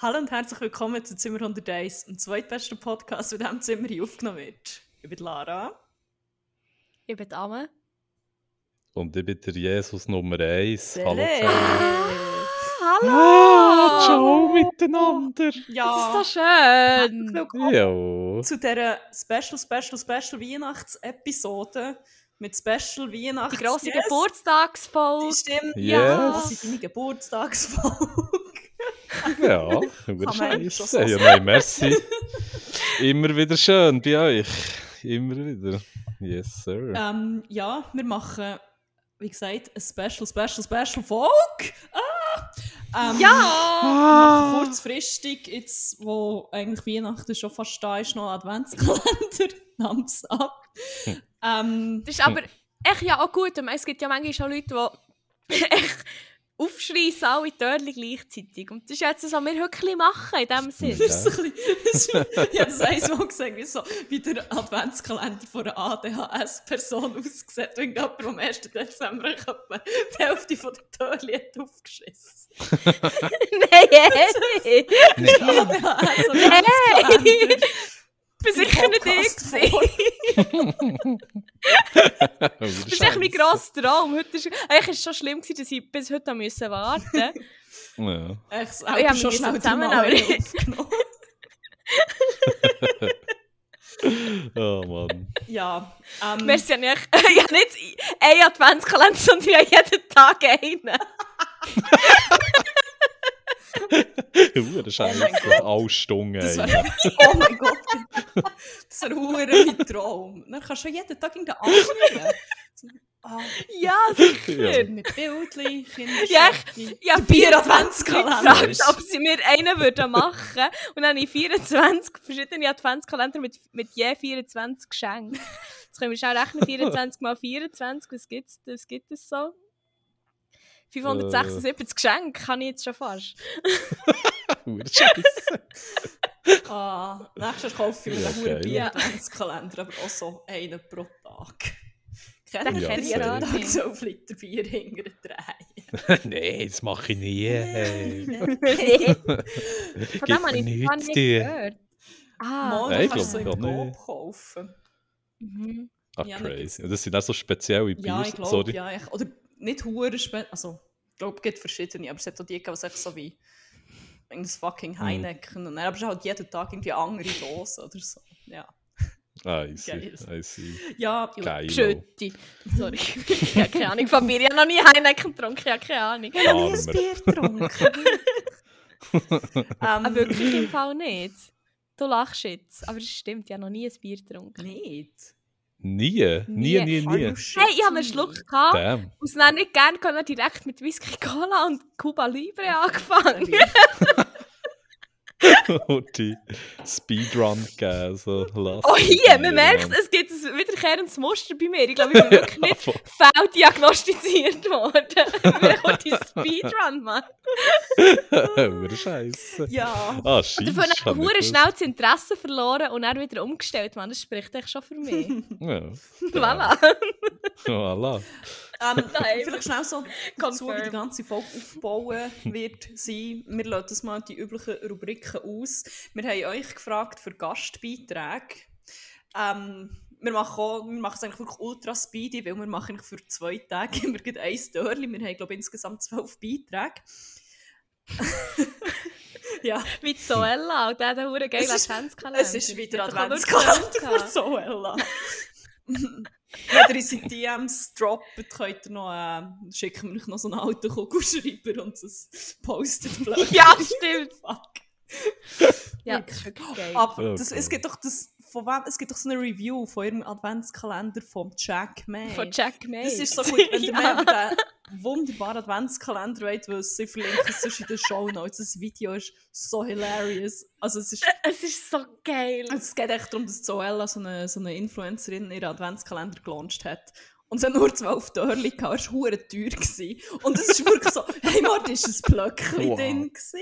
Hallo und herzlich willkommen zu Zimmer 101, dem zweitbesten Podcast, der in diesem Zimmer hier aufgenommen wird. Ich bin Lara. Ich bin die Amme. Und ich bin der Jesus Nummer 1. Hallo Sele. zusammen. Ah, Ah, Ah! Hallo! Ah, Ah. Ciao miteinander. Ja, Das ist so schön! willkommen Ja. zu dieser Special, Special, Special Weihnachtsepisode mit Special Weihnachts. Die grosse Yes, Geburtstagsfolge. die Stimmt, ja. Yes. Das ist deine Geburtstagsfolge. Ja, man eigentlich schon so überscheiße. Ja, nein, merci. Immer wieder schön bei euch. Immer wieder. Yes, sir. ähm, ja, wir machen, wie gesagt, eine Special, Special, Special Folge. Ah! Ähm, Ja! Ah. Machen kurzfristig, jetzt wo eigentlich Weihnachten schon fast da ist, noch Adventskalender namens ab. ähm, Das ist aber echt ja auch gut. weil Es gibt ja manchmal schon Leute, die echt aufschreien, alle Törchen gleichzeitig. Und das ist jetzt das, was wir heute machen in diesem Sinn. Ja. das ist so ein bisschen, ich habe das einmal gesagt, wie, so, wie der Adventskalender von einer ADHS-Person aussieht, wenn jemand am 1. Dezember kommt, die Hälfte von der Törli hat aufgeschissen. Nein, hey. ADHS und Nein. Adventskalender. Ich bin sicher nicht ich. Podcast gewesen. Das ist echt mein grosser Traum. Heute ist, eigentlich war es schon schlimm, gewesen, dass ich bis heute musste warten musste. Ja. Ich Ich selber habe schon mich schnell zusammen- dreimal aufgenommen. Oh Mann. Ja, ähm, Merci, ich habe nicht, ich habe nicht einen Adventskalender, sondern ich habe jeden Tag einen. Hure Oh Scheiße. mein Gott. Alle Stunden. Das ey. wäre oh mein Gott, das wäre ein mein Traum. Dann kannst du schon jeden Tag in den anderen. Ah, Ja, sicher. Ja. mit Bildchen, Kinderschäfchen. Ja, Ja, Der Bier-Adventskalender. Ich gefragt, ob sie mir einen würden machen Und dann habe ich 24 verschiedene Adventskalender mit, mit je 24 Geschenken. Jetzt können wir schnell rechnen, 24 mal 24, was gibt es was gibt es so? Äh. 576 Geschenke kann ich jetzt schon fast. Hure Scheiße. Ah, nächstes Jahr kaufe ich mir Ja, einen hohen geil. Bier-Adventskalender, aber auch so einen pro Tag. Kennt Den ihr kenn das? ich Jeden gar Tag nicht. so auf Liter Bier hingern drehen. Nein, das mache ich nie. ey. Von Gib dem habe mir ich gar nichts, nicht die. gehört. Ah, Mal, Nein, du ich kannst du so glaub im gar Coop nicht. kaufen. mhm. Ah, Ja, dann gibt's- crazy. Und das sind auch so spezielle Bier. Ja, ich glaube, Sorry. ja. Ich, oder nicht hure spät, also ich glaube, es gibt verschiedene, aber es hat auch die gegeben, die sich so wie ein Hm. fucking Heineken und dann aber es ist halt jeden Tag irgendwie eine andere Dose oder so. Ja, dus- Ah, I see. Geil. I see. ja, ja. Geil. Schütti. Sorry. Ich habe keine Ahnung von mir. Ich habe noch nie Heineken getrunken. Ich habe keine Ahnung. Ich habe nie ein Armer. Bier getrunken. Ah, ähm, wirklich im Fall nicht. Du lachst jetzt. Aber es stimmt, ich habe noch nie ein Bier getrunken. nicht. Nie, nie, nie, Ah, nie. du Shit. Hey, ich habe einen Schluck gehabt Damn. und es dann nicht gerne gehabt, dann direkt mit Whisky Cola und Cuba Libre angefangen. Und Oh, die Speedrun gegeben. So. Lass Oh mich hier, hier, man merkt, Mann. es gibt ein wiederkehrendes Muster bei mir. Ich glaube, ich bin wirklich nicht voll. fehl diagnostiziert worden. Mir kommt die Speedrun, Mann. Hure Scheiße. Ja. Ah, scheiße. Dafür habe ich verdammt schnell das Interesse verloren und dann wieder umgestellt, Mann. Das spricht echt schon für mich. Ja. Oh, Voilà. Voilà. Ähm, Ah, Nein. vielleicht schnell so dazu, wie die Confirm. ganze Folge aufbauen wird sein. Wir lassen das mal die üblichen Rubriken aus. Wir haben euch gefragt für Gastbeiträge. Ähm, wir machen, auch, wir machen es eigentlich wirklich ultra speedy, weil wir machen eigentlich für zwei Tage immer gleich ein Dörrli. Wir haben, glaube ich, insgesamt zwölf Beiträge. ja, Wie die Zoella und der hat einen verdammt geilen Hm. Es ist- Adventskalender. es ist wieder Der kann nur Adventskalender Zoella. für Zoella. Wenn ihr unsere DMs droppt, könnt ihr noch, äh, schicken wir euch noch so einen alten Kugelschreiber und es postet blöd. Ja, stimmt. Fuck. Ja, das ist wirklich geil. Aber Oh das, Gott. es gibt doch das, von wem, es gibt doch so eine Review von ihrem Adventskalender vom Jack May. Von Jack May. das ist so gut, wenn ihr mehr Ja. über den wunderbaren Adventskalender wollt, weil sie verlinken es sonst in den Show Notes. Das Video ist so hilarious. Also es ist Es ist so geil. Es geht echt darum, dass Zoella, so eine, so eine Influencerin, ihren Adventskalender gelauncht hat. Und sie hat nur zwölf Dörrli gehabt, es war hure teuer. Gewesen. Und es ist wirklich so, einmal war ein Plöckchen Wow. drin, gewesen,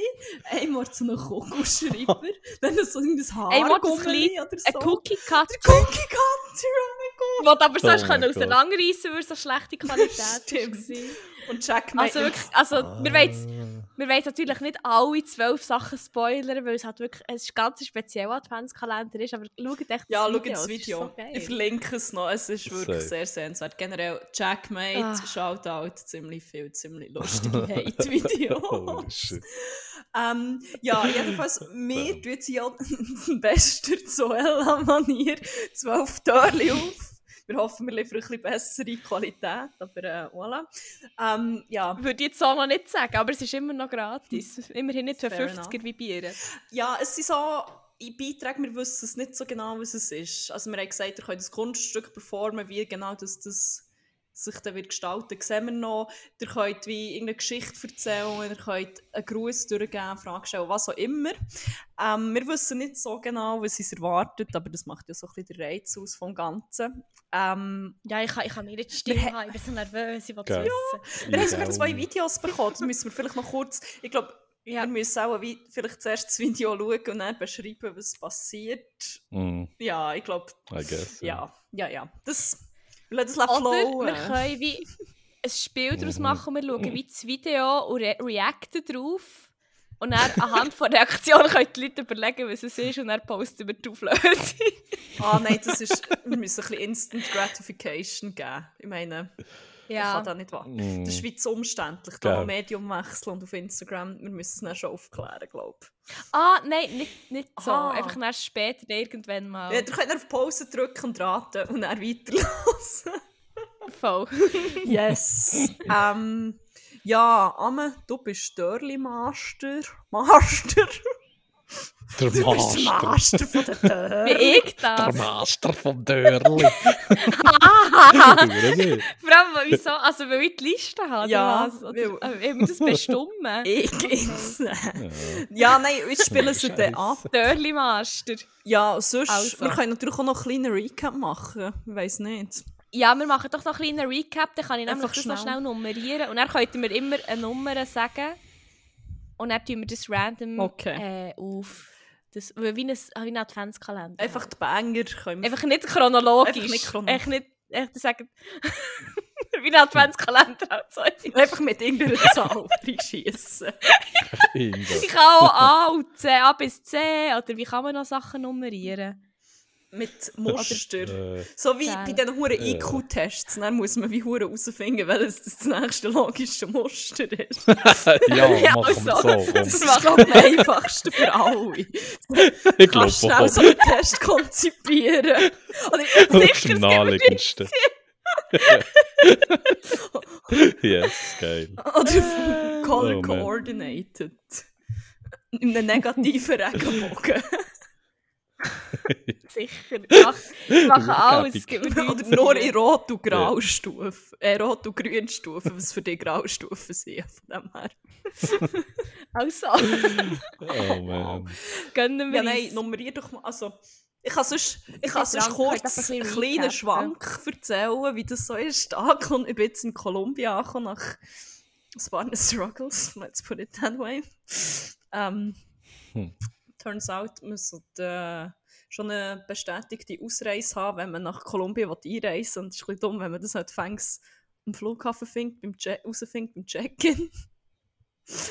einmal so ein Kugelschreiber, dann so ein Haar Einmal das Kleid- oder so. Ein Cookie Cut, Der Cookie Cutter, oh mein Gott. was aber Oh sonst mein können Gott. auseinanderreißen, weil es so schlechte Qualität Stimmt. Ah. war. Und check Also mal- wirklich, also Oh, wir wollen wir wollen natürlich nicht alle zwölf Sachen spoilern, weil es halt wirklich es ist ganz ein spezieller Adventskalender ist, aber schaut echt Ja, das schau Video. das Video. Das Ich ist so geil. verlinke es noch. Es ist wirklich Safe. sehr sehenswert. Generell Checkmate, Ah. Shoutout, ziemlich viel, ziemlich lustige Hate-Videos. Ah, Holy shit. ähm, ja, jedenfalls, mir tut sie ja bester Zoella-Manier zwölf Törli auf. Wir hoffen, wir liefern ein bisschen bessere Qualität, aber äh, voilà. Ähm, ja. Würde ich jetzt auch noch nicht sagen, aber es ist immer noch gratis. Immerhin nicht für Fair 50er wie Bier. Ja, es sind so in Beiträgen, wir wissen es nicht so genau, was es ist. Also wir haben gesagt, ihr könnt ein Kunststück performen, wie genau das, das sich dann wird gestalten, sehen wir noch. Ihr könnt wie irgendeine Geschichte erzählen, ihr könnt einen Gruß durchgeben, Fragen stellen, was auch immer. Ähm, wir wissen nicht so genau, was uns erwartet, aber das macht ja so ein bisschen den Reiz aus vom Ganzen. Ähm, Ja, ich kann, ich kann mir nicht die Stimme Wir- haben, ich bin so nervös, ich will Geil. es wissen. wir haben sogar zwei Videos bekommen, das müssen wir vielleicht noch kurz, ich glaube, Ja. wir müssen auch wie, vielleicht zuerst das Video schauen und dann beschreiben, was passiert. Mm, Ja, ich glaube, I guess. ja, ja, ja. Das, das lässt Oder wir flowen. können wie ein Spiel daraus Mhm. machen, wir schauen wie das Video und re reacten drauf. Und dann anhand von Reaktionen können die Leute überlegen, was es ist und dann posten wir die Auflösung. Ah nein, das ist, wir müssen ein bisschen Instant Gratification geben. Ich meine, ich ja. kann da nicht warten. Mm. Das ist wie zu umständlich. Da Gell. Medium wechseln und auf Instagram, wir müssen es dann schon aufklären, glaube ich. Ah, nein, nicht, nicht so. Aha. Einfach dann später irgendwann mal. Ja, ihr könnt dann auf Pause drücken und raten und dann weiterlassen. Voll. Yes. ähm, ja, Amme, du bist Dörli-Master. Master. Der Du bist der Master. Master von den Dörli. Wie ich Der das? Master vom Dörli. Aha! Oder nicht? Vor allem, wieso? Also, weil ich die Liste habe. Ja, oder was? Oder, weil- äh, ich muss das bestimmen. Ich. Ja. Ja, nein, wir spielen es dann Scheisse. ab. Dörli Master. Ja, sonst, Also. wir können natürlich auch noch einen kleinen Recap machen. Ich weiss nicht. Ja, wir machen doch noch einen kleinen Recap, dann kann ich nämlich Einfach das noch schnell. schnell nummerieren. Und dann könnten wir immer eine Nummer sagen. Und dann tun wir das dus random Okay. äh, auf. Das, wie ein, wie ein Adventskalender. Einfach die Banger können wir. Einfach nicht chronologisch. Einfach nicht chronologisch. Echt nicht, echt sagen. Wie ein Adventskalender halt so. Einfach mit irgendeiner Zahl reinschiessen. Ingo. Ich kann auch A und C, A bis C. Oder wie kann man noch Sachen nummerieren? Mit Muster. Äh, So wie Geil. bei diesen huren Ja. IQ-Tests. Dann muss man wie Huren herausfinden, welches das nächste logische Muster ist. ja, eh, Ja, machen wir also. so. komm. Das ist, glaube ich, einfachste für alle. Oh Ich oh glaube, Kannst schnell so einen Test konzipieren. Oder das ist naheliegendste. yes, geil. Oder Color Oh, man. Coordinated. In einem negativen Regenbogen. Sicher. Ich mache, ich mache alles. Wirklich Gib mir Oder nichts. nur in Rot- und Graustufen. Äh, Rot- und Grünstufen, was für die Graustufen sind. Von dem her. Also, Oh man. gönnen wir Ja, nein, uns. nummerier doch mal. Also, ich kann sonst, ich kann bin sonst dran, ich darf kurz ein einen bisschen kleinen recappen. Schwank erzählen, wie das so ist. Angekommen, ich bin jetzt in Kolumbien angekommen, nach ein paar Struggles, let's put it that way. Ähm, Hm. Turns out, man sollte äh, schon eine bestätigte Ausreise haben, wenn man nach Kolumbien will einreisen will. Und es ist ein bisschen dumm, wenn man das nicht fängs am Flughafen findet, beim Che- rausfindet, beim Check-in.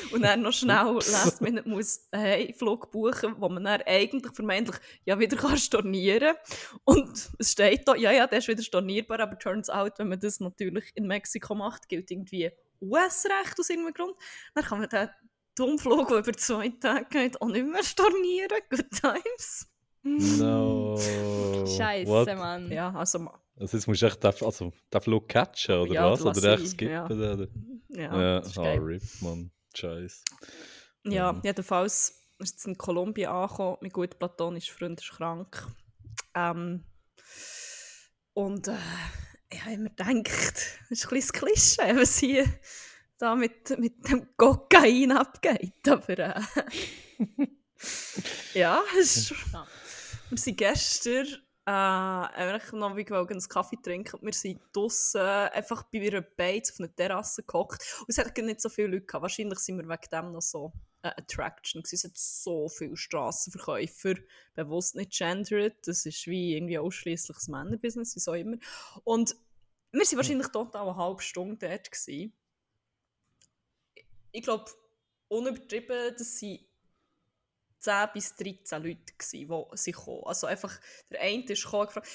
Und dann noch schnell last minute muss einen Heimflug buchen, wo man dann eigentlich vermeintlich ja wieder kann stornieren Und es steht da, ja, ja, der ist wieder stornierbar, aber turns out, wenn man das natürlich in Mexiko macht, gilt irgendwie US-Recht aus irgendeinem Grund. Dann kann man den dummen Flug, der über zwei Tage geht, auch nicht mehr stornieren. Good times. No. Oh, Scheiße, What? Mann. Ja, also, ma- Also jetzt musst du echt den, also, den Flug catchen, oder Ja, was? lass Oder echt ich, skippen? ja. Oder? ja, Ja, das ist ah, geil. RIP, Mann. Scheiße. Ja, Mhm. jedenfalls ist es in Kolumbien angekommen. Mein guter platonischer Freund ist krank. Ähm, und äh, ich habe immer gedacht, das ist ein kleines Klischee, was hier da mit, mit dem Kokain abgeht. Aber äh, ja, es ist, Ja. wir sind gestern äh, einfach noch wie gewogen einen Kaffee trinken. Wir sind draussen einfach bei ihrer Beiz auf einer Terrasse gehockt. Und es hat nicht so viele Leute gehabt. Wahrscheinlich sind wir wegen dem noch so eine Attraction. gewesen. Es hat so viele Strassenverkäufer, bewusst nicht gendered. Das ist wie irgendwie ausschließlich das Männerbusiness, wieso immer. Und wir waren wahrscheinlich total eine halbe Stunde dort. Gewesen. ich glaube, unübertrieben, das waren 10 bis 13 Leute, gewesen, die sie kamen. Also einfach, der eine ist gekommen und gefragt,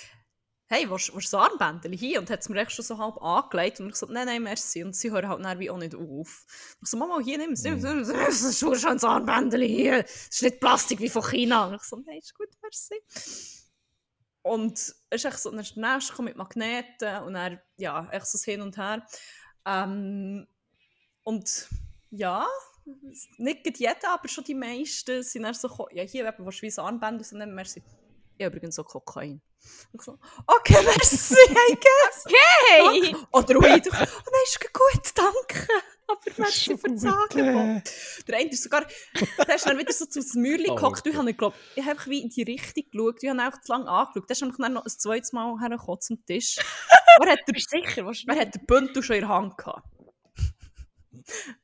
hey, was ist das Armbändchen hier? Und hat es mir echt schon so halb angelegt. Und ich gesagt, nein, nein, merci. Und sie hören halt dann wie auch nicht auf. Ich so, Mama, hier, nimm es, nimm es, nimm es, nimm es, das ist ein schönes Armbändchen hier. Das ist nicht Plastik wie von China. Und ich so, nein, ist gut, merci. Und es ist echt so, dann ist der Nächste gekommen mit Magneten und dann, ja, echt so das Hin und Her. Ähm, und ja, Mhm. nicht gerade jeder, aber schon die meisten sind dann so, gekommen, ja, hier, eben, was wie ein Armbändchen, und dann merci. Ich habe übrigens so Kokain. Und ich so, okay, merci, I guess. Hey! Oder Weed. Oh nein, ist gut, danke. Aber merci für das Angebot. Der eine ist sogar, der ist dann wieder so zum Mäuerchen Oh, gehockt. Gott. ich habe, glaub, ich habe wie in die Richtung geschaut. Ich habe ihn auch zu lange angeschaut. Der ist nämlich dann noch ein zweites Mal hergekommen zum Tisch. Wer hat, der, Bist du sicher? Was wer hat den Bündel schon in der Hand gehabt?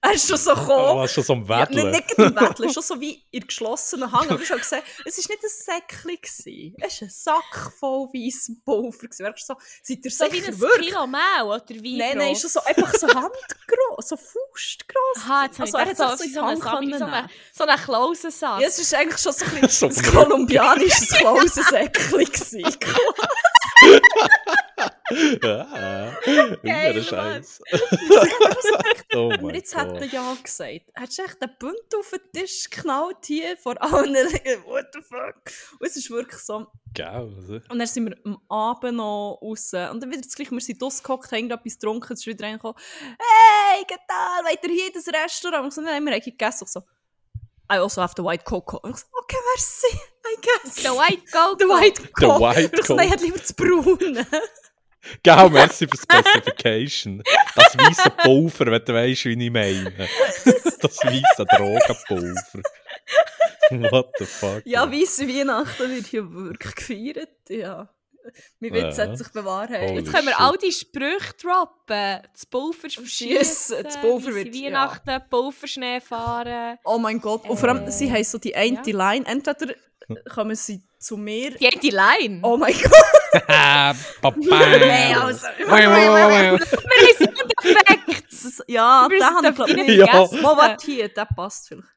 Er ist schon so gekommen. Oh, hast du so am Ja, nicht Wedeln? nicht im Wädel, schon so wie in geschlossenen Hang. Aber ich habe gesehen, es war nicht ein Säckchen, gewesen. es war ein Sack voll weißem Pulver. gewesen. Weisst du, So, seid ihr So wie sicher ein wirklich? Kilo Mehl oder wie Nein, nein, gross? ist schon so einfach so handgross, so faustgross. Aha, jetzt Also, also, er habe hat ich gedacht, sich so so in die Hand in so können einen so eine Klausensack. Ja, es ist eigentlich schon so ein bisschen So ein blöd. kolumbianisches Klausensäckchen gewesen. Ja, Geil, immer Scheiß. Oh Wenn wir mein jetzt hätten Gott. ja gesagt, hättest du echt den Bündel auf den Tisch geknallt hier vor allen, what the fuck. Und es ist wirklich so, Geil. also. Und dann sind wir am Abend noch raus. Und dann wieder das Gleiche, wir sind ausgehockt, haben irgendetwas getrunken, es ist wieder reingekommen. «Hey, Gatal, wollt ihr hier das Restaurant?» Und ich so, «Nein, wir haben gegessen.» Ich so, «I also have the white cocoa.» Und ich so, «Okay, merci, I guess.» The White Gold. The white The cocoa. white Und ich so, «Nein, ich hätte lieber das braune.» Geil, merci für Specification. Das weiße Pulver, wenn du weißt, wie ich meine. Das weiße Drogenpulver. What the fuck? Ja, weisse Weihnachten wird hier wirklich gefeiert, ja. Mein Witz Ja. hat sich bewahrheitet. Holy Jetzt können wir shit. all die eh, Sprüche droppen. Das Pulver verschießen. das Pulver wird- ja. Weihnachten, Pulverschnee fahren. Oh mein Gott. Und vor allem, Äh, sie haben so die eine ja. Line. Entweder kommen sie zu mir... Die haben die Line. Oh mein Gott. Nee, Bam. also... Wir sind perfekt. Das- Ja, Wir den habe ich sind glaube die ich Ja. Gäste. Mal warte hier, der passt vielleicht.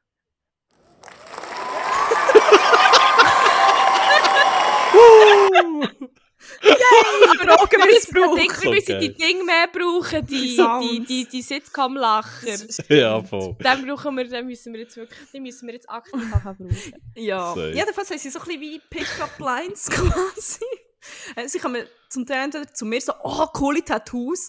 Wir müssen die Brauch. Dinge- wir müssen die Okay. Dinge mehr brauchen, die, Sounds. die, die, die Sitcom-Lacher. Ja, voll. Den brauchen wir, den müssen wir jetzt wirklich, den müssen wir jetzt aktiv anfangen brauchen. Ja. Safe. Jedenfalls haben sie so ein bisschen wie Pick-up-Lines quasi. Äh, Sie kommen zum Teil entweder zu mir so, oh, coole Tattoos.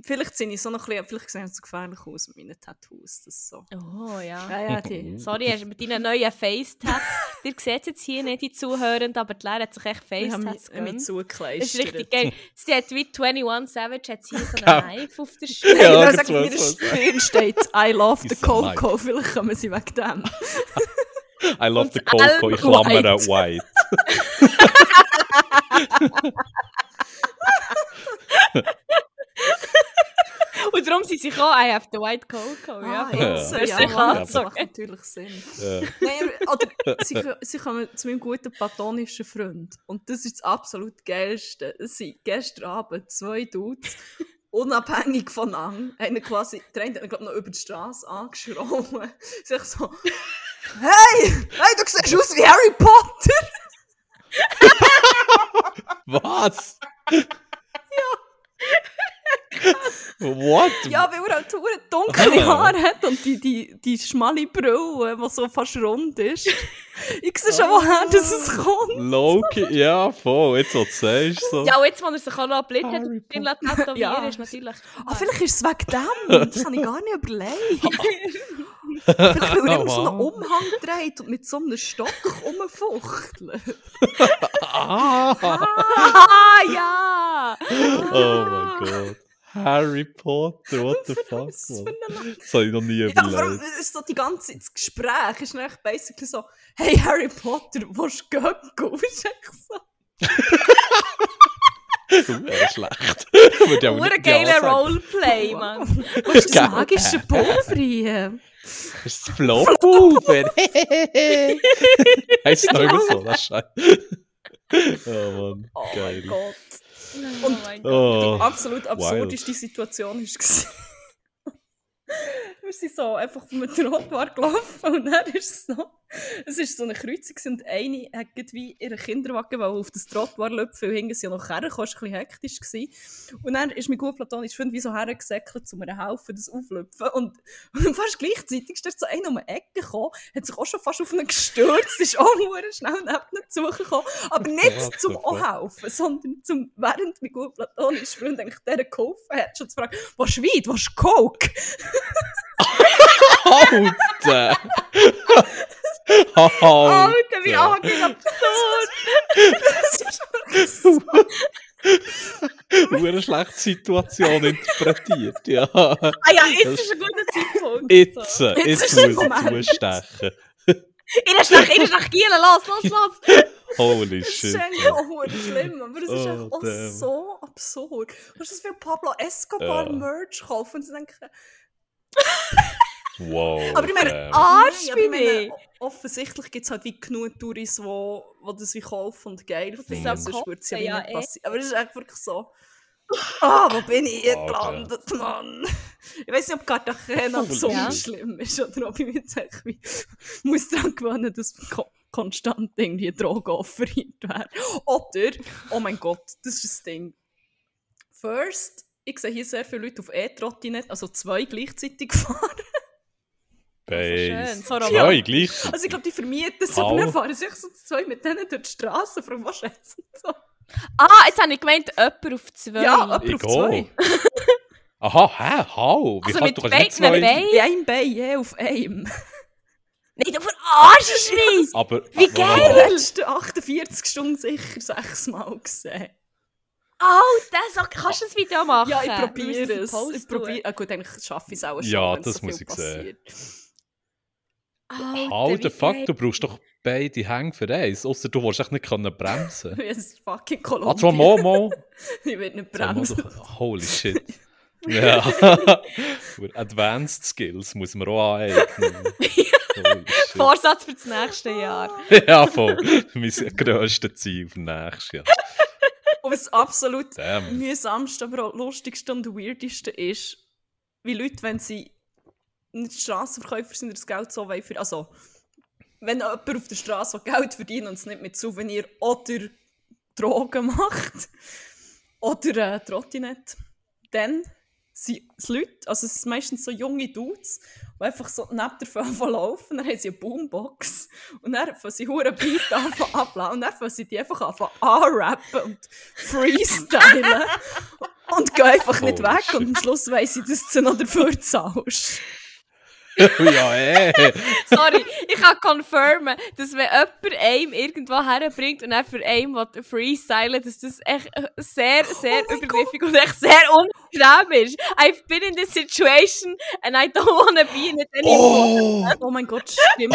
Vielleicht sind ich so noch ein bisschen, vielleicht sehen sie so gefährlich aus mit meinen Tattoos. Das ist so. Oh ja. Ja, ja, die. Mhm. Sorry, hast du mit deinen neuen Face-Tats. Ihr seht jetzt hier nicht die Zuhörenden, aber die Lehre hat sich echt Ich habe mich, Face-Tats äh, mich gegönnt. Das ist zugekleistert. richtig geil. Sie hat wie 21 Savage hat sie hier so einen Knife auf der Stirn. Ja, Ja, ja, das sagt, mir war's, war's. Stirn steht «I love the Ist so nice. Coco», vielleicht kommen sie wegen dem. Ah, I love Und the Coco, ich klammere White. white. Und darum sind sie gekommen, I have the white cocoa. Ah, Ja. jetzt, Ja. ja, Ja. ja, das macht natürlich Sinn. Ja. Nein, aber- oder sie, sie kommen zu meinem guten platonischen Freund. Und das ist das absolut Geilste. Es sind gestern Abend zwei Dudes, unabhängig voneinander, haben ihn quasi, der eine hat ihn, glaub, noch über die Straße angeschrien. Sich so, hey, hey, du siehst aus wie Harry Potter! Was? What? Ja, weil er halt so verdammt dunkle Haare hat und die, die, die schmale Brille, die so fast rund ist. Ich sehe schon, woher das es kommt. Loki, ja, voll. Jetzt, was du sagst, so. Ja, und jetzt, wo er sich auch noch blind hat Harry und ihn lässt tätowieren, Ja. ist natürlich... Ah, vielleicht ist es wegen dem. Das habe ich gar nicht überlegt. vielleicht weil er immer so einen Wow. Umhang dreht und mit so einem Stock rumfuchtelt. Ah, Ah, ja! oh mein Gott. Harry Potter, what the fuck, Was für man. eine Das habe ich noch nie ja, vor allem überlegt. ist so die ganze Zeit das Gespräch ist echt basically so «Hey Harry Potter, wo ist Göcko?» Ist echt so. Uh, schlecht. Würde ich aber Hure nicht Ja geiler sagen. Roleplay, Mann. Wo ist Gell? das magische Pulver hier? Das ist das Flop-Pulver. Heißt es noch immer so, das ist scheiße. Oh Mann, Oh geil. mein Gott. Oh mein Gott. Oh. absolut absurdeste Situation war. Wir sind so einfach mit der Rotwar gelaufen und dann ist es so. Es war so eine Kreuzung gewesen und eine hat gerade wie ihre Kinderwagen wollen auf das Trottoir löpfen, weil hinten sind ja noch Kerren, es war ein bisschen hektisch. Gewesen. Und dann ist mein gut platonischer Freund wie so hergesäckelt, um mir zu helfen, das auflöpfen. Und, und fast gleichzeitig ist dort so einer um die Ecke gekommen, hat sich auch schon fast auf ihn gestürzt, ist auch nur schnell neben ihn zugekommen. Aber What the nicht zum fuck? auch helfen, sondern zum, während mein gut platonischer Freund eigentlich der geholfen hat, schon zu fragen, was ist Wein, was ist Coke? Alter! Oh. Alter! Alter, wie angehend absurd! Eine schlechte Situation interpretiert, ja. uh, Ah ja, Das- jetzt ist ein guter Zeitpunkt. Jetzt, Jetzt jetzt ist der muss Moment. ich zustechen. Innen nach, innen nach Kiel, los, los, los! Holy Das ist shit. eigentlich auch verdammt schlimm, aber es ist Oh, einfach auch damn. so absurd. Kannst du das für Pablo Escobar Ja. Merch kaufen und sie denken, Wow. aber ich meine, damn. Arsch nein, aber ich bin meine, ich. eh, o- offensichtlich gibt es halt wie genug Touris, dus die wo, wo das wie kaufen und geil finden, auch sonst würde es ja, kaufen, wie ja, nicht eh. passieren. Aber es ist einfach wirklich so, ah, wo bin ich hier Alter. gelandet, Mann? Ich weiß nicht, ob Cartagena Holy so shit. schlimm ist oder ob ich mich jetzt echt wie, muss daran gewöhnen, dass ko- konstant irgendwie Drogen offeriert werden. Oder, oh mein Gott, das ist das Ding. First, ich sehe hier sehr viele Leute auf E-Trottinett, also zwei gleichzeitig fahren. Base. schön, so romantisch. Zwei gleichzeitig. Also ich glaube, die vermieten es, aber Au. dann fahren sich so zwei mit denen durch die Straße, fragen, was ist so. Ah, jetzt habe ich gemeint, jemand auf zwei. Ja, jemand Ich auf zwei. auch. Aha, hä? How? Wie also kann- mit du kannst nicht beiden Beinen. Bei einem Bein, je auf einem. Nein, du verarschst mich! Aber, Wie Ich habe geil! die letzten 48 Stunden sicher sechsmal gesehen. Alter, so, kannst du das Video machen? Ja, ich äh, Wir probiere müssen es. einen Post Ich probiere, ah, gut, eigentlich schaffe ich es auch schon, Ja, wenn das so muss viel ich sehen. passiert. tun. How wie the fuck? geil. Du brauchst doch beide Hänge für eins. Außer du willst echt nicht können bremsen. Es ist fucking Ah, zwar Kolumbien. mal, mal. Ich werde nicht Zwar mal, bremsen. doch- Holy shit. Ja. Advanced Skills muss man auch aneignen. Holy shit. Vorsatz für das nächste Ah. Jahr. ja, voll. Mein grösstes Ziel für nächstes Jahr. Und was Um absolut Ähm. Damn. mühsamste, aber auch lustigste und weirdeste ist, wie Leute, wenn sie nicht Strassenverkäufer sind, das Geld so wollen für... Also, wenn jemand auf der Straße Geld verdient und es nicht mit Souvenir oder Drogen macht oder äh, Trottinett, dann sind es Leute, also es sind meistens so junge Dudes, die einfach so neben der Fahne laufen, dann haben sie eine Boombox und dann fangen sie hure Beat an ablassen und dann fangen sie die einfach an anrappen und freestylen und gehen einfach nicht Holy weg shit. und am Schluss weiss ich, dass du noch dafür zahlst. ja, eh. Sorry, ich kann confirmen, Dus dass wenn jemand einem irgendwo herbringt und dann für einen will freestylen, dass das echt äh, sehr, sehr mein übergriffig und echt sehr unangenehm ist. I've been in this situation and I don't wanna be in it anymore. Oh, Oh mein Gott, stimmt.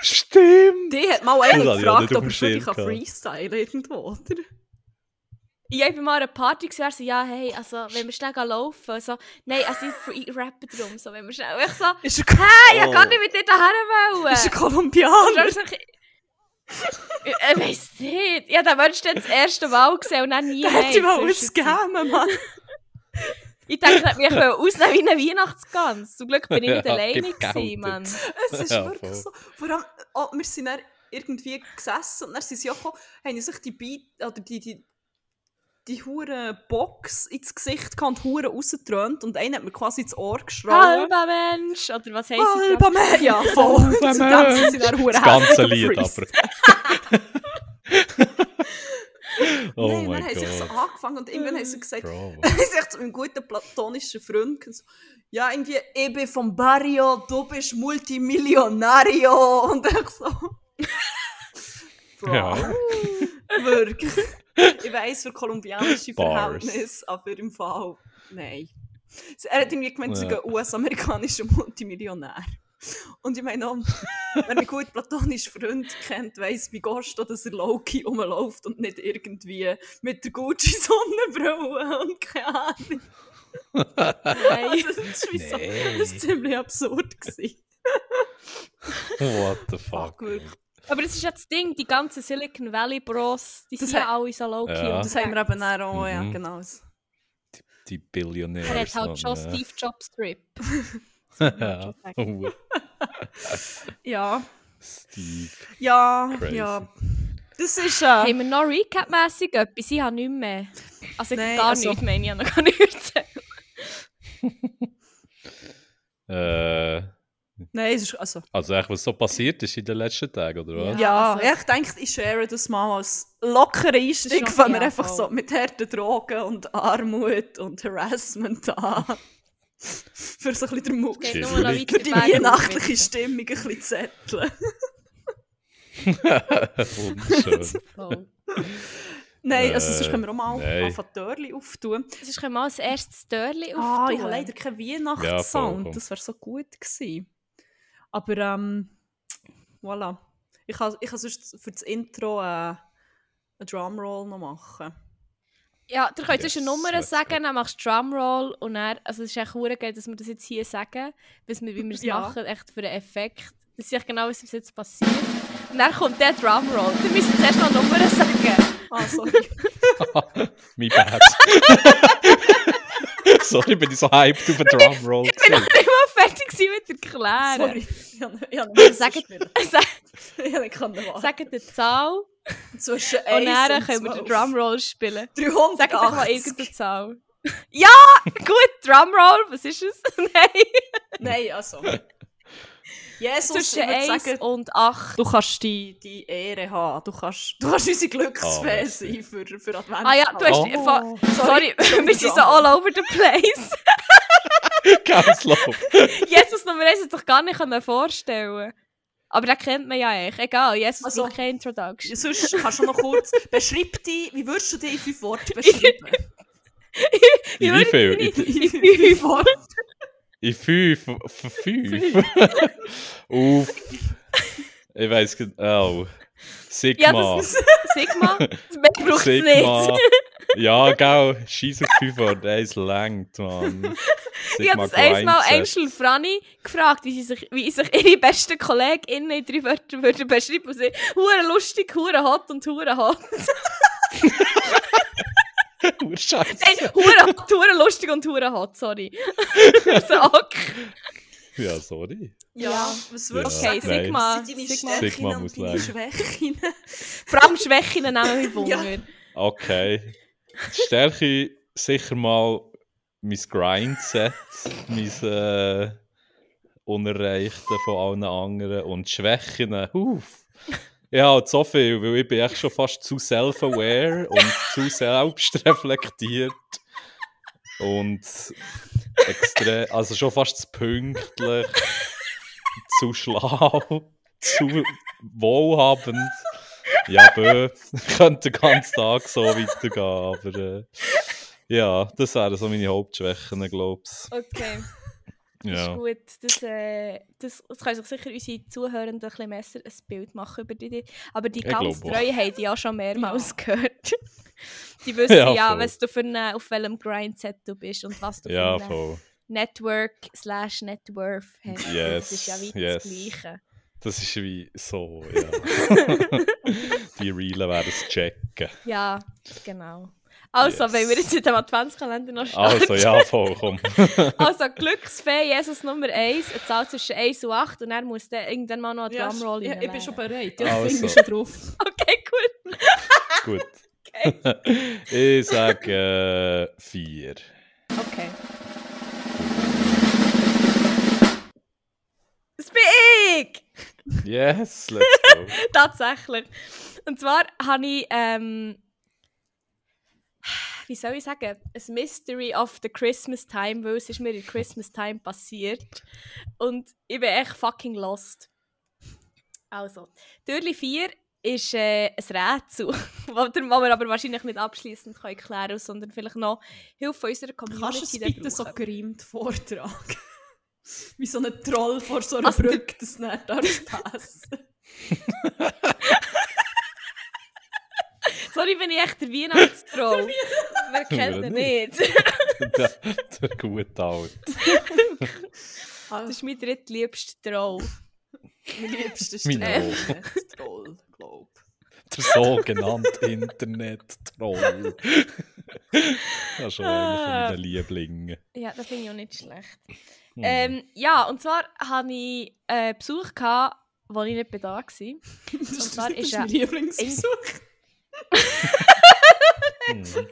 stimmt. Die hat mal einer Das hab ich auch gefragt, nicht auf dem ob er für dich Schirm gehabt. freestylen irgendwo, oder? Ja, ich bin mal an einer Party gewesen, also, ja, hey, also, wenn wir schnell gehen laufen, so, nein, also, ich free- rappe drum, so, wenn wir schnell, Und ich so, Ist er, Hä? hey, ich Oh. kann nicht mit dir daher wollen. Ist er Kolumbianer? Oder so ein bisschen- Ich ich weiss nicht. Ich habe den Menschen dann das erste Mal gesehen und dann nie Der hätte mehr. mal einen Scam, Mann. Ich denke, das hat mich ausnehmen wie eine Weihnachtsgans. Zum Glück bin ich nicht Ja, alleine gibt gewesen, Geld Mann. Es ist Ja, wirklich voll. so. Vor allem, oh, wir sind dann irgendwie gesessen und dann sind sie auch gekommen, haben sich die Beat, oder die, die, die hure Box ins Gesicht gehabt und hure rausgetrönt und einer hat mir quasi ins Ohr geschrien. Halber Mensch! Oder was heisst das? Halber Mann! Ja, voll. Halber Zum Ganzen Oh, Mann. sind dann hure Das ganze heftig Lied gefreestylt. aber. oh Nein, und dann mein haben sie sich so Gott. angefangen und irgendwann haben sie gesagt, Bravo. Dann ist echt so ein guter platonischer Freund. so, Ja, irgendwie, ich bin vom Barrio, du bist Multimillionario. Und ich so. Bro, Ja. wirklich. Ich weiß für kolumbianische Bars. Verhältnisse, aber im Fall, nein. Sie- Er hat irgendwie gemeint, Ja. sogar US-amerikanischer Multimillionär. Und ich meine, auch, wer einen guten platonischen Freund kennt, weiß, wie Gosto, dass er Loki rumläuft und nicht irgendwie mit der Gucci-Sonnenbrille und keine Ahnung. Nein. Also, das ist wie so- Nee. das war ziemlich absurd. Gewesen. What the fuck. Fuck, wirklich. Aber das ist ja das Ding, die ganzen Silicon Valley Bros, die Das sind ja hat- alle so low-key. Ja. und Das haben wir eben dann auch, ja, Ah. Mhm. genau. Die Er hat Billionärs. halt Mann, ja. schon Steve Jobs Trip. ja, oh, Ja, Steve. ja, Crazy. ja. Das ist äh, ja. Haben wir noch Recap-mässig etwas? Ich habe nichts mehr. Also Nein, gar also- nichts, meine ich. Ich habe noch gar nichts. Äh, Nein, es ist. Also, also echt, was so passiert ist in den letzten Tagen, oder was? Ja, ja, also- ja, ich denke, ich share das mal als lockeren Einstieg, Das ist noch- fangen wir ja, einfach voll. so mit harten Drogen und Armut und Harassment an. Für so ein bisschen den Muck. Es geht Shit. nur noch Für Für die weiter weg. weihnachtliche Stimmung ein bisschen zetteln. Wunderschön. Voll. Nein, also Äh, sonst können wir auch mal nein. anfangen, Törli auftun. Sonst können wir mal als erstes Törli auf. Ah, ich habe leider keinen Weihnachtssound. komm. das wäre so gut gewesen. Aber ähm, voilà. Ich kann, ich kann sonst für das Intro äh, einen Drumroll noch machen. Ja, du könntest Yes, eine Nummer let's sagen, go. dann machst du Drumroll und dann, also es ist echt verdammt geil, dass wir das jetzt hier sagen, bis wir, wie wir es Ja. machen, echt für den Effekt. Das ist echt genau, was bis jetzt passiert. Und dann kommt der Drumroll. Du müsst jetzt erst noch eine Nummer sagen. Ah, sorry. mein Bad. Sorry, bin ich so hyped auf den Drumroll. Ich bin noch nicht mal fertig gewesen mit erklären. sorry. Ich habe ich habe nicht Sag- spielen. Sag- Ich habe nicht können warten. Sagen die Zahl zwischen und 1 dann können wir den Drumroll spielen. 300. Sag doch mal irgendeine Zahl. Ja! Gut, Drumroll, was ist es? Nein! Nein, also. Jesus, Zwischen ich würde 1 sagen, und 8. du kannst Oh, die, die Ehre haben. Du kannst, du kannst unsere Glücksfee merci. sein für, für Advent. Ah ja, du hast... Oh. fa- Sorry, Sorry, wir sind so all over the place. Ganz low. Jesus Nummer 1 hätte ich gar nicht können vorstellen Aber den kennt man ja eigentlich. Egal, Jesus Also- braucht keine Introduction. Sonst kannst du noch kurz. Beschreib dich, wie würdest du dich in fünf Worten beschreiben? In wie viel? in fünf Worten. In fünf. f- Fünf? Uff. Ich weiß nicht. Ja, Oh. Sigma. das Sigma, mehr braucht es nicht. Ja, gell. Scheiß auf fünf Worte. Eins langt, Mann. Ich habe das einmal Angel Franny gefragt, wie, sie sich, wie sich ihre besten KollegInnen in drei Wörtern würden beschreiben würden. Sie hure lustig, hure hot und hure hot. Nein, hure hot, hure lustig und hure hot, sorry. so, okay. Ja, sorry. Ja, was würdest Ja, du okay, sagen? nein. Was sind Sigma. deine Sigma. Stärken Sigma muss und deine lernen. Schwächen? Vor allem Schwächen nehmen wir Wunder. Okay. Die Stärke sicher mal mein Grindset, mein äh, Unerreichte von allen anderen und die Schwächen. Uff. Ja, halt so viel, weil ich bin echt schon fast zu self-aware und zu selbstreflektiert und extrem, also schon fast zu pünktlich, zu schlau, zu wohlhabend. Ja, bö, könnte den ganzen Tag so weitergehen, aber äh, ja, das wären so meine Hauptschwächen, glaube ich. Okay. Das ist Ja. gut. Das, äh, das, das können sich sicher unsere Zuhörenden ein bisschen besser ein Bild machen über die. Aber die Ich ganz glaube auch. Treuen haben die ja schon mehrmals gehört. Die wissen ja, Ja, voll. was du für eine, auf welchem Grindset du bist und was du Ja, für ein voll. Network slash Networth hast. Yes, Das ist ja wie das yes. Gleiche. Das ist wie so, ja. die Reelen werden es checken. Ja, genau. Also, Yes. wenn wir jetzt mit dem Adventskalender noch starten. Also, ja, voll, komm. Also, Glücksfee, Jesus Nummer 1, eine Zahl zwischen 1 und 8 und er muss dann irgendwann mal noch einen Ja, Drumroll eh. ich, ich bin reinlegen. schon Ah, bereit. Ja, ich Also. bin schon drauf. Okay, gut. Gut. ich sage äh, vier. Okay. Das bin ich! Yes, let's go. Tatsächlich. Und zwar habe ich, ähm, wie soll ich sagen, ein Mystery of the Christmas Time, weil es ist mir in Christmas Time passiert. Und ich bin echt fucking lost. Also, Türli 4 ist äh, ein Rätsel, das wir aber wahrscheinlich nicht abschließend klären können, sondern vielleicht noch Hilfe von unserer Community Kannst du es dann bitte so brauchen. gerimt vortragen? Wie so ein Troll vor so einer Also, der- Brücke, das nicht darfst passen. Sorry, bin ich echt der Weihnachtstroll. Wer kennt ihn nicht? der, der gute Alt. Das Also, ist mein drittliebster Troll. mein Liebstes ist Mein der Troll, Troll. glaube ich. der sogenannte Internet-Troll. das ist schon Ah. einer meiner Lieblinge. Ja, das finde ich auch nicht schlecht. Hm. Ähm, ja, und zwar hatte ich äh, Besuch, gehabt, wo ich nicht mehr da war. Und zwar das ist ist er- mein Lieblingsbesuch. Hm. Mhm.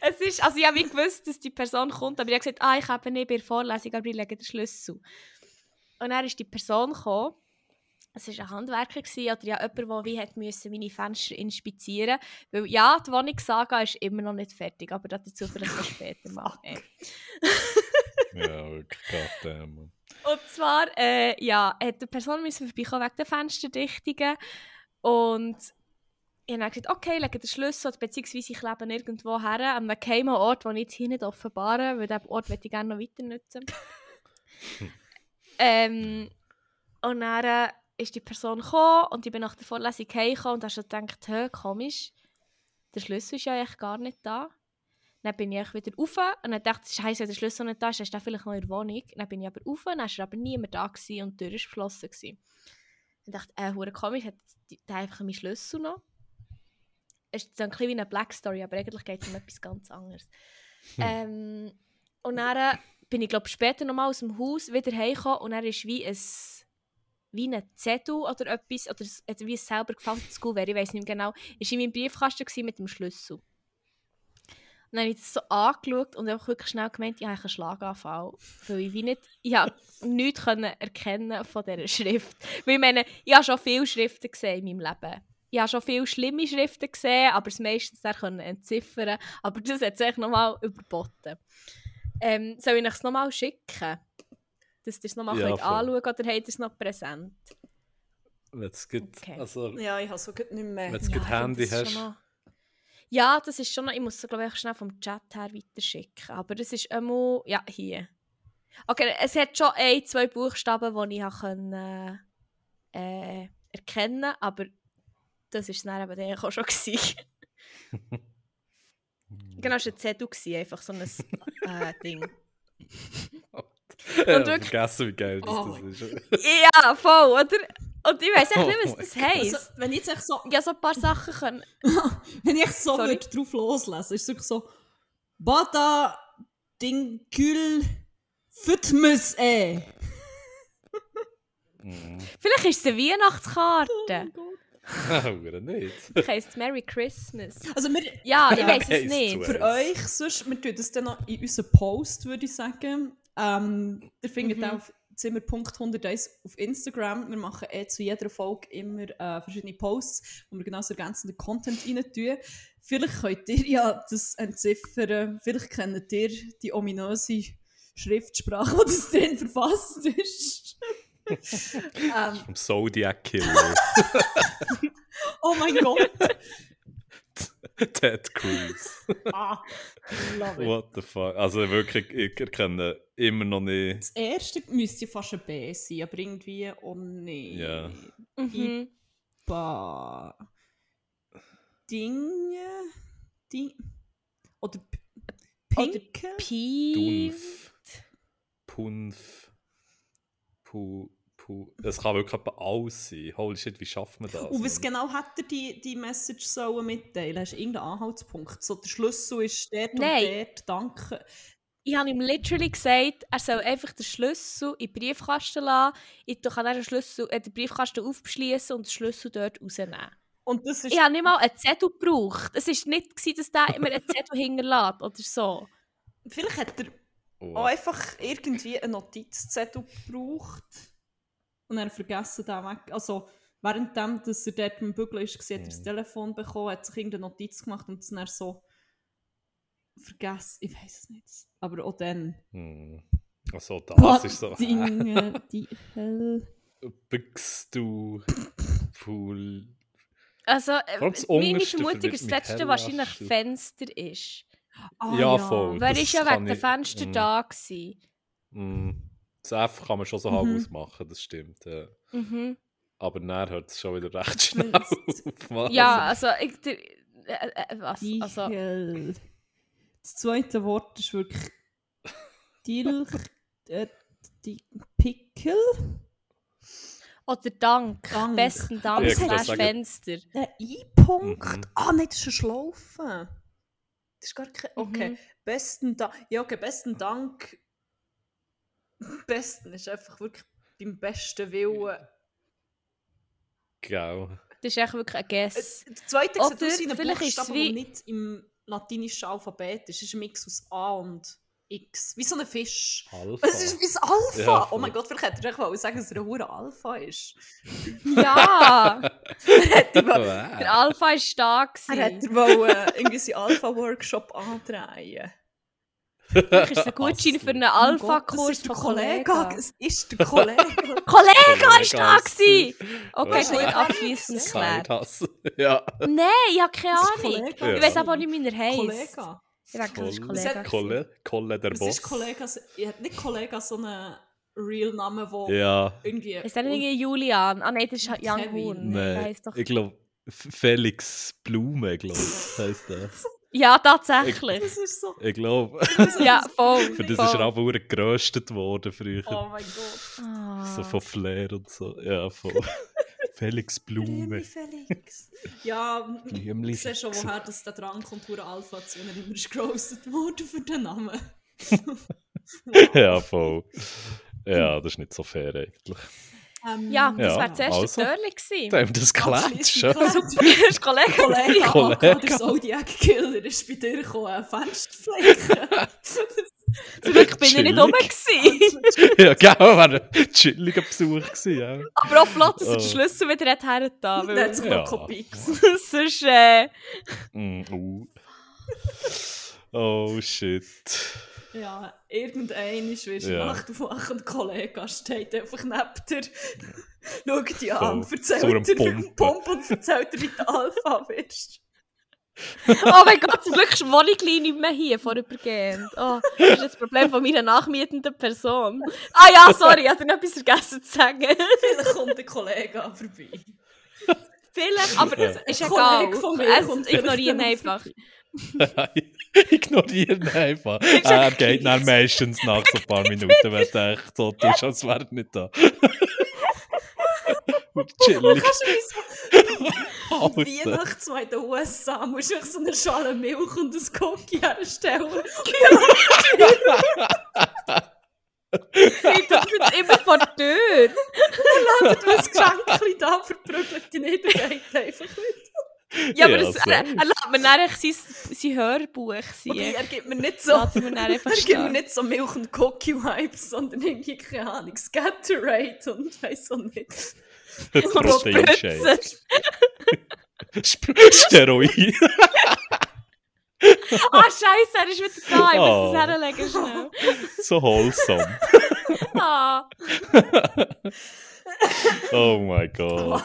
Es ist, also ich habe nicht gewusst, dass die Person kommt, aber ich habe gesagt, ah, ich habe nicht bei der Vorlesung, aber ich lege den Schlüssel. Und dann ist die Person gekommen. Es war ein Handwerker gewesen, oder ja, jemand, der wie hat müssen, meine Fenster inspizieren Weil ja, die Wohnungssaga ist immer noch nicht fertig, aber das dazu vielleicht noch später mal. mehr. Ja, wirklich, goddamn. Und zwar, äh, ja, hat die Person müssen vorbeikommen wegen der Fensterdichtungen. Und ich habe dann gesagt, okay, lege den Schlüssel, oder beziehungsweise ich lebe irgendwo her, an einem geheimen Ort, den ich jetzt hier nicht offenbare, weil diesen Ort möchte ich gerne noch weiter nutzen. ähm, und dann äh, ist die Person gekommen und ich bin nach der Vorlesung heimgekommen und habe schon gedacht, hä, komisch, der Schlüssel ist ja eigentlich gar nicht da. Dann bin ich eigentlich wieder rauf und dann dachte ich, scheiße, der Schlüssel nicht da ist, dann ist er vielleicht noch in der Wohnung. Dann bin ich aber rauf, dann war er aber niemand da gewesen und die Tür war verschlossen. Gewesen. Dann dachte ich, äh, hure komisch, hat die- der einfach meinen Schlüssel noch? Es ist so ein bisschen wie eine Black Story, aber eigentlich geht es um etwas ganz anderes. ähm, und dann bin ich, glaube später nochmal aus dem Haus wieder heimgekommen und dann ist wie ein wie ein Zettel oder etwas, oder es- hat wie ein selber gefandenes Gouverne, ich weiß nicht mehr genau, ist in meinem Briefkasten gewesen mit dem Schlüssel. Und dann habe ich das so angeschaut und einfach wirklich schnell gemeint, ich habe einen Schlaganfall. Weil ich wie nicht, ich habe nichts können erkennen von dieser Schrift. Weil ich meine, ich habe schon viele Schriften gesehen in meinem Leben. Ich habe schon viele schlimme Schriften gesehen, aber es meistens dann können entziffern. Aber das hat sich nochmal überboten. Ähm, soll ich euch es nochmal schicken? Dass ihr es nochmal Ja, ja, voll. anschauen könnt oder habt ihr es noch präsent? Wenn's gut, Okay. also, Ja, ich habe so gut nicht mehr. wenn's gut ich Handy finde, das ist hast. schon noch- Ja, das ist schon noch. Ich muss es, glaube ich, schnell vom Chat her weiterschicken. Aber das ist immer. Ja, hier. Okay, es hat schon ein, zwei Buchstaben, die ich habe können, äh, erkennen aber das war es dann eben dann auch schon. gewesen. mhm. genau, es war ein Zettel, gewesen, einfach so ein äh, Ding. Ich habe wirklich- Also, vergessen, wie geil das, Oh. das ist. Ja, voll, oder? Und ich weiß echt nicht, Oh was das heisst. Also, wenn ich jetzt echt so, ich habe so ein paar Sachen können. wenn ich echt so Sorry. würde drauf loslesen, ist es wirklich so Bata Dingül Fütmes eh. Mhm. Vielleicht ist es eine Weihnachtskarte. Ah, Nein, nicht. heisst Merry Christmas. Also wir, Ja, ich Ja, weiß es heisst's nicht. zu. für euch sonst, wir tun das dann noch in unseren Post, würde ich sagen. Ähm, ihr findet Mhm. auch auf Zimmer.101 auf Instagram. Wir machen eh zu jeder Folge immer äh, verschiedene Posts, wo wir genau so ergänzenden Content rein tun. Vielleicht könnt ihr ja das entziffern. Vielleicht kennt ihr die ominöse Schriftsprache, die das drin verfasst ist. ähm, Vom Zodiac Killer, oh mein Gott! Ted Cruz. Ah, love it. What the fuck? Also wirklich, ich erkenne immer noch nicht. Das erste müsste ja fast ein B sein, aber irgendwie, oh nee. Ja. Mhm. Ba. Dinge. Ding. Oder P- Oder Pinkel. Pi. Dunf. Punf. Pu. Pu. Es kann wirklich etwa alles sein. Holy shit, wie schafft man das? Und was Mann? genau hat er die, die Message sollen mitteilen? Hast du irgendeinen Anhaltspunkt? So, der Schlüssel ist dort Nein. und dort, danke. Ich habe ihm literally gesagt, er soll einfach den Schlüssel in den Briefkasten lassen. Ich kann dann den, Schlüssel, äh, den Briefkasten aufschließen und den Schlüssel dort rausnehmen. Und das ist Ich habe nicht mal einen Zettel gebraucht. Es war nicht, gewesen, dass der immer einen Zettel hinterlässt oder so. Vielleicht hat er genau auch Oh. einfach irgendwie einen Notizzettel gebraucht und dann vergessen, den weg. Also, währenddem, dass er dort im Bügeln ist, gesehen, hat er das Mhm. Telefon bekommen, hat sich irgendeine Notiz gemacht und das dann so vergessen. Ich weiß es nicht. Aber auch dann. Hm. Also das ist so. Dinge, die Hölle. Bückst du. Pul. Also, äh, Vor allem das meine Unterste Vermutung verwirrt ist, das mich letzte hell, wahrscheinlich hast du. Fenster ist. Ah, Ja, voll. Wer Oh, Das ist ja kann wegen dem ich- Fenster Mhm. da gewesen? Hm. Das F kann man schon so halb Mhm. ausmachen, das stimmt. Ja. Mhm. Aber dann hört es schon wieder recht schnell auf. Mann. Ja, also, ich, der, äh, äh, was? Die Also, Hölle. Das zweite Wort ist wirklich Dilch, äh, die Pickel. Oder Dank. Dank. Besten Aber Dank, es hat- slash Fenster. Ein I-Punkt? Mhm. Ah, nein, das ist eine Schlaufe. Das ist gar kein. Okay. Mhm. Besten Dank. Ja, okay, besten Dank. Besten ist einfach wirklich beim besten Willen. Äh, Genau. Das ist echt wirklich ein Guess. Äh, Zweitens hat Oder aus seinen vielleicht ist es Buchstaben, wie- die nicht im latinischen Alphabet ist. Es ist ein Mix aus A und X. Wie so ein Fisch. Alpha. Es ist wie ein Alpha! Ja, oh voll. mein Gott, vielleicht hätte ich wollen sagen, dass er ein hoher Alpha ist. Ja! Hätte ich wollen- Der Wow. Alpha war stark. er gewesen. hätte wollen äh, irgendwie seinen Alpha-Workshop andrehen. Vielleicht ist es ein Gutschein für einen Mein Gott, Alpha-Kurs von Kollegen. Es ist der Kollege. Kollege war stark! Kollege gewesen. Okay, Was? gut, abschließend geklärt. Kalthass. Ja. Nein, ich habe keine Das ist Ahnung. Kollege. Ich weiß aber auch nicht, wie er heisst. Kollega. Ich denke, das ist Kolle- Kollege. Kollege. Kolle, Kolle der Es ist Boss. Kollega. Ich hätte nicht Kollega so einen Real-Namen, der Ja. irgendwie. Ist der nicht Julian? Ah nein, das ist Young Kevin. Horn. Der Nein. heisst doch... Ich glaube, Felix Blume, glaube ich, heisst der. Ja, tatsächlich. Das ist so. Ich glaube, Ja, voll. für das voll. ist er aber geröstet worden früher. Oh mein Gott. Ah. So von Flair und so. Ja, voll. Felix Blümli Blume. Felix. Ja, Blümli. ich sehe schon, woher das da dran kommt, Hure Alpha zu, wenn er immer gegrosset wurde für den Namen. Ja, voll. Ja, das ist nicht so fair eigentlich. Ähm, Ehm, Ja, dus das Ja, wäre zuerst also. ein Törli gewesen. Da haben wir das geklärt, abschliessend schon. klar. Das ist Kollege. Kollege, Kollege. Kollege. der Zodiac-Killer ist bei dir gekommen, eine Fensterfläche. Zum Glück bin ich nicht Chillig. oben gewesen. Ja, genau, war ein chilliger Besuch gewesen. Ja. Aber auch flott, dass er den Oh. Schlüssel wieder hat hergetan. Dann hat Weil es Ja. ja. Kopie sonst, äh, Mm, uh. Oh shit. Ja, irgendein ist wie Ja. Nacht aufwachen und Kollege steht einfach neben dir, schaut dich an, Voll. erzählt So einem dir Pumpen. Pump und erzählt dir, wie du Alpha bist. oh mein Gott, zum Glück wohne ich gleich nicht mehr hier, vorübergehend. Oh, das ist jetzt das Problem von meiner nachmietenden Person. Ah ja, sorry, ich habe noch etwas vergessen zu sagen. Vielleicht kommt ein Kollege an vorbei. Vielleicht, aber das ist Ein egal. Kollege von mir kommt Ich vielleicht ignoriere dann einfach. Ignorieren einfach. Er geht dann meistens nach so ein paar Minuten, wenn du echt so tust, als wäre er nicht da. Und chillig. Kannst du wie so Alter. Weihnachtsmann in den USA musst du echt so eine Schale Milch und ein Cookie herstellen? Ich tue jetzt immer vor die Tür. Ladet du ein Geschenk da, verprügelt dich nicht und geht einfach nicht. Ja, aber Ja, also. das, äh, so. er, er lässt mir dann echt sein, sein Hörbuch Wobei, sein. er gibt mir nicht so... Lässt er mir dann einfach Er gibt mir stehen. nicht so Milch und Cookie Vibes, sondern irgendwie, keine Ahnung, Scatterate und weiss auch nicht. Proteinshake. Spritzen. Sp Steroid. Ah, scheiße, er ist wieder da. Ich muss Oh. das herlegen schnell. So wholesome. Ah, Oh mein Gott.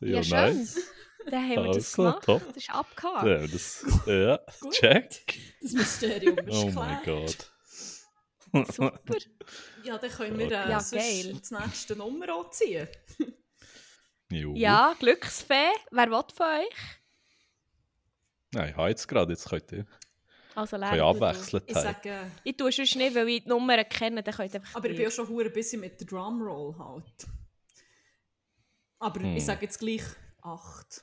ja, Ja, schön. nice. Altså, Dann haben wir das Alles klar, gemacht. top. Das ist abgehakt. Ja, das, ja, Gut. check. Das Mysterium ist Oh klar. mein Gott. Super. Ja, dann können wir Okay. äh, Ja, sonst geil. das nächste Nummer anziehen. Jo. Ja, Glücksfee. Wer will von euch? Nein, ich habe jetzt gerade, jetzt könnt ihr Also könnt ihr lernen. du. abwechseln. Ich Hey. sage, Ich tue sonst nicht, weil ich die Nummern kenne. Dann könnt ihr einfach aber ich bin gleich. ja schon hure busy mit der Drumroll halt. Aber Hm. ich sage jetzt gleich 8.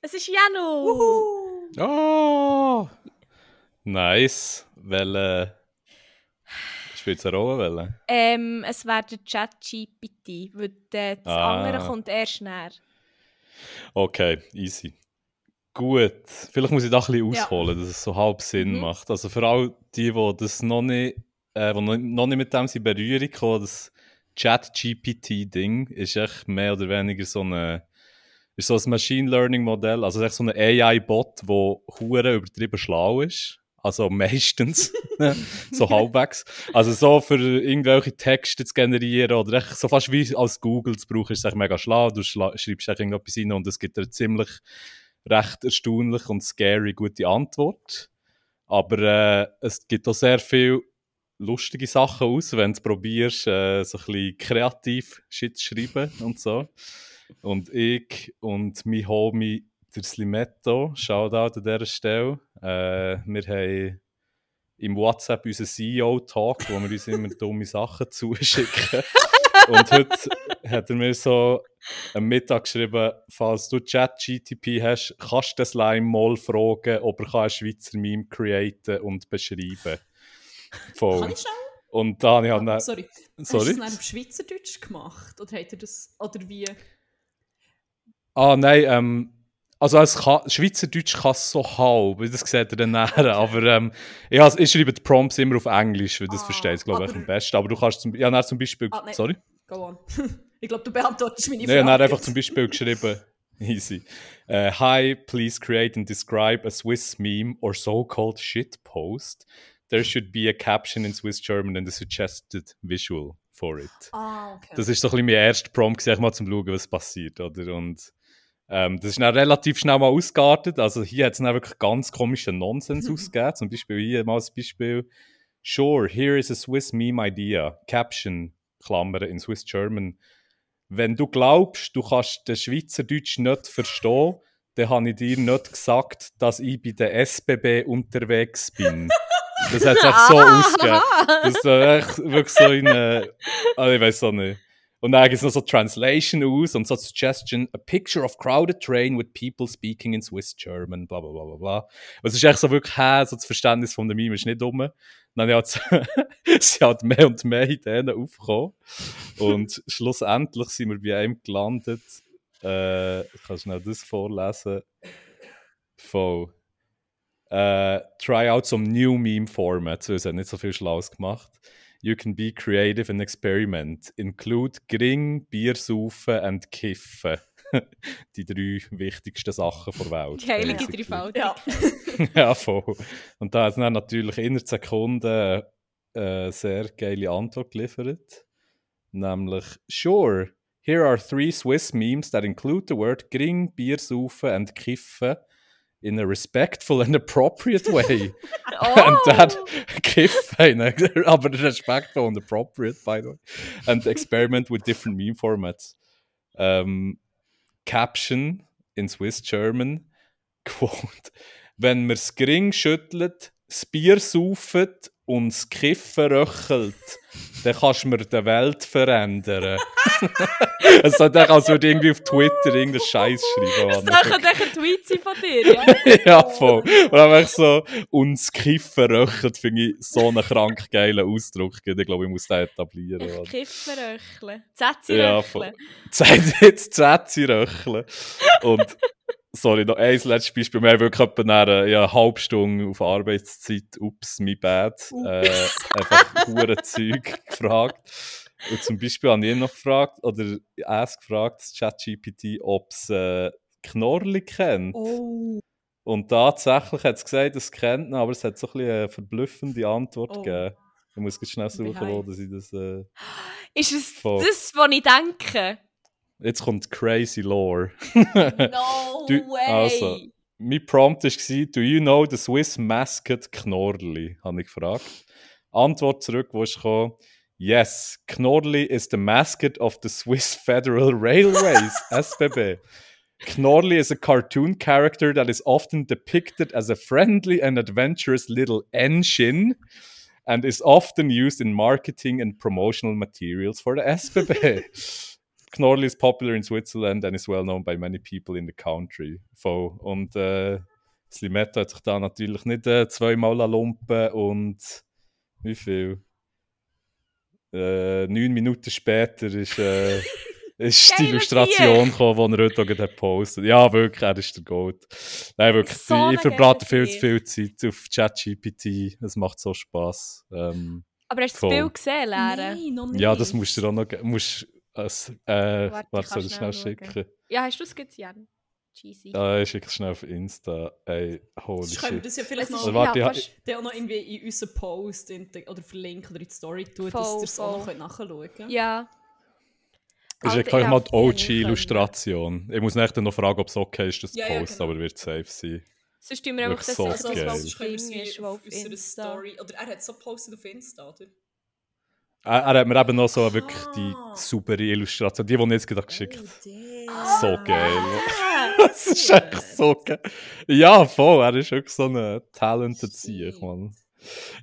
Es ist Janu. Uh. Oh! Nice. eh, Welle. Spielt es eine Rolle? Welle? Ähm, es wäre der ChatGPT, weil äh, das Ah. andere kommt erst näher. Okay, easy. Gut. Vielleicht muss ich da ein bisschen Ja. ausholen, dass es so halb Sinn Mhm. macht. Also vor allem die, die das noch nicht, äh, die noch- noch nicht mit dem sind in Berührung kommen, das Chat-GPT-Ding ist echt mehr oder weniger so eine ist so ein Machine Learning Modell, also echt so ein AI-Bot, wo hure übertrieben schlau ist. Also meistens. so halbwegs. Also so für irgendwelche Texte zu generieren oder echt so fast wie als Google zu brauchen, ist es echt mega schlau. Du schla schreibst echt irgendetwas rein und es gibt dir ziemlich recht erstaunlich und scary gute Antwort. Aber äh, es gibt auch sehr viel lustige Sachen aus, wenn du probierst, äh, so ein bisschen kreativ Shit zu schreiben und so. Und ich und mein Homie, der Slimetto, Shoutout an dieser Stelle, äh, wir haben im WhatsApp unseren CEO-Talk, wo wir uns immer dumme Sachen zuschicken. Und heute hat er mir so am Mittag geschrieben, falls du Chat-GTP hast, kannst du den Slime mal fragen, ob er kann einen Schweizer Meme createn und beschreiben Kann Voll. ich schnell? Und dann habe ich halt dann- Sorry. Hast du Sorry? das dann auf Schweizerdeutsch gemacht? Oder hat er das... Oder wie? Ah, nein, ähm, also es kann, Schweizerdeutsch kann es so halb, das seht ihr dann näher, aber ähm, ja, also ich schreibe die Prompts immer auf Englisch, weil das Ah, verstehe ich, glaube ich, aber- am besten. Aber du kannst zum, ja, dann zum Beispiel, Ah, nein. sorry? Go on. ich glaube, du beantwortest meine Nein, Frage. dann einfach zum Beispiel geschrieben, easy, äh, Hi, please create and describe a Swiss meme or so-called shit post. There should be a caption in Swiss German and a suggested visual for it. Ah, okay. Das ist so ein bisschen mein erster Prompt, gewesen, ich mal zum Schauen, was passiert, oder? Und ähm, das ist dann relativ schnell mal ausgeartet. Also hier hat es dann wirklich ganz komischen Nonsens ausgegeben. Zum Beispiel hier mal das Beispiel. Sure, here is a Swiss meme idea. Caption, Klammern in Swiss German. Wenn du glaubst, du kannst den Schweizerdeutsch nicht verstehen, dann habe ich dir nicht gesagt, dass ich bei der SBB unterwegs bin. Das hat es echt so ausgegeben. Das ist äh, echt wirklich so in. Äh, also ich weiß auch nicht. Und dann gibt es noch so Translation aus und so Suggestion, a picture of crowded train with people speaking in Swiss German, bla bla bla bla bla. Und es ist echt so wirklich, hä, so das Verständnis von der Mime ist nicht dumm. Dann hat es halt mehr und mehr Ideen aufgekommen. Und schlussendlich sind wir bei einem gelandet. Äh, ich kann schnell das vorlesen. Voll. Äh, try out some new meme format. So, es hat nicht so viel Schlaues gemacht. You can be creative and experiment. Include Gring, Biersaufen und Kiffen. Die drei wichtigsten Sachen der Welt. Die heilige basically. Dreifaltigkeit. ja. Ja, voll. Und da hat es dann natürlich innerhalb Sekunden eine sehr geile Antwort geliefert. Nämlich, sure, here are three Swiss memes that include the word Gring, Biersaufen and Kiffen in a respectful and appropriate way. And Oh! that Kiffen, ne? aber respectful and appropriate, by the way. And experiment with different meme formats. Ähm, Caption in Swiss German, quote, wenn man das Gring schüttelt, das Bier sauft und das Kiffen röchelt, dann kannst du mir die Welt verändern. Also, Es hat echt, als würde irgendwie auf Twitter irgendeinen Scheiß schreiben. Das kann doch ein Tweet sein von dir. Ja. Oh, ja, voll. Und dann war ich so, und das Kiffen röchelt, finde ich so einen krank geilen Ausdruck. Ich glaube, ich muss den etablieren. Ich oder? kiffe röchle. Zetzi Ja, röchle. Zeit jetzt Zetzi röcheln. Und, sorry, noch ein letztes Beispiel. Wir haben wirklich etwa nach einer, ja, eine halbe Stunde auf Arbeitszeit, ups, mein Bad, äh, einfach hure Zeug gefragt. Und zum Beispiel habe ich ihn noch gefragt, oder es gefragt, das ChatGPT, ob es äh, Knorli kennt. Oh. Und tatsächlich hat es gesagt, es kennt ihn, aber es hat so ein bisschen eine verblüffende Antwort Oh. gegeben. Ich muss jetzt schnell suchen, wo hyped. dass ich das... Äh... Ist es Voll. das, was ich denke? Jetzt kommt crazy lore. No Du- way! also. mein Prompt war, do you know the Swiss mascot Knorli? Habe ich gefragt. Antwort zurück, wo ich kam, yes, Knorli is the mascot of the Swiss Federal Railways, SBB. Knorli is a cartoon character that is often depicted as a friendly and adventurous little engine and is often used in marketing and promotional materials for the SBB. Knorli is popular in Switzerland and is well known by many people in the country. Voll. Und äh, Slimetta hat sich da natürlich nicht äh, zweimal lumpen und wie viel? Äh, neun Minuten später ist, äh, ist die Geile Illustration gekommen, die er heute auch gerade gepostet hat. Ja, wirklich, er ist der Gold. Nein, wirklich, So ich- eine ich verbrate geile viel zu viel Zeit auf ChatGPT. Es macht so Spass. Ähm, Aber hast du Voll. das Bild gesehen, Lara? Nein, noch nicht. ja, das musst du dir auch noch. ge- Musst, als- äh, Warte, warte, ich kann soll ich schnell schnell schauen. schicken? Ja, hast du es gesehen? Jan? Cheesy. Ja, ich schicke es schnell auf Insta. Ey, holy Sonst können wir shit. das ja vielleicht Es ist- noch, Also warte, ja, ja, fast- dann auch noch irgendwie in unseren Post integ- oder verlinken oder in die Story tun, dass Voll, ihr es auch noch voll. könnt nachschauen könnt. Ja. Das ist Alter, gleich ich mal hab- die ich hab nie können. OG-Illustration. Ich muss nachher noch fragen, ob es okay ist, das zu Ja, ja, posten, genau. aber wird safe sein. Sonst tun wir einfach Wirklich das so Also, geil. als das okay. können Ding wir es ist, wie was auf auf unserer Insta... Story. Oder er hat es so gepostet auf Insta, oder? Er, er hat mir eben noch so wirklich die Ah. saubere Illustration, die, die ich jetzt gerade geschickt Oh, habe. Ah. So geil. Das ist echt so geil. Ja, voll, er ist wirklich so ein talented Shit. Sieg, Mann.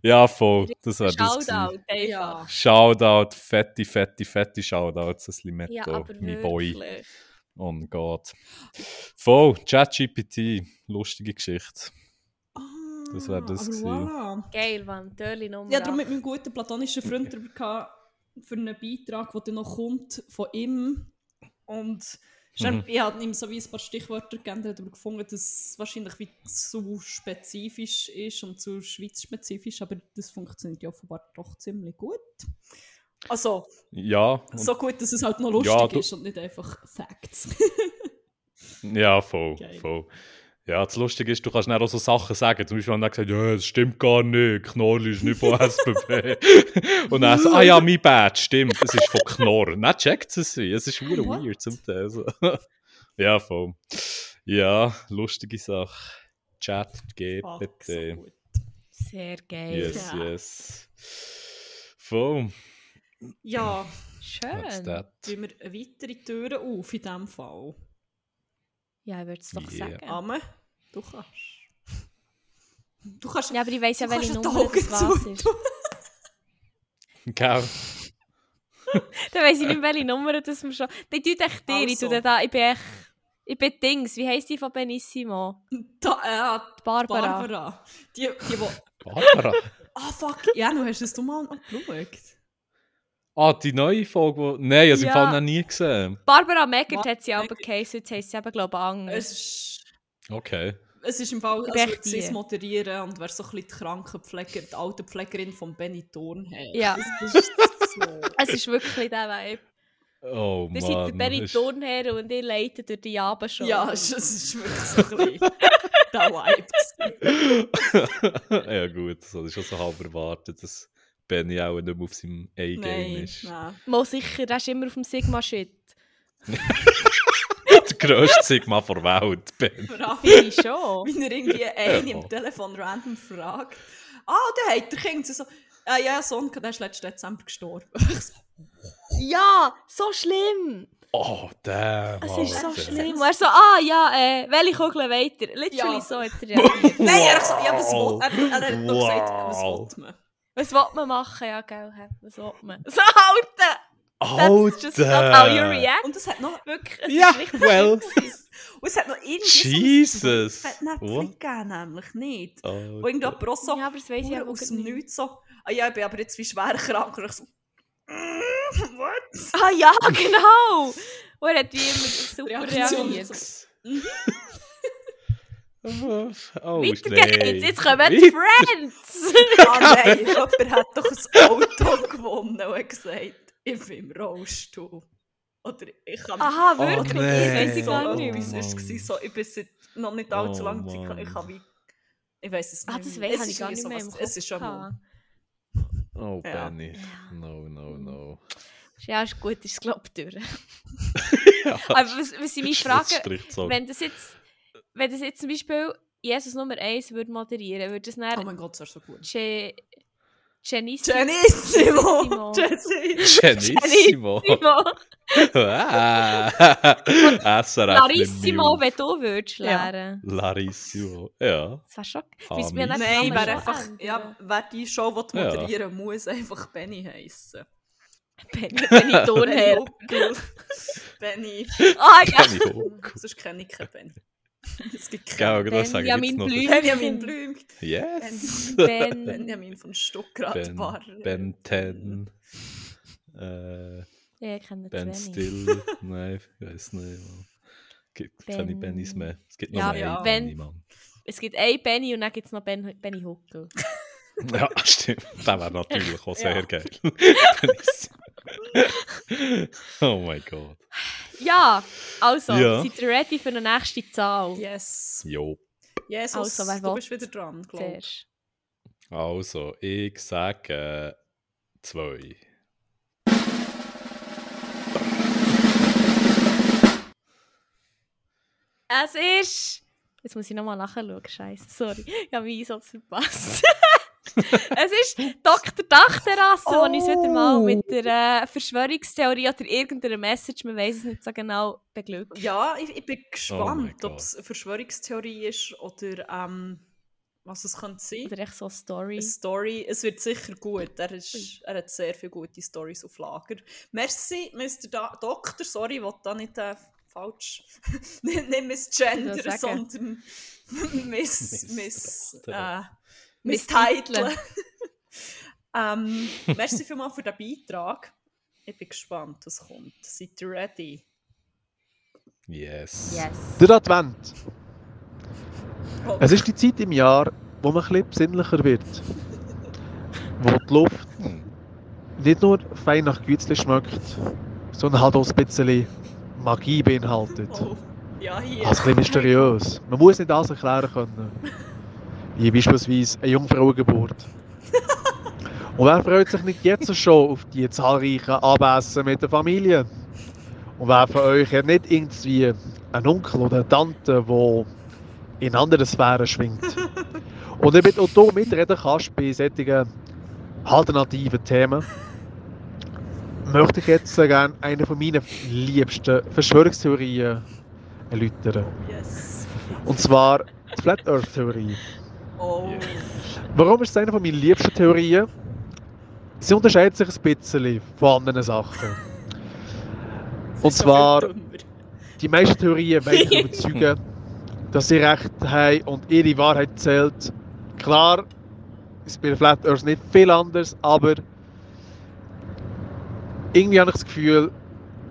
Ja, voll. Das war das. gewesen. Shoutout einfach. Ja. Shoutout, fette, fette, fette Shoutouts, das Limetto, Ja, aber mein Boy. wirklich. Oh mein Gott. Voll, ChatGPT, lustige Geschichte. Das wär das aber gewesen. voilà. Geil, Mann. Törli Nummer. Ja, darum acht. mit meinem guten platonischen Freund darüber gehabt, für einen Beitrag, der dann noch kommt von ihm. Und mhm. ich habe ihm so wie ein paar Stichwörter gegeben, er hat aber gefunden, dass es wahrscheinlich wie zu spezifisch ist und zu schweizspezifisch, aber das funktioniert ja offenbar doch ziemlich gut. Also, Ja, und, so gut, dass es halt noch lustig Ja, du- ist und nicht einfach Facts. ja, voll, Geil. voll. Ja, das Lustige ist, du kannst dann auch so Sachen sagen. Zum Beispiel, wenn er gesagt ja, das stimmt gar nicht, Knorr ist nicht von SBB. Und dann so, ah ja, mein Bad, stimmt, es ist von Knorr. Dann checkt es sie, es ist wieder What? weird zum Teil. So. ja, voll. Ja, lustige Sache. Chat, Fuck, so GPT. gut. Sehr geil. Yes, Ja. yes. Voll, Ja, that's Schön. that. tun wir eine weitere Tür auf in diesem Fall. Ja, ich würde es doch Yeah. sagen. Amen, du kannst. Du kannst Ja, aber ich weiss ja, Du welche kannst die Nummer das was Augen ist. zu- Gell? Dann weiss ich nicht, welche Nummer das wir schon... Dann tut echt dir, ich, tu Also. dir da, ich bin echt... Ich bin Dings, wie heisst die von Benissimo? Da, äh, Die Barbara. Barbara. Die, die, wo. Barbara. Ah, fuck. Ja, du hast es du mal angeschaut. Ah, die neue Folge, die... Nein, ich habe sie im Ja. Fall noch nie gesehen. Barbara Meckert Barbara hat sie aber Meckert. geheißen, jetzt heisst sie eben, glaube ich, anders. Es ist, Okay. es ist im Fall, als bin echt würde sie es die. moderieren und wäre so ein bisschen die Krankenpfleger, die alte Pflegerin von Benny Dus Thornhead. Ja, Das ist so. es ist wirklich der Vibe. Oh Ihr Mann. seid der Benny ist- Turnherr und ihr leitet durch die Jahre schon. Ja, es ist, es ist wirklich so ein bisschen der Vibe. gewesen. ja gut, das habe ich schon so halb erwartet, dass Benny auch nicht mehr auf seinem A-Game Nein, ist. nein. Mal sicher, der ist immer auf dem Sigma-Shit. Der grösste Sigma der Welt, Benny. Vor allem- Finde ich schon. Wenn er irgendwie einen Ja. im Telefon random fragt, ah, der hat der Kind. Sie so, ah, ja, Sohn, der ist letzten Dezember gestorben. Ich so, Ja, so schlimm. Oh, damn. Es ist so Alter. schlimm. Und er so, ah ja, äh, welche Kugel weiter? Literally Ja. so hat er reagiert. Nein, er, so, ja, was Wow. will, er, er hat nur gesagt, was Wow. will man? Was will man machen? Ja, gell, hä? was will man? So halten! That's just not how you Alter! react. Und es hat noch, Wirklich, es Oh, Ja, ist richtig well. und es hat noch irgendwie Jesus! so ein Fettnäpfchen gegeben, nämlich nicht. Alter. Und irgendjemand auch so, Ja, aber das weiss ich ja, auch aus gar dem nicht. Nichts so, ah ja, ich bin aber jetzt wie schwer krank. Und ich so, mm, what? Ah ja, genau! Und er hat wie immer super Reaktion. reagiert. oh, Weiter nein. geht's, jetzt kommen Wei- die Friends! Ah nein, jemand hat doch ein Auto gewonnen und hat gesagt, ich bin im Rollstuhl. Oder ich kann Aha, Oh, wirklich, nee. das weiss ich so gar Oh, nicht mehr. etwas Mann. ist gewesen, so, ich bin seit noch nicht allzu Oh, lange Zeit, Mann. ich habe wie... Ich weiß es nicht Ah, das mehr. weiß Es ich ist gar nicht irgendwie mehr im sowas- Kopf. Es ist schon mal... gehabt. Oh, Ja. Benny. No, no, no. Ja, ist gut, ist glaube ich durch. Aber was, was ich mich frage, Schlussstrich gezogen. wenn das jetzt, wenn das jetzt zum Beispiel Jesus Nummer 1 würde moderieren, würde das Oh dann mein Gott, das ist so gut. Je Genissimo Genissimo! Genissimo. Genissimo! Oh, Genissimo. Ah, SRF Larissimo, News. wenn du würdest Ja. lernen. Larissimo, ja. Das war schon... Ah, Müssen wir dann mein- Nein, den wer Namen schon einfach... ändern? Ja, wer die Show will Ja. moderieren muss einfach Benny heissen. Benny, Benny Benny Thornhill. Huckel. Benny... Ah ja, Benny Hook. Sonst kenne ich keinen Benny. Es gibt Genau, keinen. das sage ich jetzt Benjamin noch. Blümchen. Benjamin Blüm. Yes. Ben... Benjamin von Stuttgart Ben, war... ben 10. Äh, Ja, ich kenne ben zu wenig. Still. Nein, ich weiß nicht. Mann. Es gibt keine Ben- Bennys mehr. Es gibt nur Ja, einen ja. Benny, Ben- Mann. Es gibt einen Benny und dann gibt es noch ben, Benny Huckel. Ja, stimmt. Der wäre natürlich auch sehr Ja. geil. Bennys. oh mein Gott. Ja, also, Ja. seid ihr ready für die nächste Zahl? Yes. Jo. Jesus, Also, wer du will? bist wieder dran, glaube ich. Zuerst. Also, ich äh, sage 2. Es ist. Jetzt muss ich nochmal nachschauen, Scheiße. Sorry, ich habe meinen Einsatz verpasst. es ist Dr. Dachterrasse, oh. die uns wieder mal mit der äh, Verschwörungstheorie oder irgendeiner Message, man weiß es nicht so genau, beglückt. Ja, ich, ich bin Oh mein gespannt, Gott. ob es eine Verschwörungstheorie ist oder ähm, was es könnte sein. Oder echt so Story. Eine Story, es wird sicher gut. Er, ist, er hat sehr viele gute Stories auf Lager. Merci, Mr. Da Doktor. Sorry, ich will da nicht äh, falsch. nicht, nicht Ich misgendern, soll sagen. sondern miss. miss. Doktor. Äh, miss Mistitlen. ähm, merci vielmals für den Beitrag. Ich bin gespannt, was kommt. Seid ihr ready? Yes. Yes. Der Advent. Oh. Es ist die Zeit im Jahr, wo man ein bisschen besinnlicher wird. Wo die Luft nicht nur fein nach Gewürzli schmeckt, sondern halt auch ein bisschen Magie beinhaltet. Oh. Ja, hier. Also ein bisschen mysteriös. Man muss nicht alles erklären können. Wie beispielsweise eine Jungfrauengeburt. Und wer freut sich nicht jetzt schon auf die zahlreichen Abessen mit der Familie? Und wer von euch hat nicht irgendwie einen Onkel oder eine Tante, die in anderen Sphären schwingt? Und damit auch du mitreden kannst bei solchen alternativen Themen, möchte ich jetzt gerne eine von meinen liebsten Verschwörungstheorien erläutern. Yes. Und zwar die Flat Earth Theorie. Oh. Warum ist es eine von meinen liebsten Theorien? Sie unterscheidet sich ein bisschen von anderen Sachen. Und Ist schon zwar, viel dümmer. die meisten Theorien wollen dich überzeugen, dass sie recht haben und ihre Wahrheit zählt. Klar ist bei der Flat Earth nicht viel anders, aber irgendwie habe ich das Gefühl,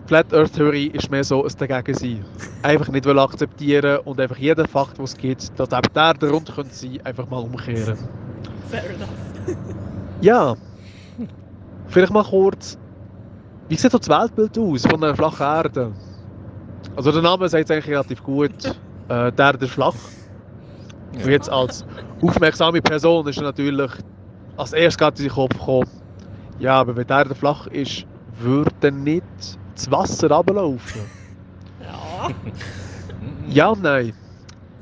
die Flat Earth Theorie ist mehr so ein dagegen sein. Einfach nicht wollen akzeptieren und einfach jeden Fakt, den es gibt, dass eben der der Grund könnte sein, einfach mal umkehren. Fair enough. Ja. Vielleicht mal kurz. Wie sieht so das Weltbild aus von einer flachen Erde? Also der Name sagt es eigentlich relativ gut. Äh, die Erde ist flach. Und jetzt als aufmerksame Person ist er natürlich als erstes gerade in den Kopf gekommen. Ja, aber wenn die Erde flach ist, würde nicht das Wasser runterlaufen. Ja. Ja und nein.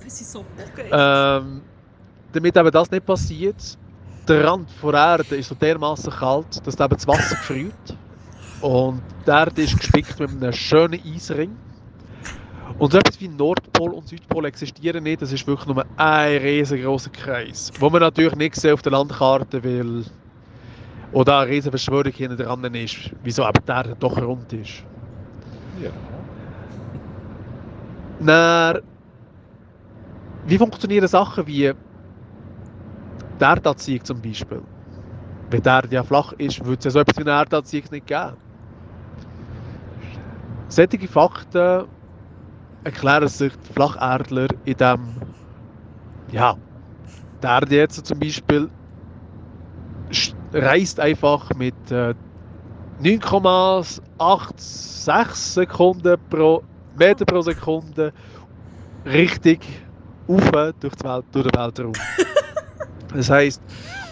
Wir sind so bogen. Ähm, damit eben das nicht passiert, der Rand der Erde ist so dermaßen kalt, dass eben das Wasser gefriert. Und die Erde ist gespickt mit einem schönen Eisring. Und so etwas wie Nordpol und Südpol existieren nicht, das ist wirklich nur ein riesengroßer Kreis. Wo man natürlich nicht sieht auf der Landkarte, weil oder eine riesige Verschwörung hinter dran ist, wieso eben die Erde doch rund ist. Ja. Dann, wie funktionieren Sachen wie die Erdanziehung zum Beispiel? Wenn die Erde ja flach ist, würde es ja so etwas wie eine Erdanziehung nicht geben. Solche Fakten erklären sich die Flacherdler in dem, ja, die Erde jetzt zum Beispiel sch- reist einfach mit äh, 9,86 Sekunden pro Meter pro Sekunde richtig auf durch, die Welt, durch den Weltraum. Das heisst,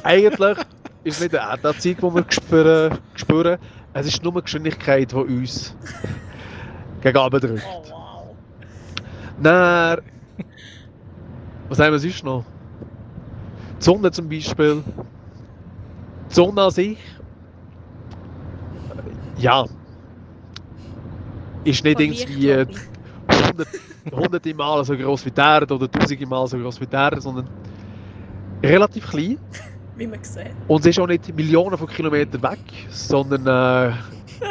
eigentlich ist es nicht eine Erdanziehung, die wir spüren, spüren, es ist nur die Geschwindigkeit, die uns gegen oben drückt. oh wow. Dann, was haben wir sonst noch? Die Sonne zum Beispiel. Die Sonne an sich. äh, Ja. Ist nicht irgendwie Verliert, äh, glaub ich. hundert, hunderte Mal so groß wie die Erde oder tausende Mal so groß wie die Erde, sondern relativ klein. Wie man sieht. Und sie ist auch nicht Millionen von Kilometern weg, sondern äh,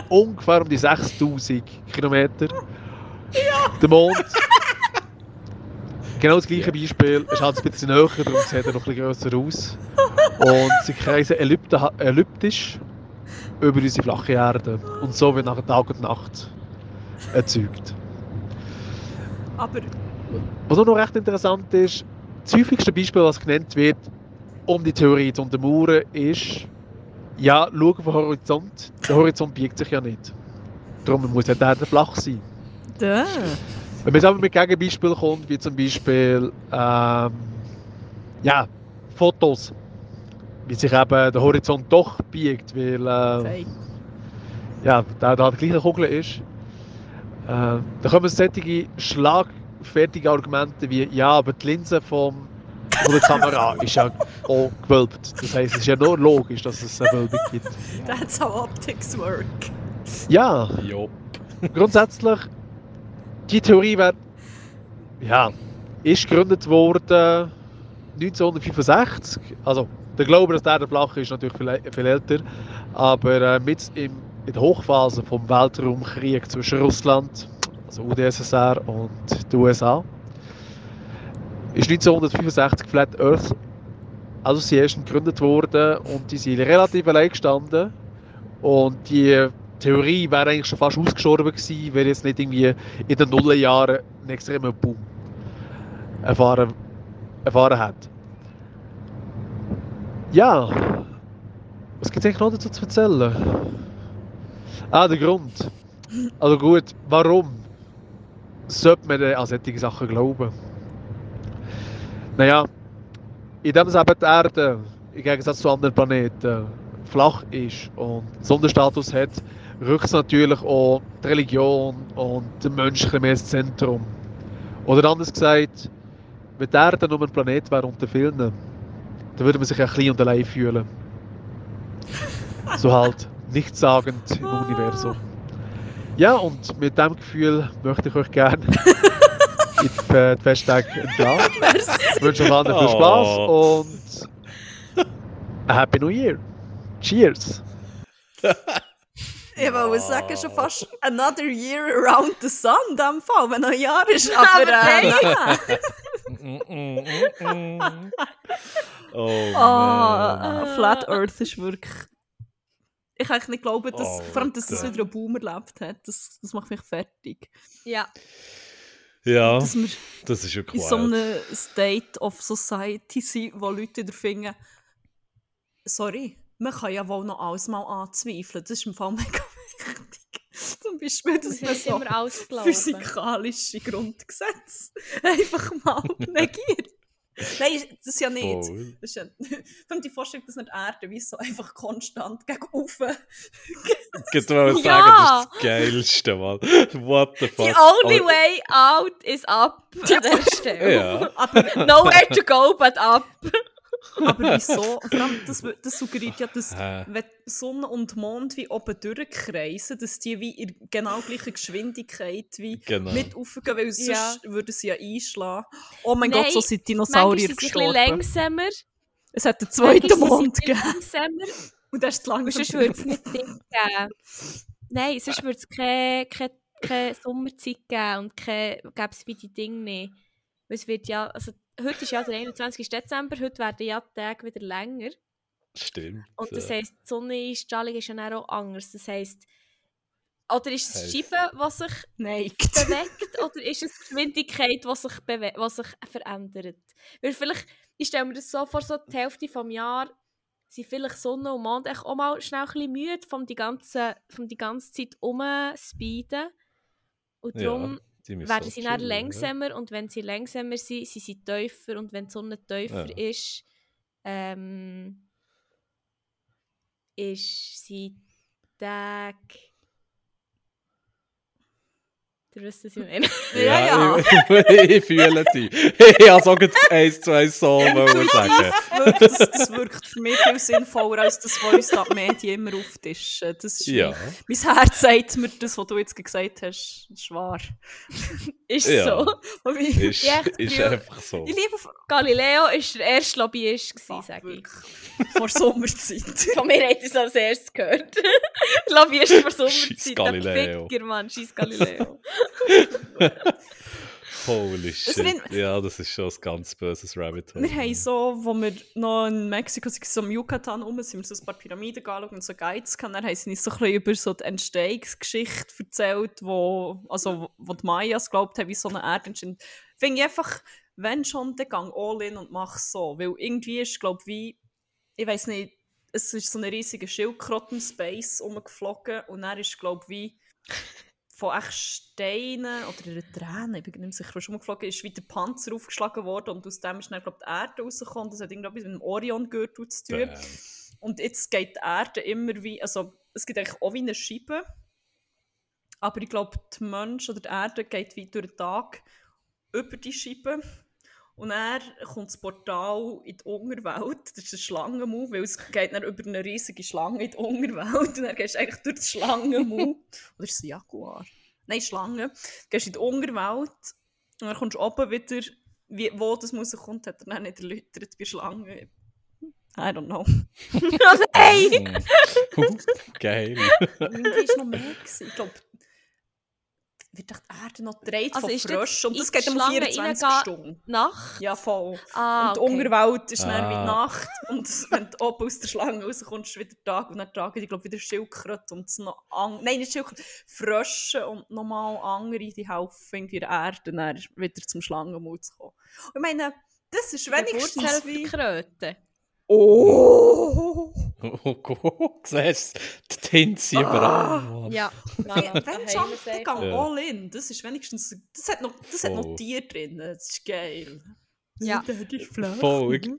ungefähr um die 6000 Kilometer. Der Mond. Genau das gleiche Beispiel, ist halt ein bisschen näher, darum sieht er noch ein bisschen grösser aus. Und sie kreisen ellipta- elliptisch über unsere flache Erde. Und so wird nachher Tag und Nacht erzeugt. Aber Was auch noch recht interessant ist, das häufigste Beispiel, was genannt wird, um die Theorie zu untermauern, ist, ja, schauen auf den Horizont. Der Horizont biegt sich ja nicht. Darum muss ja der Erde flach sein. da. Wenn man jetzt aber mit Gegenbeispielen kommt, wie zum Beispiel ähm, ja, Fotos, wie sich eben der Horizont doch biegt, weil äh, Fake. ja, da, da die gleiche Kugel ist, äh, da kommen solche schlagfertige Argumente wie, ja, aber die Linse vom, von der Kamera ist ja auch gewölbt. Das heisst, es ist ja nur logisch, dass es eine Wölbung gibt. That's how optics work. Ja, Jo. grundsätzlich, die Theorie wär, ja, ist gegründet worden 1965, also der Glaube, dass der Erde flach ist, ist natürlich viel, äl- viel älter, aber äh, mit im, in der Hochphase vom Weltraumkrieg zwischen Russland, also UdSSR und den USA, ist 1965 Flat Earth Association gegründet worden und die sind relativ allein gestanden und die Theorie wäre eigentlich schon fast ausgestorben gewesen, wäre jetzt nicht irgendwie in den Nullerjahren einen extremen Boom erfahren, erfahren hat. Ja, was gibt es eigentlich noch dazu zu erzählen? Ah, der Grund. Also gut, warum sollte man denn an solche Sachen glauben? Naja, indem es eben die Erde im Gegensatz zu anderen Planeten flach ist und Sonderstatus hat, rückt es natürlich auch die Religion und den Menschen ein bisschen mehr ins Zentrum. Oder anders gesagt, wenn die Erde nur ein Planet wäre unter vielen, dann würde man sich ja klein und allein fühlen. So halt nichtssagend im Universum. Ja, und mit diesem Gefühl möchte ich euch gerne in die äh, die Festtage entlassen. Ich wünsche euch allen viel Spaß Oh. und a Happy New Year. Cheers! Ich wollte sagen, schon fast another year around the sun, in dem Fall, wenn noch ein Jahr ist. Aber Aber, äh, nein. nein. oh, man. Ah, Flat Earth ist wirklich. Ich kann echt nicht glauben, dass, Oh, vor allem, dass es Gott. wieder ein Boom erlebt hat. Das, das macht mich fertig. Ja. Ja, Dass wir das ist ja in so cool. einem State of Society sind, wo Leute wieder finden, sorry, man kann ja wohl noch alles mal anzweifeln. Das ist im Fall mega wichtig. Zum Beispiel, dass Das man ist so immer alles glauben. physikalische Grundgesetze einfach mal negiert. Nein, das ist ja nicht. Voll. Das ist ja, vor allem die Vorstellung, dass nicht die Erde wie so einfach konstant gegen oben. Ich würde sagen, Ja. das ist das Geilste, Mann. What the fuck? The only Aber- way out is up. An der Stelle. Ja. Aber, Nowhere to go but up. aber wieso? Vor allem, das, das suggeriert ja, dass Hä? wenn Sonne und Mond wie oben durchkreisen, dass die wie in genau gleicher Geschwindigkeit wie Genau. mit aufgehen, weil sonst Ja. würden sie ja einschlagen. Oh mein Nein, Gott, so sind Manchmal Dinosaurier sind sie ein bisschen gestorben. langsamer. Es hat einen zweiten Manchmal Mond sind sie ein gegeben. bisschen langsamer. Und der ist lang. Und sonst würde es nicht Ding geben. Nein, sonst würde es keine, keine, keine Sommerzeit geben und gäbe es wie die Dus Dinge nicht. Weil es wird ja, also heute ist ja der 21. Dezember, heute werden ja die Tage wieder länger. Stimmt. Äh, Und das ja. heisst, die Sonneneinstrahlung ist ja dann auch anders. Das heisst, oder ist es Heisst- die Scheibe, die sich Neigt. bewegt oder ist es die Geschwindigkeit, die sich, bewe- die sich verändert? Weil vielleicht, ich stelle mir das so vor, so die Hälfte vom Jahr sind vielleicht Sonne und Mond echt auch mal schnell ein bisschen müde vom die ganze, vom die ganze Zeit rumspeeden. Und Ja, darum Die müssen werden sie dann chillen, ja. langsamer und wenn sie langsamer sind, sind sie tiefer und wenn die Sonne tiefer Ja. ist, ähm, ist sie Tag... Du weißt, was ich meine. Ja, ja. Ich, ich fühle dich. Ich habe sogar eins, zwei so wollen sagen. Wirkt, das, das wirkt für mich viel sinnvoller als das, was uns da die Medien immer auftischen. Das ist Ja. Mein Herz sagt mir das, was du jetzt gesagt hast, ist wahr. ist Ja. so. Und ich- Ist, Ja, ich ist fühl- einfach so. Ich liebe Galileo war der erste Lobbyist, gewesen, Fuck, sag ich. wirklich. Vor Sommerzeit. Von mir hat er es als erstes gehört. Lobbyist für Scheiss Sommerzeit. Galileo. Galileo. Ficker, Mann. Scheiss Galileo. Holy shit. erinnert- Ja, das ist schon ein ganz böses Rabbit Hole. Wir haben so, wo wir noch in Mexiko waren, so im Yucatan rum, sind wir so ein paar Pyramiden angeschaut und so Guides gehabt. Dann haben sie uns so ein bisschen über so die Entstehungsgeschichte erzählt, wo, also, wo- wo die Mayas glaubt haben, wie so eine Erde entsteht. Finde ich einfach, wenn schon, dann gang all in und mach so. Weil irgendwie ist, glaube ich, wie, ich weiß nicht, es ist so eine riesige Schildkröte im Space rumgeflogen und dann ist, glaube ich, wie von echt Steinen oder einer Träne, ich bin nicht mehr sicher, was rumgeflogen ist, wie der Panzer aufgeschlagen worden und aus dem ist dann, glaube ich, die Erde rausgekommen. Das hat irgendetwas mit dem Orion-Gürtel zu tun. Damn. Und jetzt geht die Erde immer wie, also es gibt eigentlich auch wie eine Scheibe, aber ich glaube, der Mensch oder die Erde geht wie durch den Tag über die Scheibe und dann kommt das Portal in die Unterwelt, das ist ein Schlangenmau, weil es geht dann über eine riesige Schlange in die Unterwelt und dann gehst du eigentlich durch das Schlangenmau, oder ist es ein Jaguar? Nein, Schlange. Du gehst in die Unterwelt und dann kommst du oben wieder Wie, wo das rauskommt, hat er dann nicht erläutert bei Schlangen. I don't know. Also, hey! Hm. Geil. Irgendwie war noch mehr. Gewesen. Ich glaube, wird doch die Erde noch dreht Also von ist das Fröschen. Und in das die geht um Schlange 24 reingehen- Stunden. Nacht. Ja, voll. Ah, und die okay. Unterwelt ist dann Ah. wie Nacht. Und wenn du oben aus der Schlange rauskommst, ist wieder Tag. Und dann tragen die, glaube wieder Schildkröte und noch an Nein, nicht Schildkröte. Frösche und nochmal andere, die helfen irgendwie der Erde, und dann wieder zum Schlangenmut zu kommen. Und ich meine, das ist wenigstens Geburtshilfe wie... für Kröten. Oh! Oh Gott, siehst du? Die Tinte sind überall. Ah. Mann. Ja. Wenn wenn schon, dann gang Ja. all in. Das ist wenigstens... Das hat noch, das hat noch Voll. Tier drin. Das ist geil. Ja. Das ist Mhm. flach. Voll, ich-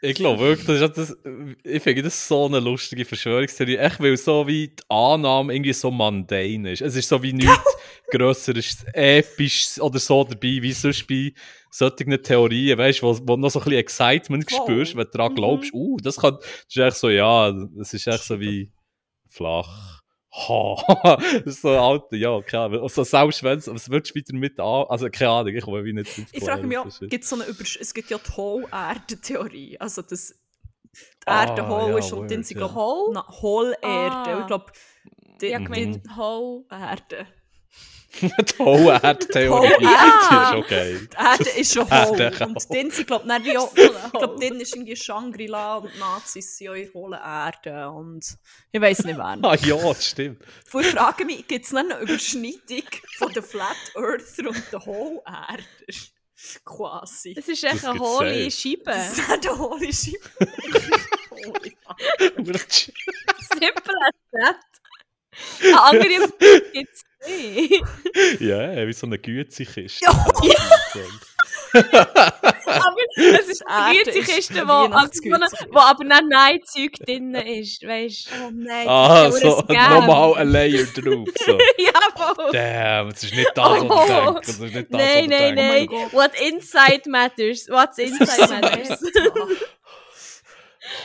Ich glaube wirklich, das ist auch das, ich finde das so eine lustige Verschwörungstheorie. Echt, weil so wie die Annahme irgendwie so mundane ist. Es ist so wie nichts Grösseres, Episches oder so dabei, wie sonst bei solchen Theorien, weißt du, wo, wo noch so ein bisschen Excitement Voll. Mhm. spürst, wenn du daran glaubst, uh, das kann, das ist echt so, ja, das ist echt so wie flach. Ha, das ist so alt, ja, keine Ahnung. Also selbst wenn es, es wird weiter mit an, also keine Ahnung, ich komme wie nicht drauf. Ich frage mich auch, Das ist- gibt's so eine Übersch es gibt ja die Hohlerde-Theorie, also dass die Ah, Erde hohl ja, ist und dann word, sind ja. glaub na, Hohlerde, Ah. Und ich glaube die, Ja, die gemeint, Mhm. ho. Erde. Die Hohenherd-Theorie, Die die Hohenherd. ist okay. Die Erde ist schon Ah, hohl der und dann sind glaube ich ja, So ich glaube hohl. dann ist irgendwie Shangri-La und die Nazis sind ja in hohlen Erde und ich weiß nicht wann. Ah ja, das stimmt. Vor ich frage mich, gibt es eine Überschneidung von den Flat Earther und den Hohlerdern? Quasi. Es ist echt Das eine gibt's hohle safe. Das ist Scheibe. eine hohle Scheibe. Holy Simpel als das. Eine andere gibt es nicht. Ja, wie so eine Gütsikiste. Ja. Aber es Ah, ist Erde die ist Gütekiste, die eine Weihnachtsgüteskiste. wo aber dann nein Zeug drin ist. Weißt du? Oh nein. Ah, Das ist so ein Scam. nochmal ein Layer drauf. So. Ja, voll. Damn, es ist nicht das, Oh. was du denkst. Es ist nicht das, Nein, nein, was du denkst. nein. Oh mein Gott. What inside matters. What's inside matters.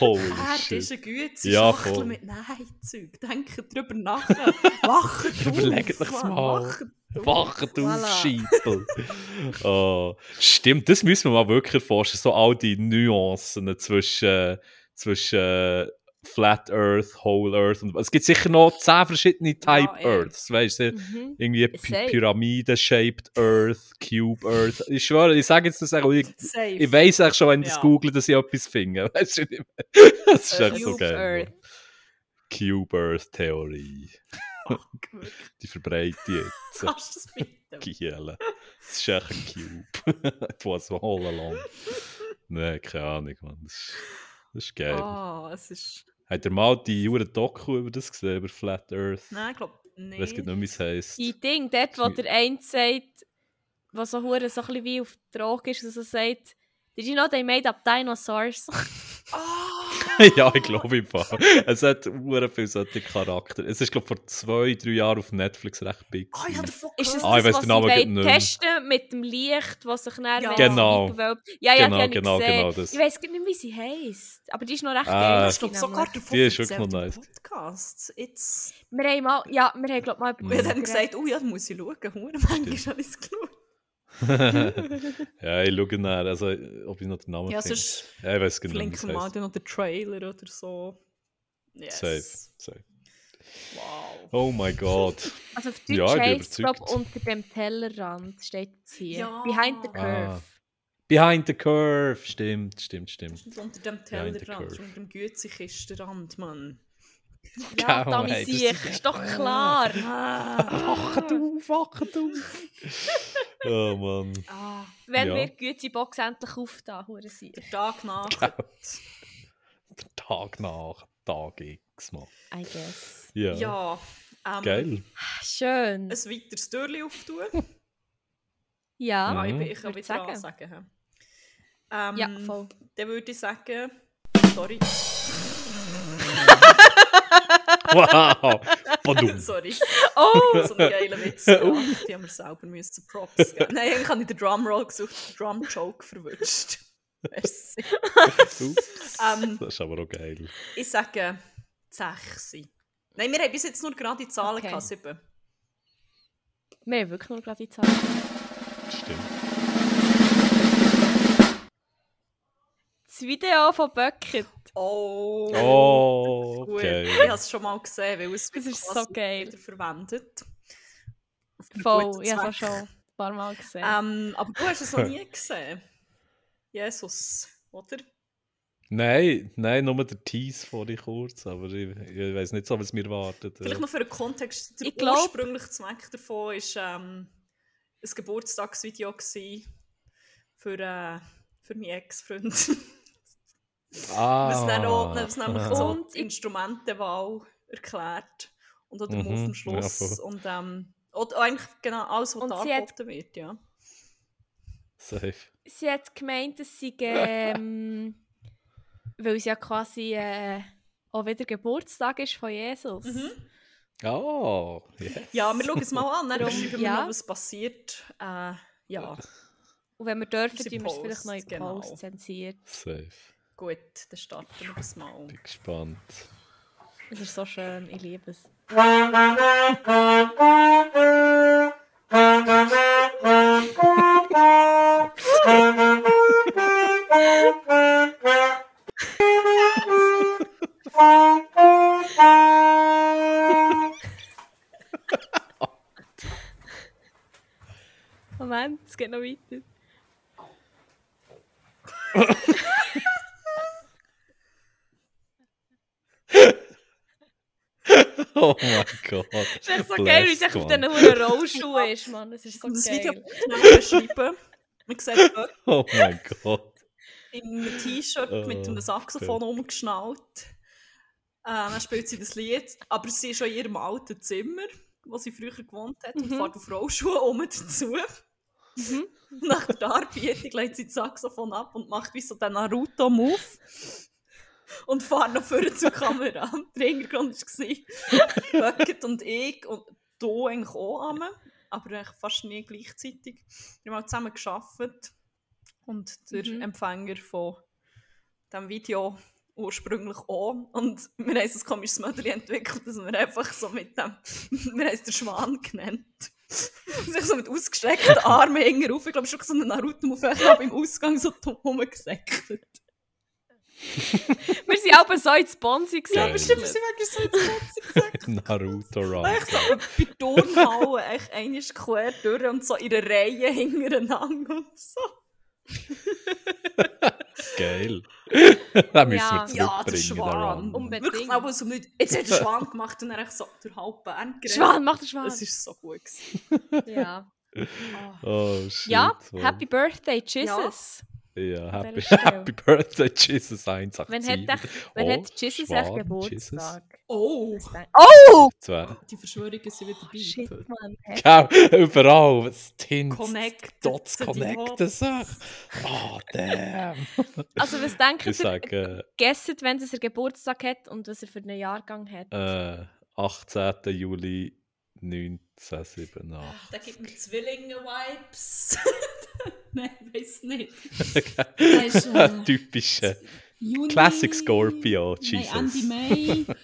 Erde Holy ist shit. eine Güte, Ja, ja, voll. mit Nein-Zeug. Denkt drüber nach. Wacht auf. Überlegt euch's Mann, mal. wacht auf. Wacht Voilà. auf, Scheipel. oh, stimmt, das müssen wir mal wirklich erforschen. So all die Nuancen zwischen, zwischen Flat Earth, Whole Earth. Und, es gibt sicher noch zehn verschiedene Type Ja, ey. Earths. Weißt du, Mhm. Irgendwie Safe. Py Pyramide-shaped Earth, Cube Earth. Ich schwöre, ich sage jetzt das auch. Ich, Safe. ich weiß auch schon, wenn ich das Ja. Äh, google, dass ich etwas finde. Weißt du, das ist echt so Cube geil. Earth. Cube Earth-Theorie. Wirklich, Die verbreitet jetzt. Kannst du das bitte? Kiel. Das ist echt ein Cube. It was all along. Nein, keine Ahnung, Mann. Das ist, das ist geil. Ah, es ist... Habt ihr mal die Jure Doku über das gesehen, über Flat Earth? Nein, ich glaube Ich weiß nicht, nicht. mehr, wie es heisst. Die Ding, dort, wo der eine sagt, was so hure so ein bisschen wie auf Droge ist, dass er sagt, Did you know they made up dinosaurs? Oh. ja, ich glaube im Fall. Es hat sehr viel solche Charakter. Es ist, glaube ich, vor zwei, drei Jahren auf Netflix recht big. Ah, ich gewesen. habe davon Ist das, gehört. Ah, ich das weiss was den sie Namen wollen nicht mehr. testen mit dem Licht, das sich näher Ja. ja. Genau. Ja, ja, Genau, die genau, genau, gesehen. genau das. Ich weiß nicht mehr, wie sie heisst. Aber die ist noch recht Ah. geil. Ich glaube die sogar nämlich. davon Die ist wirklich erzählt noch im nice. Podcast. Jetzt... Wir haben mal, ja, wir haben, glaub, mal Mhm. Mm. über Wir das haben geredet. gesagt, oh ja, da muss ich schauen. Hure manchmal habe ich es geschaut. ja, ich schaue nachher, also, ob ich noch den Namen Ja, finde. sonst Ja, ich weiß genau, wie es verlinken wir mal heisst. dann noch den Trailer oder so. Yes. Safe, safe. Wow. Oh mein Gott. Also auf Ja, ich Deutsch bin heisst es, überzeugt. glaub, unter dem Tellerrand steht es hier. Ja. Behind the curve. Ah. Behind the Curve. Stimmt, stimmt, stimmt. Nicht unter dem Ja, in der Tellerrand, Curve. unter dem Gütekistenrand, Mann. Ja, Genau, Tommy hey, dus- das Sieg, ist- ist doch klar. Wacht auf, wacht auf. oh Mann. Ah, Wenn Ja. wir die Gütebox endlich auftauen, hure Sieg. der Tag nach. Der Tag nach, Tag X, Mann. I guess. Ja. Ja, ähm, Geil. ein Schön. weiteres Türchen auftun. Ja. Ah, ich Mhm. bin Mhm. ich kann Würde wieder sagen. ansagen. hä? Ähm, Ja, voll. Dann würde ich sagen, sorry, Wow. Badum. sorry. Oh! so einen geilen Witz gemacht. Die haben wir selber müssen Props geben. Nein, eigentlich habe ich den Drumroll gesucht, den Drum-Joke verwünscht. Merci. Ups. Ähm. Das ist aber auch geil. Ich sage 6. Nein, wir haben bis jetzt nur gerade die Zahlen Okay. gehabt, 7. Wir haben wirklich nur gerade die Zahl. Stimmt. Das Video von Bucket. Oh. Oh, Gut. Ich okay. habe es schon mal gesehen, weil es Das ist quasi so geil. wieder verwendet. Für Voll, guten ich habe es auch Zweck. schon ein paar Mal gesehen. Ähm, aber du hast es noch nie gesehen. Jesus, oder? Nein, nein, nur der Tease vor ich kurz, aber ich, ich weiß nicht so, was mir wartet. Vielleicht mal für den Kontext. Der Ich glaub- ursprüngliche Zweck davon ist ähm, ein Geburtstagsvideo gewesen für, äh, für meinen Ex-Freund. Ah. Was dann auch, was nämlich Ah. so Und die Instrumentenwahl erklärt und auch der Mhm, Move am ja, Schluss voll. und ähm, oder eigentlich genau alles, was Und da sie hat- angeboten wird, ja. Safe. sie hat gemeint, dass sie. Ähm, weil es ja quasi äh, auch wieder Geburtstag ist von Jesus. Oh, yes. Ja, wir schauen es mal an, dann Drum, beschreiben wir ja. noch, was passiert. Äh, ja, Und wenn wir dürfen, Sie tun wir es vielleicht noch in post, genau. Post zensiert. Safe. gut, dann starten wir das mal. um. Bin gespannt. Es ist so schön, ich liebe es. Moment, es geht noch weiter. Oh mein Gott. Es ist echt so Blessed geil, wie es echt auf one. diesen hohen Rollschuhen ist, Mann. Es ist so Das geil. Video schnell beschreiben. Man sieht dort Oh mein Gott. in einem T-Shirt mit einem Oh, Saxophon umgeschnallt. Äh, dann spielt sie das Lied, aber sie ist schon in ihrem alten Zimmer, wo sie früher gewohnt hat, und Mhm. fährt auf Rollschuhe um dazu. Mhm. Nach der Darbietung legt sie das Saxophon ab und macht wie so den Naruto-Move. Und fährt noch vorne zur Kamera. Der Hintergrund war, Bucket und ich und du eigentlich auch an, aber eigentlich fast nie gleichzeitig. Wir haben mal zusammen gearbeitet und der Mhm. Empfänger von diesem Video ursprünglich auch. Und wir haben ein komisches Modell entwickelt, dass wir einfach so mit dem, wir haben es den Schwan genannt. Und ich so mit ausgestreckten Armen hängen rauf. Ich glaube, schon so einen Naruto auf ich habe im Ausgang so rumgesäckelt. Wir sind aber so in Sponsi gewesen. Ja, bestimmt, wir wirklich so ins gesagt. Naruto Run. Ich so bei Turnhauen, echt einmal quer durch und so in einer Reihe hintereinander und so. Geil. da müssen Ja. wir Ja, der zurückbringen. den Schwan. Run. Unbedingt. Wirklich, aber so nicht. Jetzt hat der Schwan gemacht und dann echt so durch halb Bern gerannt. Schwan, mach den Schwan. Das ist so gut. gewesen. ja. Ah. Oh, shit. ja, Mann. Happy Birthday, Jesus. Ja, happy, dieser Stelle. happy Birthday, Jesus 187. Wenn hat, echt- wenn Oh, hat Jesus Schwan, echt Geburtstag? Oh, Oh! Zwei. die Verschwörungen sind wieder bei. Ah, Shit, Mann. hä? Gell, überall. Was Tint. Connect. Dots connecten sich. Oh, damn. Also, was denkt Ich ihr, sage gesset, wenn es er Geburtstag hat und was er für einen Jahrgang hat? äh, 18. Juli 1987. Da gibt mir Zwillinge-Vibes. Nein, weiß nicht. Weisst Typische. Juni, Classic Scorpio, Jesus. Nein, Ende Mai,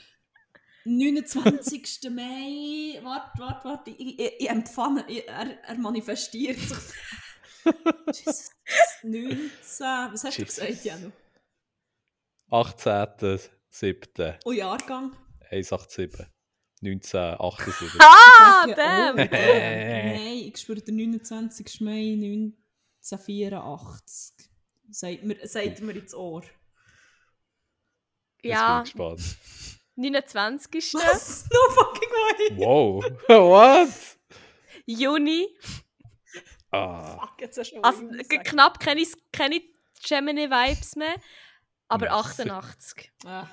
29. Mai, warte, warte, warte, ich, ich, ich empfange, ich, er, er manifestiert sich. Jesus, 19, was hast Jesus. du gesagt, Janu? 18.07. Oh, Jahrgang? 187. 1978. ah, Ich damn! denke, oh, Nein, ich spüre den 29. Mai 1984. Sagt mir, sagt mir ins Ohr. Ja, Jetzt bin ich gespannt. 29. Was? No fucking way! Wow. What? Juni. Ah. Fuck, jetzt hast du Also, Ring g- gesagt. knapp keine, keine Gemini-Vibes mehr. Aber Merci. 88. Ah.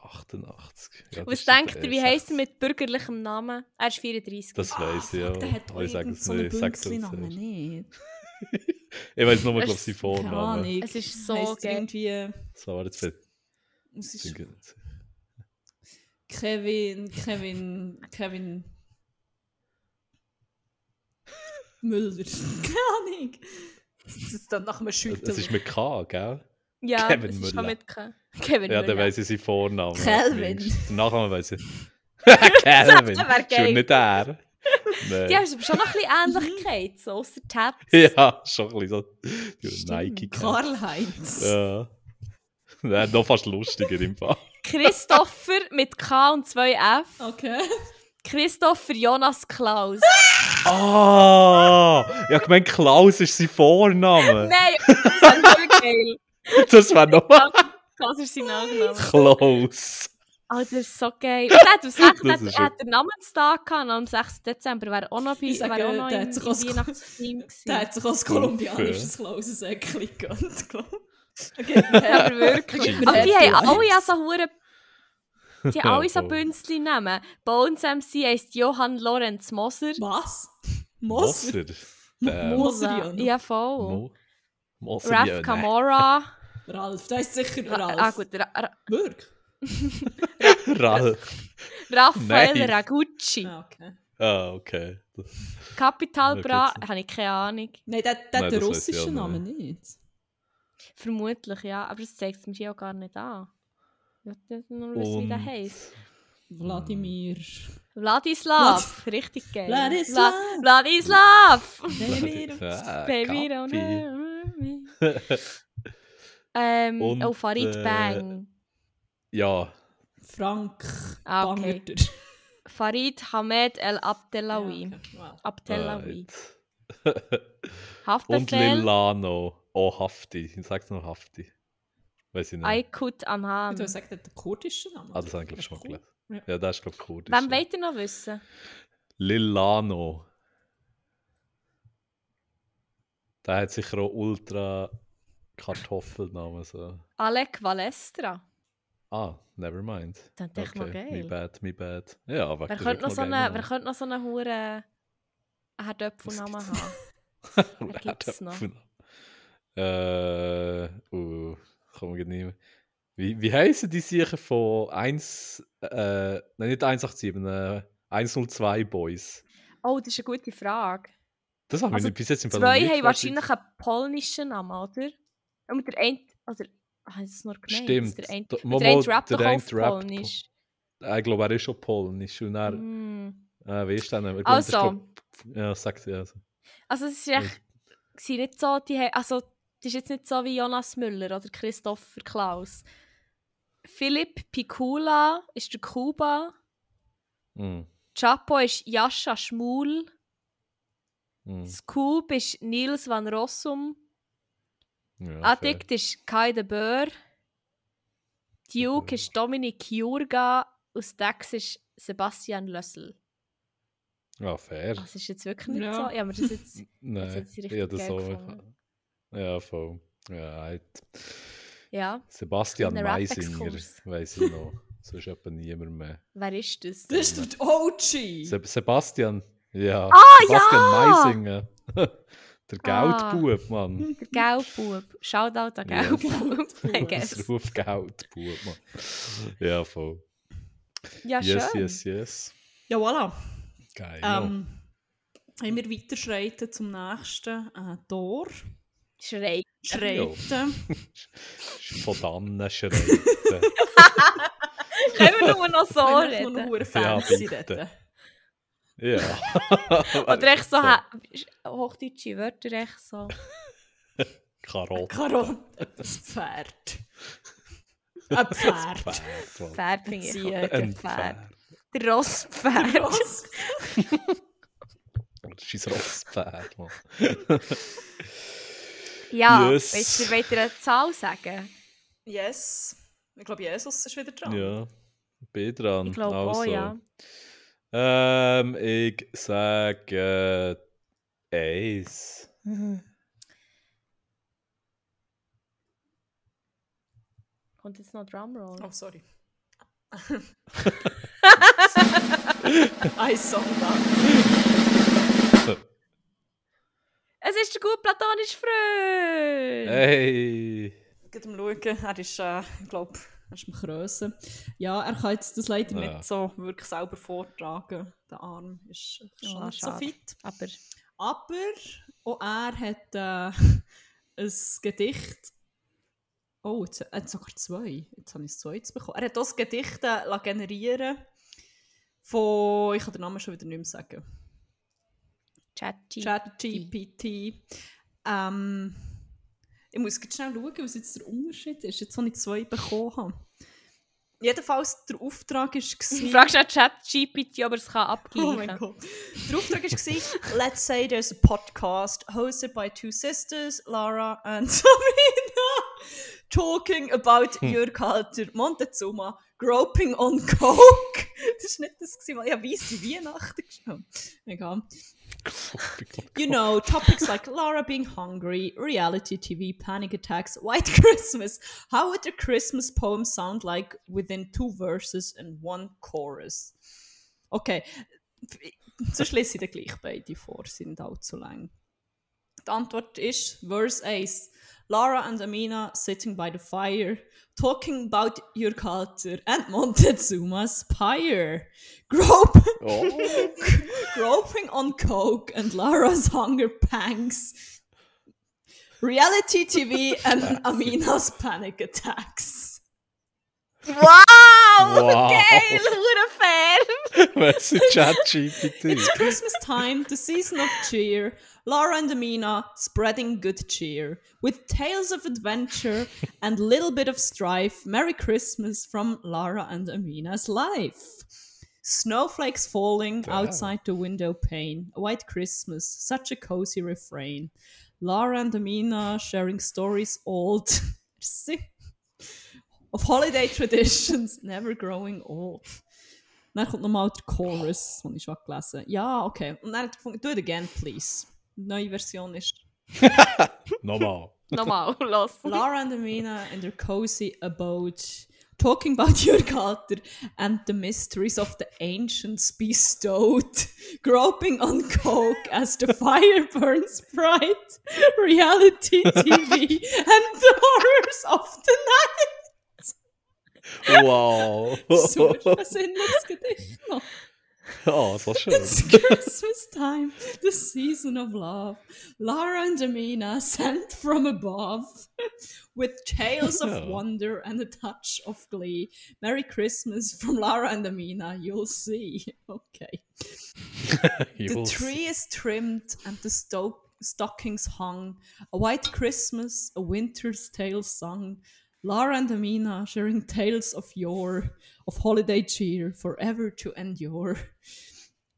88. Ja, Und was das ist denkt der ihr, wie erste. heisst er mit Ah, bürgerlichem Namen? Er ist 34. Das weiß ich, ja. Der hat Aber ich sage es nicht. Ich sage es nicht. nicht. Ich weiß nur, glaube ich, Es- sein Keine Vorname. Ahnung. Es ist so Heisst geil. irgendwie... So, warte, jetzt wird- Es ist jetzt- Kevin, Kevin, Kevin... Müller. Keine Ahnung. Das ist dann nach einem Schütteln. Es ist mit K, gell? Ja, Kevin das ist Müller. schon mit K. Kevin Ja, dann Müller. weiss ich seinen Vornamen. Kelvin. Den Nachnamen weiss ich. Kelvin. Das wär geil. Schon nicht er. Äh. Die Nein. haben aber schon noch ein bisschen Mhm. Ähnlichkeit, so außer Tats. Ja, schon ein bisschen so. Die Nike-Kelvin. Karl-Heinz. Ja. Nein, noch fast lustiger im Fall. Christopher mit K und 2 F. Okay. Christopher Jonas Klaus. Ah! Ja, gemeint Klaus ist sein Vorname. Nein, das ist nicht geil. Das war noch Klaus ist sein Nachname. Klaus. Alter, das ist so geil. Und er hat am 6. Das Hat, ist er hat den Namenstag gehabt, und am 6. Dezember wäre auch noch bei Ich sage, wäre auch noch der im, hat im sich als- Weihnachtsteam Der gewesen. Ah, hat sich als kolumbianisches Klauses Säckchen gegönnt, glaube ich. Okay, Ja, ja. aber wirklich. Gib mir Aber die den. haben alle ja so hure. Die haben alle so Oh. Bünzli Namen. Bones MC heisst Johann Lorenz Moser. Was? Moser? Der- Moser? ne. Ja. Ja, voll. Mo- Moser, Oh. ja, Raf nein. Camora. Ralf, der ist sicher Ra- Ralf. Ah, gut. Ra Ra Wirklich? Ralf. Raphael Nein. Ragucci. Ah, okay. Ah, okay. Capital Ja, Bra. gut. Habe ich keine Ahnung. Nein, der, der Nein, hat den das weiss ich russischen auch nicht. Namen nicht. Vermutlich, ja. Aber das zeigt es mir hier auch gar nicht an. Ich will nicht nur wissen, wie der Und heisst. Wladimir. Hm. Vladislav. Richtig geil. Vladislav. Vla- Vladislav! Ah, Baby, don't Kapi. hurt me. ähm, Und, oh, Farid äh, Bang. Ja, Frank. Ah, okay. Bangerter. Farid Hamed El Abdelawi. Ja, okay. Wow. Abdelawi. right. Und Haftbefehl Lilano. Oh, Hafti. Ich sag's nur Hafti. Weiß ich nicht. Aykut Amhan. Ich würde sagen, der hat einen kurdischen Namen. ah, das habe ich glaub, schon Cool. gelesen. Ja. Ja, das ist glaube ich kurdisch. Wem wollt ihr noch wissen? Lilano. Der hat sicher auch ultra Kartoffelnamen. So. Alec Valestra. Ah, never mind. Das ist echt noch My geil. bad, my bad. Ja, aber Wer das ist könnte noch wirklich so geil, einen, wer Mann. könnte noch so einen Huren Herdöpfelnamen haben? wer gibt's noch? Äh, uh, komm ich nicht mehr. Wie, wie heißen die Sicher von 1, äh, nein, nicht 187, äh, 102 Boys? Oh, das ist eine gute Frage. Das haben wir Also nicht bis jetzt im Fall noch Zwei nicht haben vorgestellt. wahrscheinlich einen polnischen Namen, oder? Und der eine, oder, ah, ist das nur gemeint? dass Stimmt. Der eine, Da- und mal- der eine mal, rappt der doch eine auf rappt polnisch. Ich glaube, er ist schon polnisch. Und er, Mm. äh, wie ist der denn? Ich glaub, das ist, Also, glaub- ja, sagt ja. Also. also es ist echt, sie nicht so, die he- also das ist jetzt nicht so wie Jonas Müller oder Christopher Klaus. Philipp Picula ist der Kuba, Mm, Chapo ist Jascha Schmul, mm, Scoop ist Nils van Rossum, ja, Ah, fair. Addict ist Kai de Boer, Duke ist Dominik Jurga und Stax ist Sebastian Lössl. Ja, fair. Also, Das ist jetzt wirklich nicht Ja. so. Ja, aber das jetzt... Nein, jetzt richtig ja, das geil auch. gefunden. Ja, voll. Ja, halt. Ja, Sebastian Kleiner Meisinger, Rap-Exkurs. weiss ich noch. Sonst etwa niemand mehr. wer ist das? Das ist der OG. Se Sebastian, ja. Sebastian Ah, ja! Meisinger. Der Ah. Geldbub, Mann. Der Gelbub. Shoutout an Ja. Gelbub. I Das guess. ruft Geldbub, Mann. Ja, voll. Ja, yes, schön. yes, yes. Ja, voilà. Geil. Ähm, wenn wir weiterschreiten zum nächsten äh, Tor. Schrei. Schreiten. Von dann schreiten. Können wir nur noch so Wenn wir nur noch reden? hure fancy Ja, bitte. reden. ja. Oder echt so ha- hochdeutsche Wörter, echt so. Karotte. Karotte. Ein Pferd. Ein Pferd. Pferd, Mann. Pferd finde ich Sie, auch. äh, Ein Der Pferd. Der Rosspferd. Ross. Das ist ein Rosspferd, Mann. Ja, Yes. weißt du, wollt ihr eine Zahl sagen? Yes. Ich glaube, Jesus ist wieder dran. Ja, bin dran. Also. Ich glaube auch, oh ja. Ähm, ich sage äh, eins. Kommt jetzt noch Drumroll? Oh, sorry. Ein Song da. Es ist der gute platonische Freund! Hey! Geht mal schauen. Er ist, äh, ich glaube, er ist am Krösen. Ja, er kann jetzt das leider Ja. nicht so wirklich selber vortragen. Der Arm ist schon Ja, nicht so schade. fit. Aber Aber auch er hat äh, ein Gedicht. Oh, jetzt, er hat sogar zwei. Jetzt habe ich das zweites bekommen. Er hat auch das Gedicht äh, lassen generieren von. Ich kann den Namen schon wieder nicht mehr sagen. Chatty. ChatGPT. Ähm, Ich muss jetzt schnell schauen, was jetzt der Unterschied ist, jetzt, wo ich zwei bekommen habe. Jedenfalls, der Auftrag Du war... fragst auch ChatGPT, ob er es kann abgleichen Oh mein Gott. Der Auftrag war, let's say there's a podcast hosted by two sisters, Lara and Sabrina, talking about your culture, Montezuma, groping on coke. Das war nicht das, was ich habe weisse Weihnachten geschaut. Egal. You know, topics like Lara being hungry, reality TV, panic attacks, White Christmas. How would a Christmas poem sound like within two verses and one chorus? Okay, sonst lese ich dann gleich beide vor, sie sind allzu lang. Die Antwort ist Verse 1. Lara and Amina sitting by the fire, talking about your culture and Montezuma's pyre. Grope groping on coke and Lara's hunger pangs. Reality TV and Amina's panic attacks. Wow! Wow. Geil! Hure fair! Merci, ChatGPT. It's Christmas time, the season of cheer. Lara and Amina spreading good cheer with tales of adventure and little bit of strife. Merry Christmas from Lara and Amina's life. Snowflakes falling outside the window pane. A white Christmas, such a cozy refrain. Lara and Amina sharing stories old. Sick. of holiday traditions, never growing old. Dann kommt nochmal der Chorus, den ich schon gelesen habe. Ja, okay. Und dann hat er gefunden, do it again, please. Die neue Version ist Nochmal. Nochmal, los. Lara and Amina in their cozy abode, talking about your culture and the mysteries of the ancients bestowed, groping on coke as the fire burns bright, reality TV and the horrors of the night. Wow. Super ein sinnloses Gedicht noch. Oh, so schön. It's Christmas time, the season of love. Lara and Amina sent from above with tales of wonder and a touch of glee. Merry Christmas from Lara and Amina, you'll see. Okay. The Jules. tree is trimmed and the sto- stockings hung. A white Christmas, a winter's tale sung. Lara and Amina sharing tales of yore, of holiday cheer, forever to endure.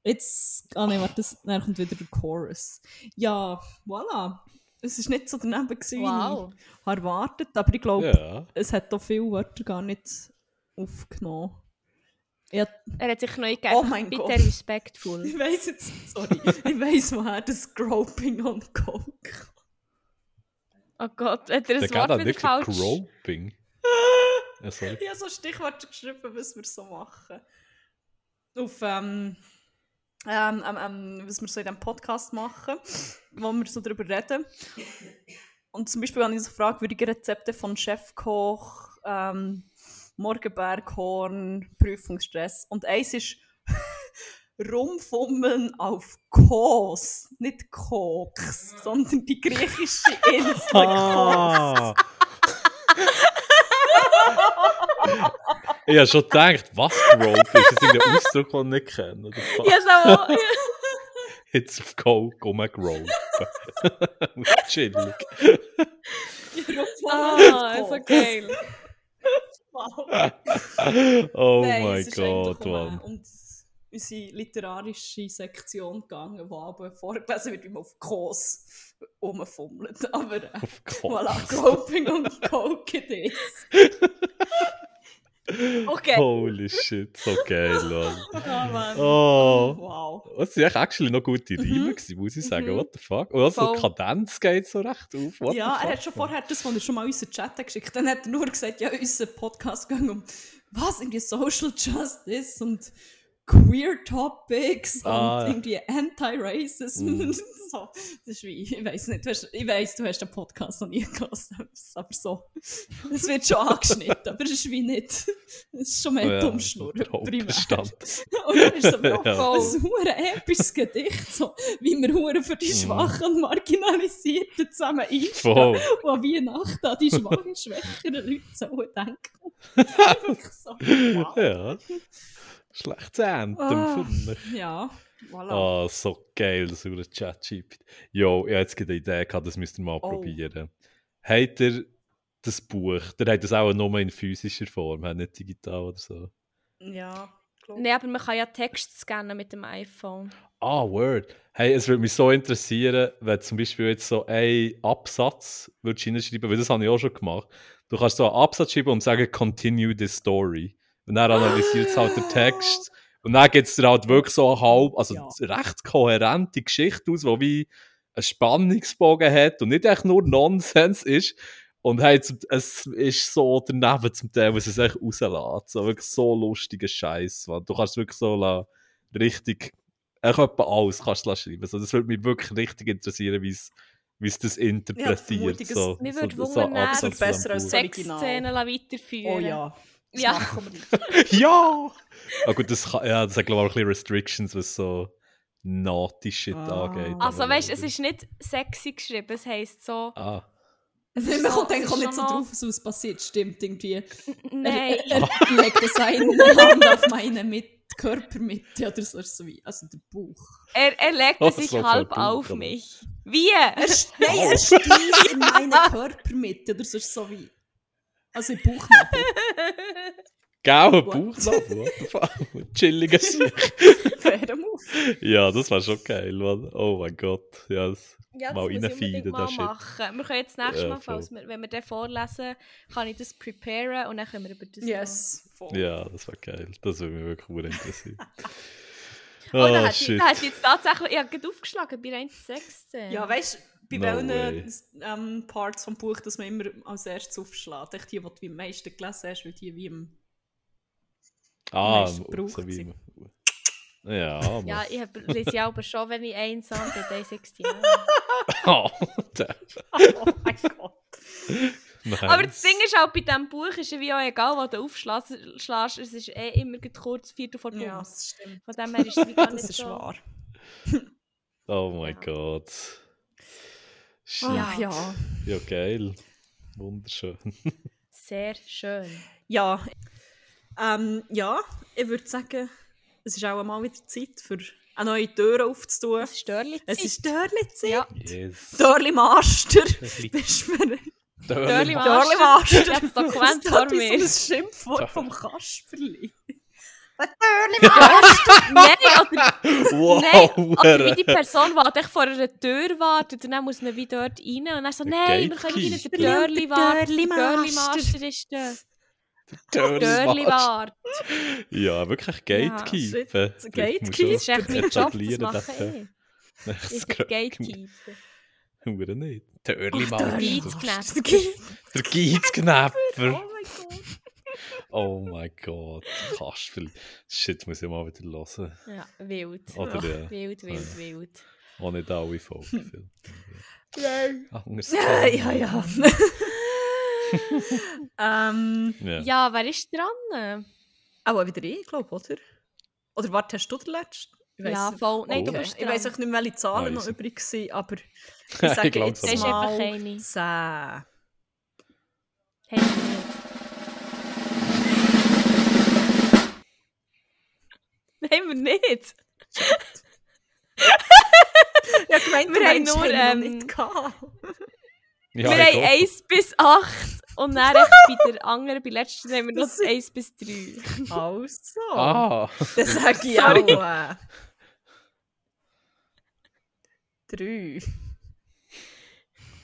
Jetzt, ah ne, warte, das- dann kommt wieder der Chorus. Ja, voilà. Es war nicht so daneben, gewesen, Wow. wie ich habe erwartet aber ich glaube, Ja. es hat da viele Wörter gar nicht aufgenommen. Ich hab- Er hat sich neu gegeben. Oh mein Bitte Gott. respektful. ich weiß jetzt, sorry, ich weiß, woher das Groping on Coke kommt. Oh Gott, hat er Der ein geht Wort halt wieder wirklich falsch? groping. Ja, sorry. Ich habe so Stichworte geschrieben, was wir so machen. Auf, ähm, ähm, ähm, ähm, was wir so in diesem Podcast machen, wo wir so darüber reden. Und zum Beispiel habe ich so gefragt, würde ich Rezepte von Chefkoch, ähm, Morgenberghorn, Prüfungsstress. Und eins ist rumfummeln auf Kos, nicht Koks, sondern die griechische Insel. Ah. ich habe schon gedacht, was Rope ist. Das ist irgendein Ausdruck, den ich nicht kenne. Oder fuck, Ja, so. Jetzt auf Coke rumgeropen. Chillig. Oh Ah, ist so geil. Oh Nein, mein es ist Gott, eigentlich um, Mann. äh, um das- unsere literarische Sektion gegangen, wo aber vorgelesen wird, wie man auf Kos rumfummelt. Aber äh, Auf Coke. voilà, Groping und Coke it is. Okay. Holy shit, so geil, Mann. Ah, Oh. Wow. Das sind echt actually noch gute Mhm. Reimen, gewesen, muss ich sagen. What the fuck? Und also, die Voll. Kadenz geht so recht auf. What Ja, the fuck? er hat schon vorher das, was er schon mal in unseren Chat hat geschickt hat, dann hat er nur gesagt, ja, unser Podcast ging um was, irgendwie Social Justice und Queer Topics Ah, und irgendwie ja. Mhm. Anti-Racism. so, das ist wie, ich weiß nicht, du hast, ich weiß, du hast den Podcast noch nie gelesen, aber so. Es wird schon angeschnitten, aber es ist wie nicht. Es ist schon mehr Oh Ja, ja, Dummschnurren. der primär. Hauptbestand. Und dann ist so, wow, Ja. ein hure episches Gedicht, so, wie wir hure für Mhm. die Schwachen und Marginalisierten zusammen einstehen Voll. wo an Weihnachten an die schwachen, schwächeren Leute sollen denken. Einfach so. Wow. Ja. Schlechtes Anthem Ah. für mich. Ja, voilà. Ah, so geil, das über ChatGPT. Jo, ich hatte jetzt gerade eine Idee, gehabt, das müsst ihr mal probieren. habt ihr das Buch? Ihr habt das auch nur in physischer Form, habt nicht digital oder so. Ja, glaube Nein, aber man kann ja Text scannen mit dem iPhone. Ah, Word. Hey, es würde mich so interessieren, wenn zum Beispiel jetzt so ein Absatz würdest du hinschreiben, weil das habe ich auch schon gemacht. Du kannst so einen Absatz schreiben und sagen, continue this story. Und dann analysiert es halt den Text. Und dann gibt es dir halt wirklich so eine halb, also Ja. recht kohärente Geschichte aus, die wie einen Spannungsbogen hat und nicht echt nur Nonsens ist. Und hey, zum- es ist so daneben zum Teil, was es echt rauslässt. So wirklich so lustiger Scheiß. Du kannst wirklich so la- richtig ich etwa alles kannst du schreiben. So, das würde mich wirklich richtig interessieren, wie es wie es das interpretiert. Vermutung, so, es- Mich so, würde so wundern, Absatz es wird zu einem besser als Buch. Sexszenen weiterführen. nou? Oh ja. Das Ja. machen wir nicht. Ja! Ah, gut, das, kann, ja, das hat glaube ich auch ein bisschen Restrictions, was so naughty Shit Ah. angeht. Also Aber- weißt du, es ist nicht sexy geschrieben, es heisst so. Ah, ist Man so- kommt eigentlich es auch ist nicht so schon noch- drauf, was uns passiert. Stimmt irgendwie. Nein, Er, er legt seine Hand auf meine mit Körpermitte oder so, so wie, also der Bauch. er, er legt Oh, sich so halb verdammt, auf aber- mich. Wie? Er, sch- nein, er stieß in meine Körpermitte oder so, so wie, also im Bauchnabel. Gau, What? Bauchnabel, what the fuck? Chilliger Sieg. Fair move. Ja, das war schon geil, Mann. Oh mein Gott. Ja, das, Ja, Mal muss ich reinfeeden, unbedingt den mal Shit. machen. Wir können jetzt nächstes Ja, Mal, voll. falls wir, wenn wir den vorlesen, kann ich das preparen und dann können wir über das Yes. Voll. ja, das war geil. Das würde mich wirklich verdammt interessieren. Oh, da Oh, hat sie shit. da hat sie jetzt tatsächlich ich hab grad aufgeschlagen bei 1 16. Ja, weißt du, bei No way. welchen ähm, Parts vom Buch, dass man immer als erstes aufschlägt? Echt die, die du am meisten gelesen hast, weil die wie im. Ah, Meist gebraucht so wie sie. im- Ja, ja Mann. ich hab- lese ja aber schon, wenn ich einsam bin, bei 16. Oh, der- Oh mein Gott. Nein. aber das Ding ist auch, bei diesem Buch ist ja wie auch egal, wo du aufschlägst, schlägst, es ist eh immer grad kurz Viertel vor Ja, Bums. das stimmt. Von dem her ist es wie gar nicht Das ist so. wahr. Oh mein Gott. Shit. Ah. Ach ja. Ja, geil. Wunderschön. Sehr schön. Ja. Ähm, ja, ich würde sagen, es ist auch mal wieder Zeit, für eine neue Tür aufzutun. Das ist Dörli. Es ist Dörli-Zeit. Ja. Yes. Dörli-Master. Bist du mir- Dörli Dörli-Master. Ich hab das Dokument Das vor ist mir. so ein Schimpfwort vom Kasperli. Nein, oder Wow. Nein, oder wie die Person, die halt echt vor einer Tür wartet und dann muss man wie dort rein und dann so, Der nein, wir können wieder den Gatekeeper. Dörli Der warten. Der Dörli-Master. Dörli-Master ist der. Dörli Dörli Master. warten. Ja, wirklich Ja, Gatekeeper. shit. Das Gatekeeper. ist echt mein Job, das mache ich. Ich Das bin geht Gatekeeper. nicht. Dörli Dörli Master. Master. Der Geizknäpfer. Oh mein Gott. Oh mein Gott. Kasperl. Shit, muss ich mal wieder hören. Ja, wild. Oder ja. Wild, wild, wild. Auch nicht alle Folgen. Nein. Anders. Ja, ja. ähm, Ja. Ja, wer ist dran? auch wieder ich, glaube ich, oder? Oder warte, hast du den letzten? Ich weiss Ja, nicht. voll. Nein, du Oh. Nou, bist ich dran. weiß auch nicht mehr, welche Zahlen Nein, noch easy. übrig waren, aber ich Ich sage glaub, jetzt das Das ist mal. einfach mal eine. 10. Hey, nicht. Nein, wir nicht. Ja, gemeint, Wir wir haben haben nur nur, ähm, ähm, nicht gehabt. wir Ja, ich haben glaub. 1 bis 8 und dann echt bei der anderen, bei der letzten haben wir noch Das sind- 1 bis 3. Also, Ah. das sage ich auch. Äh, drei.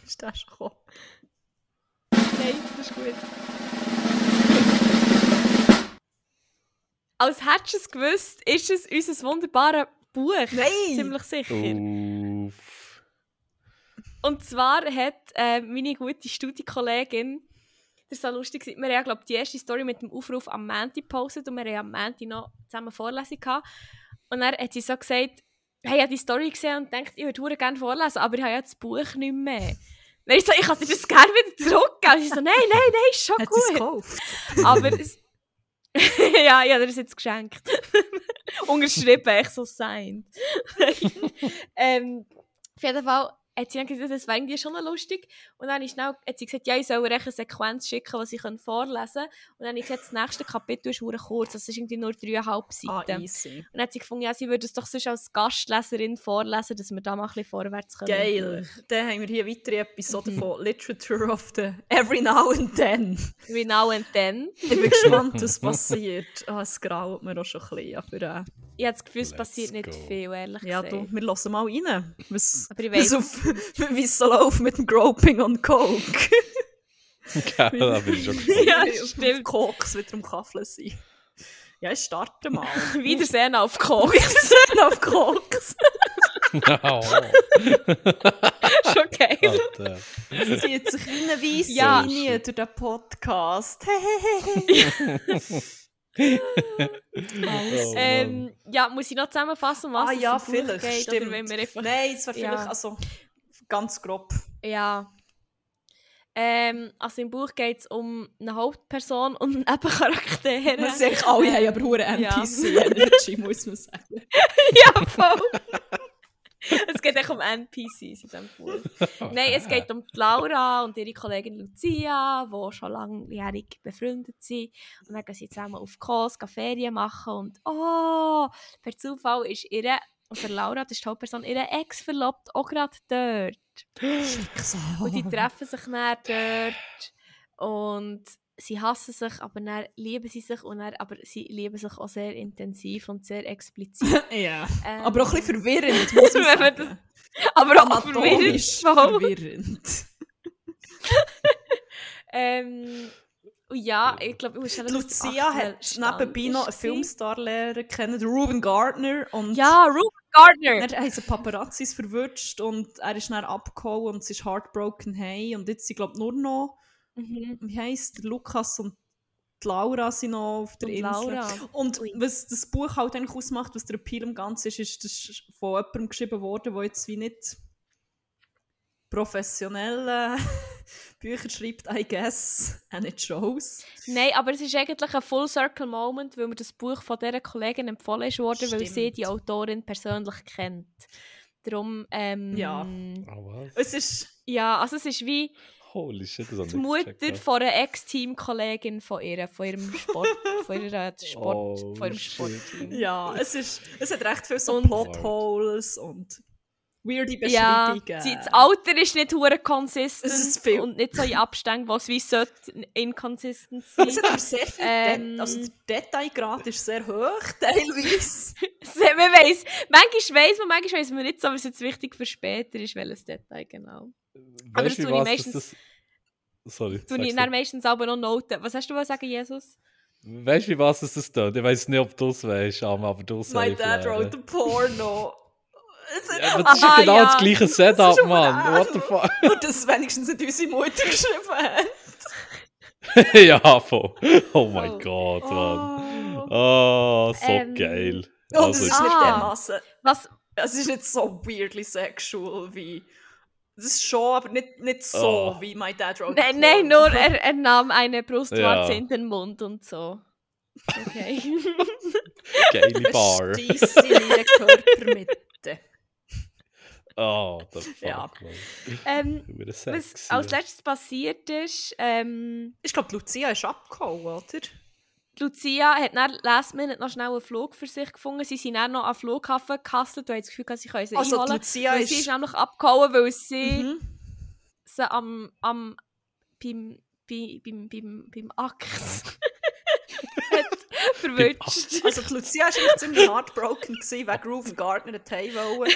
Ist das schon gekommen? Nein, das ist gut. Als hättest du es gewusst, ist es unser wunderbares Buch. Nein! Ziemlich sicher. Uff. Und zwar hat äh, meine gute Studienkollegin, das war so lustig, gewesen, wir haben, glaube ich, die erste Story mit dem Aufruf am Mänti gepostet und wir haben am Mänti noch zusammen Vorlesung gehabt. Und dann hat sie so gesagt, hey, ich habe die Story gesehen und denkt, ich würde hure gerne vorlesen, aber ich habe ja das Buch nicht mehr. Dann ich so, ich kann dir das gerne wieder zurückgeben. Und sie so, nein, nein, nein, ist schon Hat sie es gut. gekauft? Aber es, ja, ich habe dir das jetzt geschenkt. Unterschrieben, echt so sein. ähm, auf jeden Fall hat sie dann gesagt, das wäre irgendwie schon noch lustig. Und dann ist schnell, hat sie gesagt, ja, ich soll ihr echt eine Sequenz schicken, die sie können vorlesen können. Und dann habe ich gesagt, das nächste Kapitel ist verdammt kurz, das ist irgendwie nur dreieinhalb Ah, Seiten. easy. und dann hat sie gefunden, ja, sie würde es doch sonst als Gastleserin vorlesen, dass wir da mal ein bisschen vorwärts kommen. Geil. Dann haben wir hier weitere Episoden von Literature of the Every Now and Then. Every now and then. Ich bin gespannt, was passiert. Ah, es graut mir auch schon ein bisschen. Aber, äh, Ich habe das Gefühl, es Let's passiert nicht go. viel, ehrlich ja, gesagt. du, wir hören mal rein, was, Aber ich was weiss- auf, wie es so läuft mit dem Groping on Coke. Gell, da bin ich schon gespannt. Ja, Wie auf- stimmt. Auf Koks wieder am Kaffeln sein. Ja, ich starte mal. Wieder sehr auf Koks. auf Koks. Oh, Schon geil. Alter. Es zieht sich wie eine weisse Ja. Linie durch den Podcast. Oh, Mann. Ähm, ja, muss ich noch zusammenfassen, um was ah es ja, im Buch vielleicht, geht, stimmt. Oder wenn wir einfach... Nein, es war Ja. vielleicht also ganz grob. Ja. Ähm, also im Buch geht es um eine Hauptperson und Nebencharaktere. Man sagt, alle haben aber hohe Ja. NPC-Energy, muss man sagen. ja, voll. es geht echt um NPCs in diesem Buch. Nein, es geht um die Laura und ihre Kollegin Lucia, die schon langjährig befreundet sind. Und dann gehen sie zusammen auf Kurs, gehen Ferien machen und oh, per Zufall ist ihre, also Laura, das ist die Hauptperson, ihre Ex verlobt auch gerade dort. Und Oh. die treffen sich dann dort und sie hassen sich, aber dann lieben sie sich und dann, aber sie lieben sich auch sehr intensiv und sehr explizit. Ja. Ähm, Aber auch ein bisschen verwirrend, muss man Wenn man sagen. das- aber auch verwirrend. Anatomisch voll. verwirrend. Ähm, und ja, ich glaube, ich muss schon Lucia hat nebenbei Dus noch einen Filmstarlehrer kennen, Ruben Gardner. Und Ja, Ruben Gardner. Dann haben sie Paparazzis verwirrt und er ist dann abgehauen und sie ist heartbroken hey Und jetzt sind, glaube ich, nur noch, Mhm. wie heisst der Lukas und die Laura sind noch auf der Und Insel. Laura. Und Ui. was das Buch halt eigentlich ausmacht, was der Appeal im Ganzen ist, ist, das ist von jemandem geschrieben worden, der jetzt wie nicht professionell äh, Bücher schreibt, I guess, and it shows. Nein, aber es ist eigentlich ein Full Circle Moment, weil mir das Buch von dieser Kollegin empfohlen ist worden, weil sie Stimmt. die Autorin persönlich kennt. Darum, ähm, Ja. Oh, was? Es ist, ja, also es ist wie Holy shit, das hab ich die nicht Mutter gecheckt. von einer Ex-Team-Kollegin von ihr, von ihrem Sport, von ihrer Sport, Oh, von ihrem shit. Sportteam. ja, es ist, es hat recht viel so Und- Plotholes und weirde Beschreibungen. Ja, sie- das Alter ist nicht hure consistent Es ist viel- und nicht so in Abständen, was wie sollte inconsistent Es sein. hat aber sehr viel Ähm. Det- also der Detailgrad ist sehr hoch, teilweise. man weiss, manchmal weiss man, manchmal weiss man nicht so, was jetzt wichtig für später ist, welches Detail genau. Aber das Weißt du, tue wie ich was, meistens- dass das- Sorry. Du nimmst sag's dann du. meistens aber noch Noten. Was hast du was sagen, Jesus? Weißt du, wie was es das tut? Ich weiß nicht, ob du es weißt, aber aber du My safe, dad Lara. wrote a porno. Es hat- Ja, aber das ist ja Aha, genau Ah, ja. das gleiche Das ist Setup, schon Mann. mal What the fuck? Und das wenigstens hat unsere Mutter geschrieben. hat. ja, voll. Oh mein Oh. Gott, Mann. Oh. Oh, so Ähm, geil. Und es Also, ist nicht Ah. dermassen. Was? Es ist nicht so weirdly sexual wie. Es ist schon, aber nicht, nicht so Oh. wie My Dad wrote. a Nein, nein, Porno. nur er, er nahm eine Brustwarze Ja. in den Mund und so. Okay. geile Bar. Stiess in ihre Körpermitte. Oh, the fuck, Ja. Mann. ähm, Hure was sexy. als letztes passiert ist, ähm, Ich glaube, Lucia ist abgehauen, oder? Die Lucia hat dann last minute noch schnell einen Flug für sich gefunden. Sie sind dann noch am Flughafen gehasselt und haben das Gefühl, gehabt, sie können sie Also, die einholen. Lucia weil sie ist ist. nämlich abgehauen, weil sie Mhm. sie am, am beim, bei- beim, beim, beim Akt hat verwünscht. Also, die Lucia war echt ziemlich heartbroken, gewesen, wegen Ruben Gardner hat Hey wollen.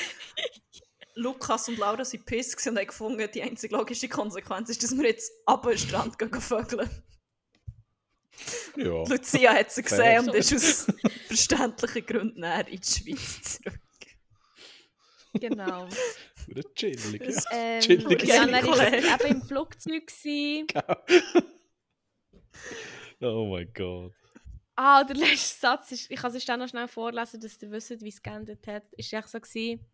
Lukas und Laura sind piss gewesen und haben gefunden, die einzige logische Konsequenz ist, dass wir jetzt ab den Strand gehen vögeln. Ja. Lucia hat sie Fair. gesehen und ist aus verständlichen Gründen näher in die Schweiz zurück. Genau. Hure chillig. ja. Ähm, Chillig. ja, dann war Kollege. sie eben im Flugzeug. Gewesen. Oh mein Gott. Ah, der letzte Satz ist, ich kann es dann noch schnell vorlesen, dass ihr wisst, wie es geendet hat. Ist echt so gewesen.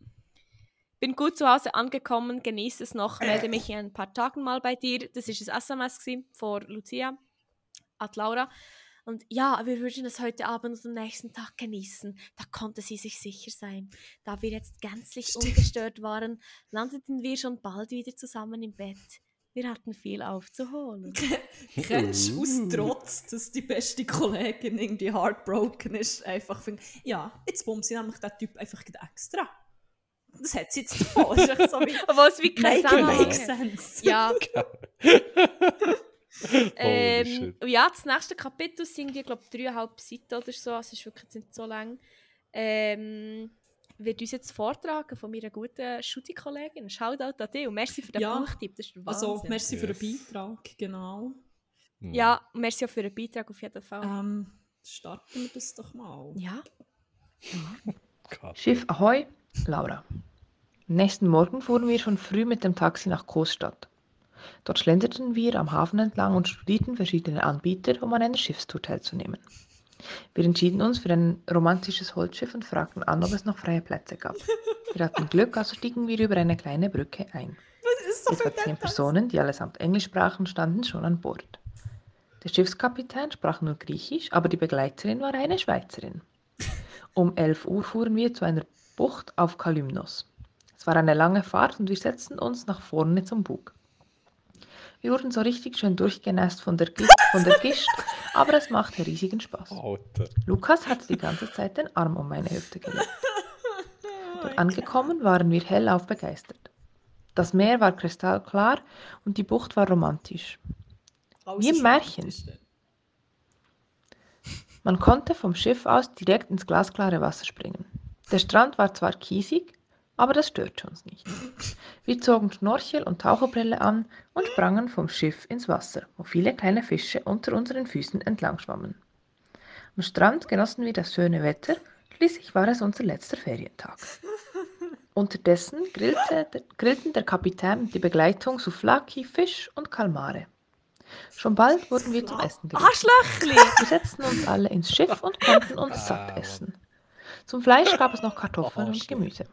Bin gut zu Hause angekommen, genieße es noch, melde mich in ein paar Tagen mal bei dir. Das ist das SMS gewesen von Lucia an die Laura. Und ja, wir würden es heute Abend und am nächsten Tag genießen. Da konnte sie sich sicher sein. Da wir jetzt gänzlich Stimmt. ungestört waren, landeten wir schon bald wieder zusammen im Bett. Wir hatten viel aufzuholen. Kennst du Uh. aus Trotz, dass die beste Kollegin irgendwie heartbroken ist, einfach find, ja, jetzt bummt sie nämlich den Typ einfach gerade extra. Das hat sie jetzt davon. Das ist echt so wie, Obwohl es wie kein make it Zusammenhang make hat. sense. Ja. ähm, shit. und ja, das nächste Kapitel sind die, glaube ich, dreieinhalb Seiten oder so. Also es ist wirklich jetzt nicht so lang. Ähm, wird uns jetzt vortragen von meiner guten Schuti-Kollegin. Shoutout an dich und merci für den Ja. Buchtipp. Das ist der Wahnsinn. Also, merci für den Yes. Beitrag, genau. Hmm, Ja, und merci auch für den Beitrag auf jeden Fall. Ähm, starten wir das doch mal. Ja. Gott. Schiff Ahoi, Laura. Am nächsten Morgen fuhren wir schon früh mit dem Taxi nach Großstadt. Dort schlenderten wir am Hafen entlang und studierten verschiedene Anbieter, um an einer Schiffstour teilzunehmen. Wir entschieden uns für ein romantisches Holzschiff und fragten an, ob es noch freie Plätze gab. Wir hatten Glück, also stiegen wir über eine kleine Brücke ein. Das ist doch Etwa zehn Personen, die allesamt Englisch sprachen, standen schon an Bord. Der Schiffskapitän sprach nur Griechisch, aber die Begleiterin war eine Schweizerin. Um 11 Uhr fuhren wir zu einer Bucht auf Kalymnos. Es war eine lange Fahrt und wir setzten uns nach vorne zum Bug. Wir wurden so richtig schön durchgenässt von der, Gischt, von der Gischt, aber es machte riesigen Spaß. Oh. Alter. Lukas hat die ganze Zeit den Arm um meine Hüfte gelegt. Dort angekommen waren wir hellauf begeistert. Das Meer war kristallklar und die Bucht war romantisch. Wie im Märchen. Man konnte vom Schiff aus direkt ins glasklare Wasser springen. Der Strand war zwar kiesig, aber das störte uns nicht. Wir zogen Schnorchel und Taucherbrille an und sprangen vom Schiff ins Wasser, wo viele kleine Fische unter unseren Füßen entlang schwammen. Am Strand genossen wir das schöne Wetter, schließlich war es unser letzter Ferientag. Unterdessen grillte, grillten der Kapitän und die Begleitung Souvlaki, Fisch und Kalmare. Schon bald wurden wir zum Essen geladen. Arschlöchli! Wir setzten uns alle ins Schiff und konnten uns satt essen. Zum Fleisch gab es noch Kartoffeln und Gemüse.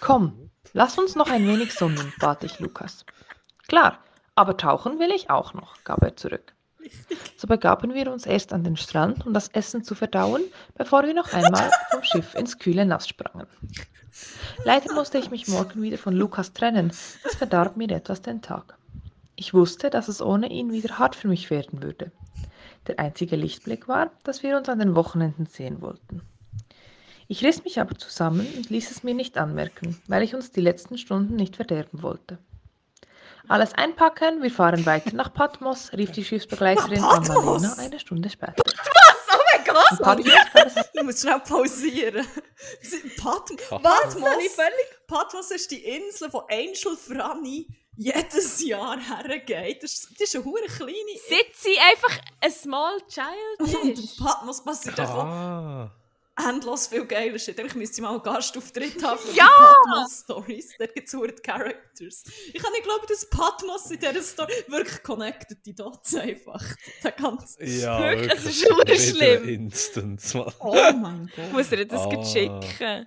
Komm, lass uns noch ein wenig summen, bat ich Lukas. Klar, aber tauchen will ich auch noch, gab er zurück. So begaben wir uns erst an den Strand, um das Essen zu verdauen, bevor wir noch einmal vom Schiff ins kühle Nass sprangen. Leider musste ich mich morgen wieder von Lukas trennen, das verdarb mir etwas den Tag. Ich wusste, dass es ohne ihn wieder hart für mich werden würde. Der einzige Lichtblick war, dass wir uns an den Wochenenden sehen wollten. Ich riss mich aber zusammen und ließ es mir nicht anmerken, weil ich uns die letzten Stunden nicht verderben wollte. Alles einpacken, wir fahren weiter nach Patmos, rief die Schiffsbegleiterin Nach Patmos? Annalena eine Stunde später. mein Gott! In Patmos war es Ich muss schnell pausieren. Sie- Pat Patmos. Soll ich Patmos, völlig... Patmos ist die Insel, wo Angel Franny jedes Jahr hergeht. Das ist, das ist eine hure kleine Sitzt sie einfach ein small child Und in ist? Patmos passiert einfach Ah. endlos viel geiler Shit. Eigentlich müsste ich mal einen Gastauftritt haben für Ja! die Patmos-Stories. Dort gibt es hure die Characters. Ich kann nicht glauben, dass Patmos in dieser Story wirklich connected die Dots einfach. Der ganze... Ja, Wirklich, wirklich. es ist super Wieder schlimm. Instance, Mann. Oh mein Gott. Muss er das Ah. oh. schicken?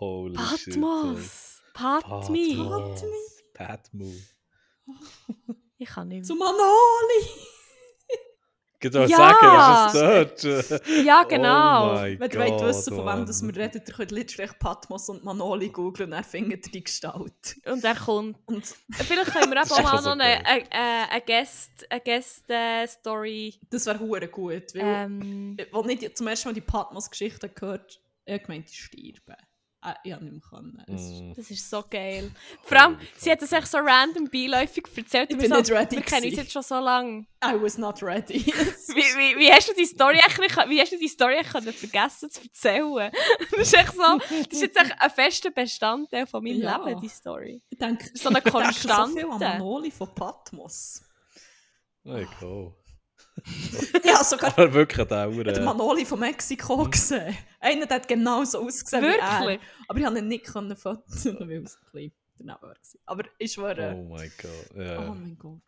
Holy shit. eh. Patmos! Patmi! Patmos. Patmos. Patmos. Ich kann nicht mehr. Zum Anali! Geht auch Ja! sagen, was ist dort? Ja, genau! Oh mein Wenn ihr Gott, wollt wissen, von wem Mann. das wir reden, ihr könnt literally Patmos und Manoli googlen und dann findet ihr die Gestalt. Und er kommt. Und Vielleicht können wir eben auch ist mal schon noch so eine, eine, eine- eine eh, Guest, eine Guest äh, Story. das wäre hure gut, weil Ähm, äh, als ich zum ersten Mal die Patmos-Geschichte gehört habe, ich meinte, ich sterbe. Äh, ich habe nicht mehr können. Es ist- Mm. das ist so geil. Vor Oh, allem, sie hat das echt so random beiläufig erzählt. Ich und bin wir nicht so, ready Wir kennen uns gewesen. jetzt schon so lange. I was not ready. Wie, wie, wie hast du die Story eigentlich, wie hast du die Story eigentlich können vergessen zu erzählen? Das ist echt so, das ist jetzt echt ein fester Bestandteil von meinem Ja. Leben, die Story. ich denke, So eine ich denke so viel an Konstante. Manoli von Patmos. Ey, cool. Ja, sogar Aber wirklich an den Dauer. Manoli von Mexiko gesehen. Einer der hat genau so ausgesehen wie er. Wirklich? Aber ich konnte ihn nicht können fotografieren, weil es ein bisschen daneben war. Aber ich Oh schwöre, mein Gott. oh, Ja. mein Gott.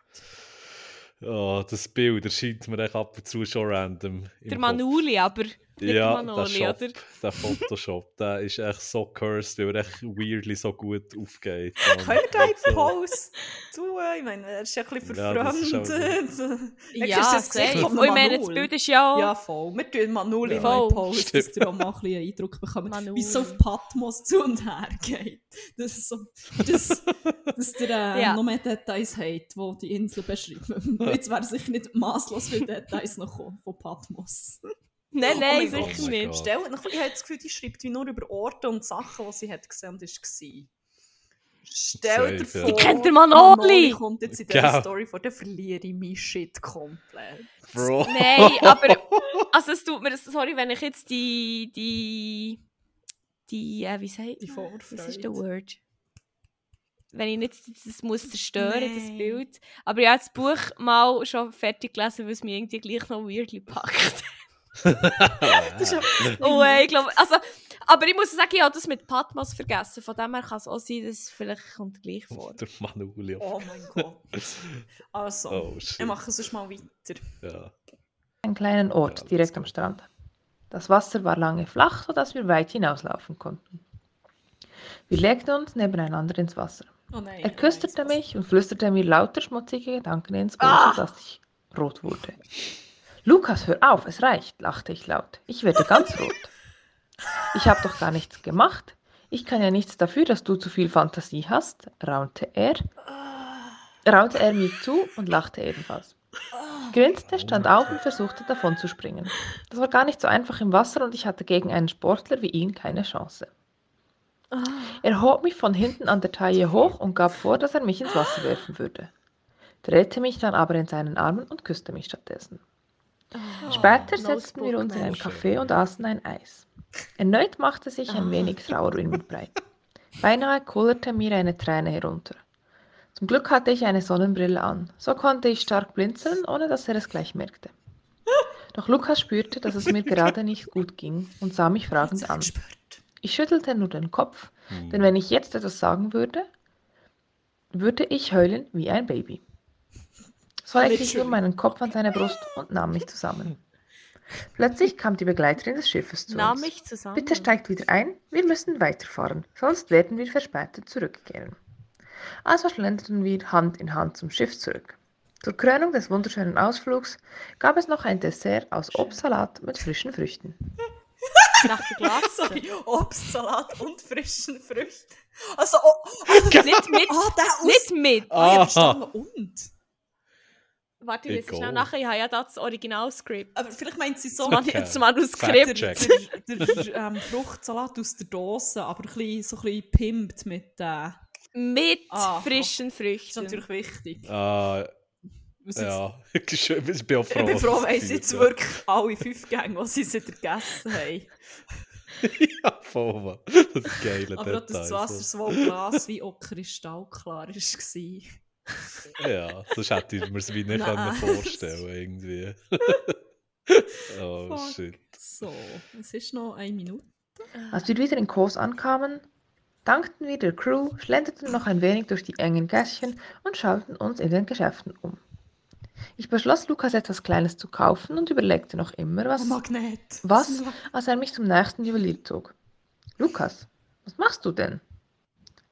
Oh, das Bild erscheint mir echt ab und zu schon random. im Der Kopf. Manuli, aber Ja, Manoli, der Shop, oder? der Photoshop, der ist echt so cursed, weil er echt weirdly so gut aufgeht. Könnt ihr da einen So. Post tun? äh, Ich meine, er ist ja ein bisschen Ja, das ist verfremdet. Ja, Nächstes ist das Gesicht safe. von Und ich meine, das Manol. Bild ist ja auch... Ja, voll. Wir tun Manoli Ja. ja, voll. Voll. Post, dass ihr auch mal ein bisschen einen Eindruck bekommt, Manoli. wie es so auf Patmos zu und her geht. Das ist so, das, dass ihr äh, Ja. noch mehr Details habt, die die Insel beschreiben. Jetzt wäre sicher nicht masslos viele Details noch kommen von Patmos. Nein, mein Gott. nein, sicher Oh mein nicht. Gott. Stell, ich habe das Gefühl, die schreibt wie nur über Orte und Sachen, die sie hat gesehen und ist war. Stell dir Safe, ja. vor, Die kennt der Manoli. Manoli kommt jetzt in dieser Genau. Story vor, dann verliere ich meinen Shit komplett. Bro. Nein, aber also es tut mir sorry, wenn ich jetzt die die die äh, wie sagt Die man? Vorfreude. Was ist der Word? Wenn ich nicht das- das muss zerstören das Nein. Bild, aber ich habe das Buch mal schon fertig gelesen, weil es mir irgendwie gleich noch weirdly packt. Das ist einfach- oh, ey, ich glaube, also aber ich muss sagen, ich habe das mit Patmos vergessen. Von dem her kann es auch sein, dass es vielleicht kommt gleich vor. Der Manoli. Oh mein Gott. Also, Oh, ich shit. mache sonst mal weiter. Ja. einen kleinen Ort Ja, direkt am Strand. Das Wasser war lange flach, sodass wir weit hinauslaufen konnten. Wir legten uns nebeneinander ins Wasser. Oh nein. Er küstete nein, mich und flüsterte mir lauter schmutzige Gedanken ins Ohr, Ah! sodass ich rot wurde. Lukas, hör auf, es reicht, lachte ich laut. Ich werde ganz rot. Ich habe doch gar nichts gemacht. Ich kann ja nichts dafür, dass du zu viel Fantasie hast, raunte er. Ah! Raunte er mir zu und lachte ebenfalls. Grinste, Oh stand auf und versuchte davon zu springen. Das war gar nicht so einfach im Wasser und ich hatte gegen einen Sportler wie ihn keine Chance. Ah. Er hob mich von hinten an der Taille hoch und gab vor, dass er mich ins Wasser werfen würde. Drehte mich dann aber in seinen Armen und küsste mich stattdessen. Später Ah. setzten wir uns in ein Café und aßen ein Eis. Erneut machte sich ein wenig Trauer in mir breit. Beinahe kullerte mir eine Träne herunter. Zum Glück hatte ich eine Sonnenbrille an. So konnte ich stark blinzeln, ohne dass er es gleich merkte. Doch Lukas spürte, dass es mir gerade nicht gut ging und sah mich fragend an. gespürt. Ich schüttelte nur den Kopf, denn wenn ich jetzt etwas sagen würde, würde ich heulen wie ein Baby. So legte ich nur Literally. meinen Kopf an seine Brust und nahm mich zusammen. Plötzlich kam die Begleiterin des Schiffes zu Nahm uns. mich zusammen. Bitte steigt wieder ein, wir müssen weiterfahren, sonst werden wir verspätet zurückkehren. Also schlenderten wir Hand in Hand zum Schiff zurück. Zur Krönung des wunderschönen Ausflugs gab es noch ein Dessert aus Obstsalat mit frischen Früchten. nach der Glasse. Sorry, Obstsalat und frischen Früchten. Also, oh, nicht mit, oh der aus... nicht mit. Ah, ich Aha. hab verstanden. Und? Warte, ich muss Egal. schnell nachher. Ich habe ja da das Originalskript. Aber vielleicht meint sie so... Das, Manu Okay. das Manuskript. Fact check. Der, der ähm, Fruchtsalat aus der Dose, aber ein bisschen, so ein bisschen pimpt mit äh, Mit Ah, frischen Früchten. Das ist natürlich wichtig. Ah, Was jetzt- ja. Ich bin auch froh. Ich bin froh, dass wenn es sie gibt, jetzt ja. wirklich alle fünf Gänge, die sie seit gegessen haben. Ja, voll, Mann. Das ist geile Aber auch, dass das Wasser sowohl Glas wie auch kristallklar war. Ja, sonst hätte ich mir es wie nicht Nein. können vorstellen irgendwie. oh, Fuck. shit. So, es ist noch eine Minute. Als wir wieder in Kos ankamen, dankten wir der Crew, schlenderten noch ein wenig durch die engen Gässchen und schauten uns in den Geschäften um. Ich beschloss, Lukas etwas Kleines zu kaufen und überlegte noch immer, Ein was, Magnet. was als er mich zum nächsten Juwelier zog. Lukas, was machst du denn?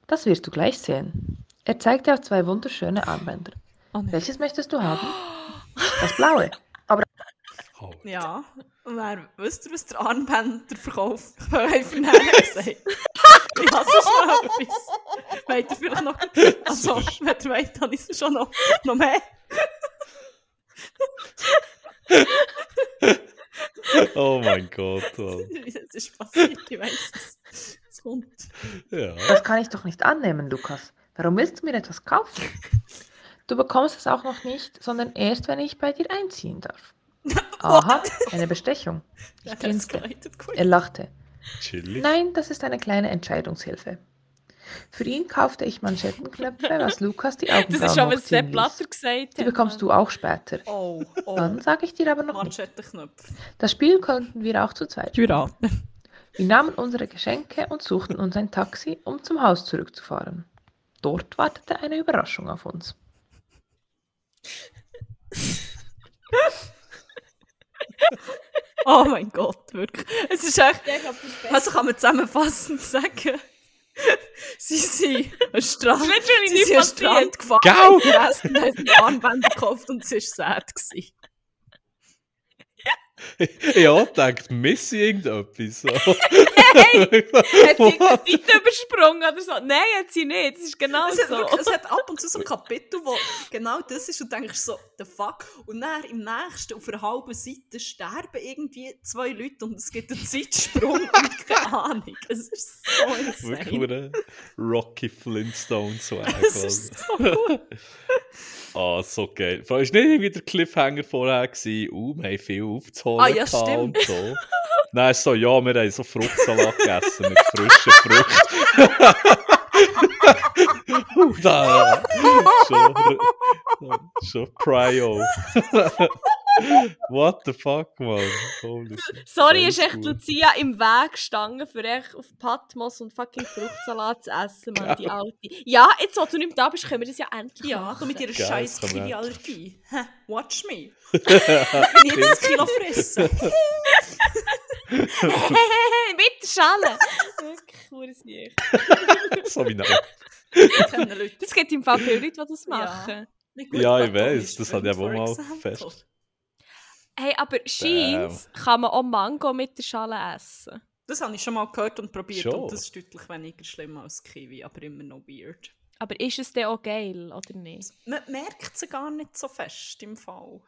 Das wirst du gleich sehen. Er zeigte auf zwei wunderschöne Armbänder. Oh nein. Welches möchtest du haben? Das blaue. Oh, Ja, und dann wisst ihr, was der Armbänder verkauft? Ich habe einfach nein gesagt. Ich habe schon etwas. Wollt ihr vielleicht noch... Also, wenn ihr wollt, dann ist es schon noch, noch mehr. oh mein Gott. Mann. Es ist passiert, ich weiss es. Es kommt. Ja. Das kann ich doch nicht annehmen, Lukas. Warum willst du mir etwas kaufen? Du bekommst es auch noch nicht, sondern erst, wenn ich bei dir einziehen darf. Aha, eine Bestechung. Ich Dann hat es grinste. geleitet. Gut. Er lachte. Chillig. Nein, das ist eine kleine Entscheidungshilfe. Für ihn kaufte ich Manschettenknöpfe, was Lukas die Das Augenbrauen ist schon, was hochziehen Sepp ließ. Blatter gesagt hat. Die bekommst du auch später. Oh, oh. Dann sage ich dir aber noch nicht. Manschettenknöpfe. Das Spiel könnten wir auch zu zweit Piraten. Wir nahmen unsere Geschenke und suchten uns ein Taxi, um zum Haus zurückzufahren. Dort wartete eine Überraschung auf uns. Oh mein Gott, wirklich. Es ist echt. Ja, ich glaube, das ist besser. Also kann man zusammenfassend sagen, sie sind am Strand. literally Sie sind am nichts passiert. Strand gefahren, Gell? haben gegessen, haben ein Armband gekauft und sie war sad. Gewesen. ja, denkt, misse irgendetwas. So. Hat sie die Seite übersprungen oder so? Nein, hat sie nicht. Das ist genau Es hat, so. wirklich, es hat ab und zu so ein Kapitel, wo genau das ist und du denkst so, the fuck. Und dann im nächsten, auf einer halben Seite, sterben irgendwie zwei Leute und es gibt einen Zeitsprung und keine Ahnung. Es ist so Wirklich insane. nur ein Rocky Flintstone Swag. Es ist so Ah, so geil. Vor allem ist nicht irgendwie der Cliffhanger vorher gewesen, uh, wir haben viel aufzuholen. Ah, ja, gehabt und So. Nein, es ist so, ja, wir haben so Fruchtsalat gegessen mit frischen Früchten. uh, da, schon, schon Prio. What the fuck, man? Holy shit. Sorry, ist Alles echt gut. Lucia im Weg gestanden, für echt auf Patmos und fucking Fruchtsalat zu essen, Mann, die alte. Ja, jetzt, wo du nicht mehr da bist, können wir das ja endlich Ja, machen. komm mit ihrer Geil, scheiß komm her. Kiwi-Allergie. Hä, Watch me. Wenn ich jetzt ein Kilo fressen. mit der Schale. Wirklich, nur es nicht. So wie eine Ich kenne Leute. Es gibt im Fall viele Leute, die das machen. Nicht gut, Ja, ich aber komisch, weiß, das hat ja for wohl mal example. fest. Hey, aber scheint kann man auch Mango mit der Schale essen. Das habe ich schon mal gehört und probiert Schon. und das ist deutlich weniger schlimm als Kiwi, aber immer noch weird. Also, Aber ist es denn auch geil, oder nicht? Man merkt sie gar nicht so fest im Fall.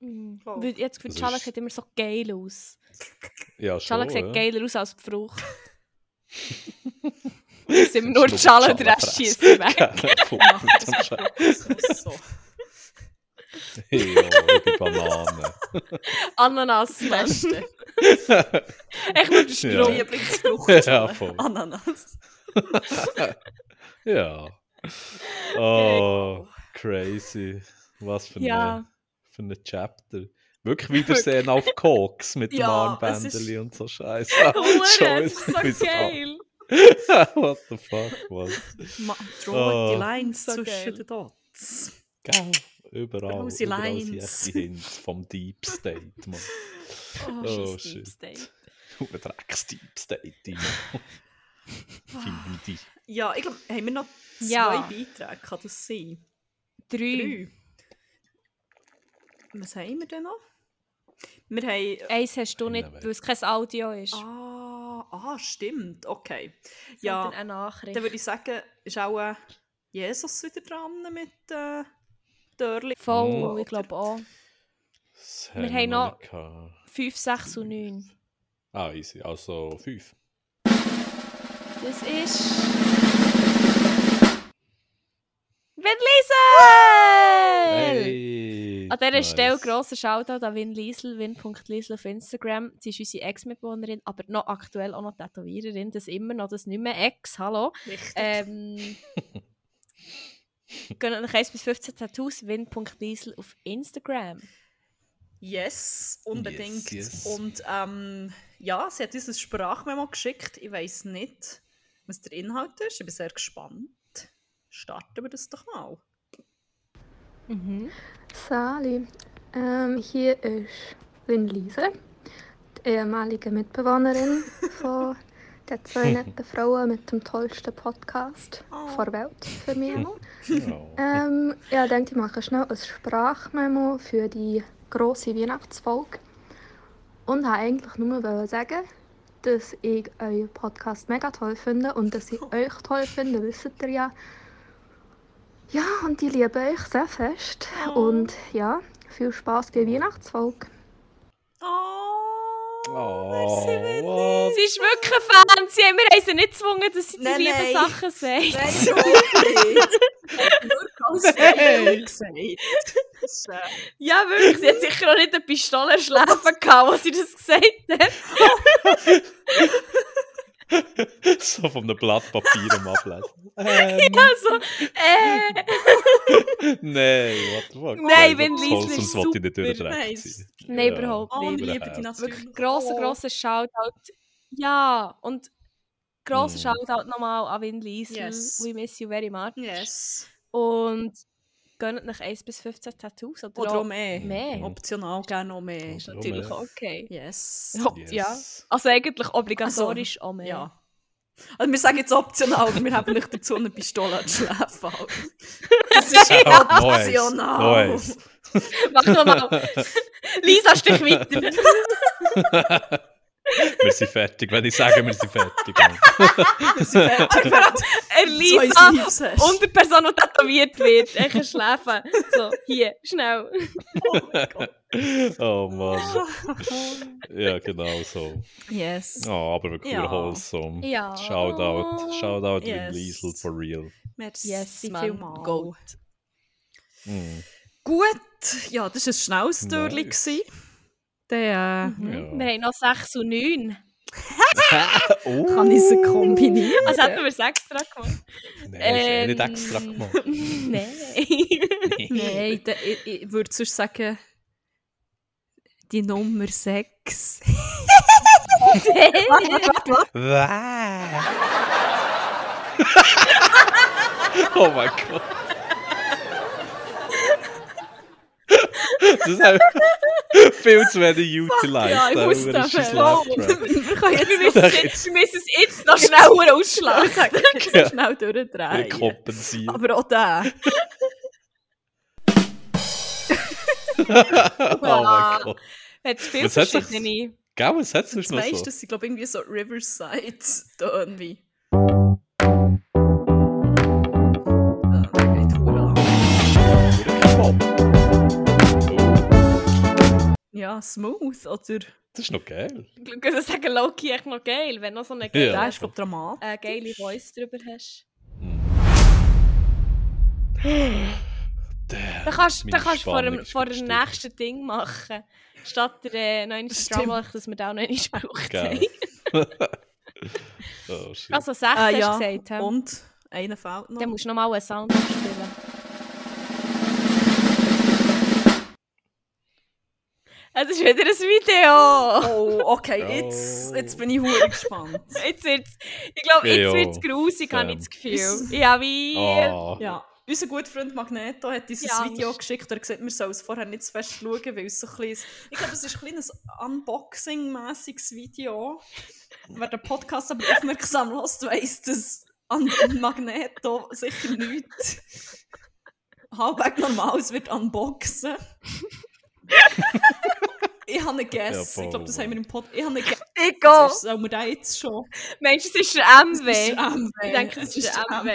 Mhm. Voll. Weil Jetzt für die Das Schale ist- sieht immer so geil aus. Ja, Die schon. Schale sieht ja. geiler aus als die Frucht. Es sind nur die Schale und der Rest Schale schießt weg. Macht das Dann schau- Kokosnuss so. Ja, die Banane. Ananas, Mann. Beste. Ich würde Strom. Die bringt es Frucht. Ja, voll. Ananas. Ja. Genau. Oh, crazy. Was für, Ja. eine, für ein Chapter. Wirklich Wiedersehen auf Koks mit dem Ja, es Armbändeli ist- und so Scheiße. Hure, Schon das ist wieder so bis geil. an. What the fuck, man. Ma- Draw die Oh. Lines So geil. zwischen den Dots. Gell? Überall. Grosse Überall Lines. sind echte Hints vom Deep State, man. Oh, Oh, scheiss, Deep shit. State. Huren Drecks Deep State, Mann. Finde Ja, ich glaube, haben wir noch zwei Ja. Beiträge, kann das sein? Drei. Drei. Was haben wir denn noch? Wir haben Eins hast du nicht, Hinein. weil es kein Audio ist. Ah, ah, stimmt. Okay. ja. Ja, Eine Nachricht. dann würde ich sagen, ist auch äh, Jesus wieder dran mit äh, Dörli. Voll, Mhm. ich glaube auch. ich. Wir haben noch- gehabt. 5, 6 und 9. Ah, easy. Also fünf. Das ist. Vin Liesel! Hey! An dieser Nice. Stelle grosser Shoutout an Vin Liesel, win.liesel auf Instagram. Sie ist unsere Ex-Mitbewohnerin, aber noch aktuell auch noch Tätowiererin. Das immer noch, das nicht mehr Ex, hallo. Richtig. Ähm, gehen euch 1 bis 15 Tattoos, win.liesel auf Instagram. Yes, unbedingt. Yes, yes. Und ähm, ja, sie hat uns ein Sprachmemo geschickt. Ich weiß nicht, was der Inhalt ist. Ich bin sehr gespannt. Starten wir das doch mal. Mhm. Sali, ähm, hier ist Lynn Liese, die ehemalige Mitbewohnerin von der zwei netten Frauen mit dem tollsten Podcast Oh. vor der Welt für mich. auch. Oh. Ähm, ja, ich denke, ich mache schnell ein Sprachmemo für die grosse Weihnachtsfolge. Und wollte eigentlich nur wollen sagen, dass ich euren Podcast mega toll finde und dass ich euch toll finde, wisst ihr ja. Ja, und ich liebe euch sehr fest. Und ja, viel Spaß bei der Weihnachtsfolge. Oh, Oh, merci, Willi. what? Sie ist wirklich ein Fan. Sie haben, wir haben sie nicht gezwungen, dass sie die Nein, lieben nein. Sachen sagt. Nein, so nicht. Nur ganz ehrlich gesagt. Das ist, äh, Ja, wirklich. Sie hat sicher auch nicht eine Pistole schlafen gehabt, als sie das gesagt hat. so von einem Blatt Papier am Ablesen. Ähm, Also, äh, Nein, Eh, what the fuck? Nein, wenn was Liesl soll's, ist sonst wollte ich nicht super überdreht nice. sein. nein, Ja. überhaupt Oh, ich nicht. liebe die natürlich. Wirklich grosser, grosser Shoutout. Ja, und grosser Mm. Shoutout nochmal an Vin Liesel. Yes. We miss you very much. Yes. Und gönnt nach 1 bis 15 Tattoos oder, um- Oder auch auch mehr. Mm-hmm. mehr. Optional gerne noch mehr. Ist natürlich auch okay. Yes. Ja. ja. Also eigentlich obligatorisch auch mehr. Ja. Also wir sagen jetzt optional, aber wir haben nicht dazu eine Pistole an den Schläfen. Das ist optional. Nice. Mach doch mal. Lisa, stich weiter. Wir sind fertig, wenn ich sage, wir sind fertig. Das ist fertig. Er So ein Äh, Lisa Hiebs hast. und der Person, die tätowiert wird. Ich kann schlafen. So, hier, schnell. oh Mann. Ja, genau so. Yes. Oh, aber wirklich Ja. wholesome. Ja. Shoutout. Shoutout Yes. yes. Liesel for real. Merci Yes, Mann. vielmals. Gold. Mm. Gut. Ja, das war ein schnelles Türchen. Nice. gewesen. Dann äh, Wir haben noch 6 und 9. äh, kann ich sie kombinieren. Also hätten wir 6 dran gemacht. Nein, Ähm, ist eh nicht extra gemacht. Nein. Nein, da, ich, ich würde sonst sagen, die Nummer 6. oh mein Gott. das ist einfach viel zu wenig utilized. Ja, ich aber muss es da ist ein fair. Laugh Track. Wir können Wir jetzt müssen, es- wir müssen es jetzt noch schneller ausschlagen. noch so schnell Wir durchdrehen. kompensieren. Aber auch der. oh mein Gott. Hat es viel Was hat sich- verschiedene. Gell, was hat es Das noch meiste so? das sind, glaube ich, irgendwie so Riverside-Töne wie. Ah, geht verdammt lang. Ja, smooth, oder? Das ist noch geil. Glück, dass ich sagen, Loki echt noch geil, wenn du noch so eine Ja. geile, Da ist, glaube ich, dramatisch. äh, geile Voice drüber hast. Hmm. Da kannst, da Meine kannst du vor Spannung dem, ist vor dem gestiegen. nächsten Ding machen. Statt der äh, neuen Stimmt. Drama, dass wir da auch noch nicht gebraucht Geil. haben. Oh, shit. Also 6 hast du gesagt, hä? Ah, Und einer fehlt noch. Dann musst du nochmal einen Sound spielen. Es ist wieder ein Oh, Video! okay, jetzt, jetzt bin ich hure gespannt. Jetzt wird's, ich glaube, jetzt Video. wird's grusig, habe ich das Ist- Gefühl. Ja, wie? Oh. Ja. Unser guter Freund Magneto hat uns Ja. ein Video geschickt. Er sagt, wir sollen es vorher nicht zu fest schauen, weil es so ein kleines. Ich glaube, es ist ein kleines Unboxing-mäßiges Video. Wer den Podcast aber aufmerksam hört, weiss, dass an Magneto sicher nichts halbwegs Normales wird unboxen. ich habe einen Guess. Ja, ich glaube, das voll. haben wir im Podcast. Ich habe einen Guess. Ich gehe! Sollen wir den jetzt schon? Mensch, es ist der Das ist MW. MW. Ich denke, es ist der der MW.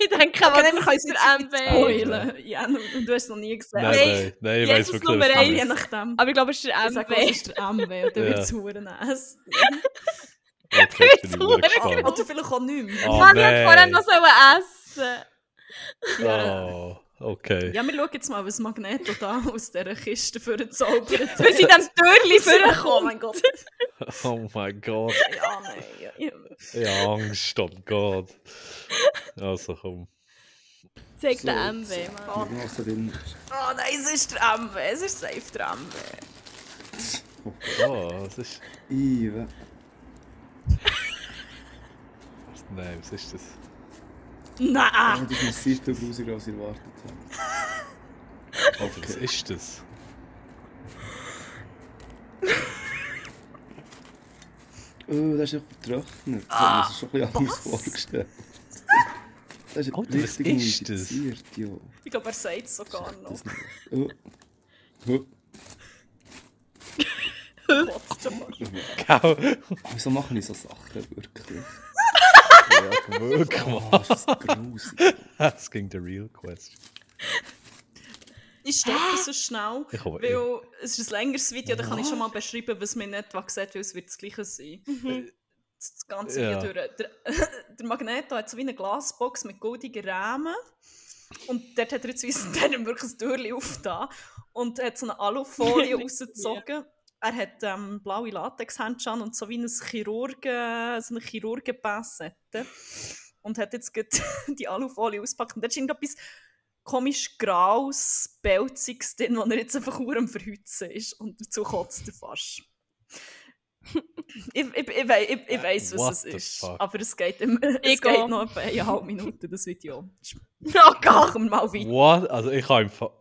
Ich denke, aber dann können es ist Sie der sagen. MW. Spoilen. Ja, und und du hast es noch nie gesehen. Nein, nein, nein, ich Jesus weiß wirklich Nummer was eins. du Je meinst. nachdem. Aber ich glaube, es ist der Ich sag, was MW. ist der MW? Oder Ja. wird es Huren nass? Okay, Ich bin bin wirklich so gespannt. Oder vielleicht auch nicht mehr. Oh, Mann, ich nein. hätte vorher noch so essen Oh, okay. Ja, wir schauen jetzt mal, was Magneto da aus dieser Kiste für einen Zauber hat. Wir sind am Türli Oh vorgekommen. mein Gott. Oh mein Gott, Ja, nein. Ja, ja. ich habe Angst, oh Gott. Also komm. Zeig den MW, Mann. Oh nein, es ist der MW. Es ist safe der MW. Oh, was ist... Ive. Nein, was ist das? Nein. Das ist massiv viel grusiger, als ich erwartet habe. Alter, was ist das? Oh, das ist echt vertrocknet. Ich habe mir das schon ein bisschen anders vorgestellt. Das ist Alter, was richtig ist das? mumifiziert, ja. Ich glaube, er sagt es sogar noch. Das nicht. Oh. Oh. Oh. Gell? Wieso machen ich so Sachen wirklich? ja, Wirklich, oh, ist das grusig. Das ging der real question. Ich stecke so schnell, Ich komme- weil es ist ein längeres Video, da kann ich schon mal beschreiben, was mir nicht etwa sieht, weil es wird das gleiche sein. Äh, Das das ganze Mhm. Ja. Video durch. Der, der Magneto hat so wie eine Glasbox mit goldigen Rahmen und dort hat er jetzt wie so- der hat ihm wirklich ein Türchen aufgetan und hat so eine Alufolie rausgezogen. Er hat ähm, blaue Latexhände an und so wie ein Chirurgen, so eine Chirurgenpassette. Und hat jetzt gerade die Alufolie ausgepackt. Und da ist irgendetwas komisch graues, pelziges drin, wo er jetzt einfach nur am Verhützen ist. Und dazu kotzt er fast. Ich, ich, ich, wei- ich, ich weiß, Äh, What was the es ist. fuck? Aber es geht, im, es Ich geht auch. noch etwa eineinhalb Minuten, das Video. Oh Gott! Machen wir mal weiter. What? Also ich kann, im Fa-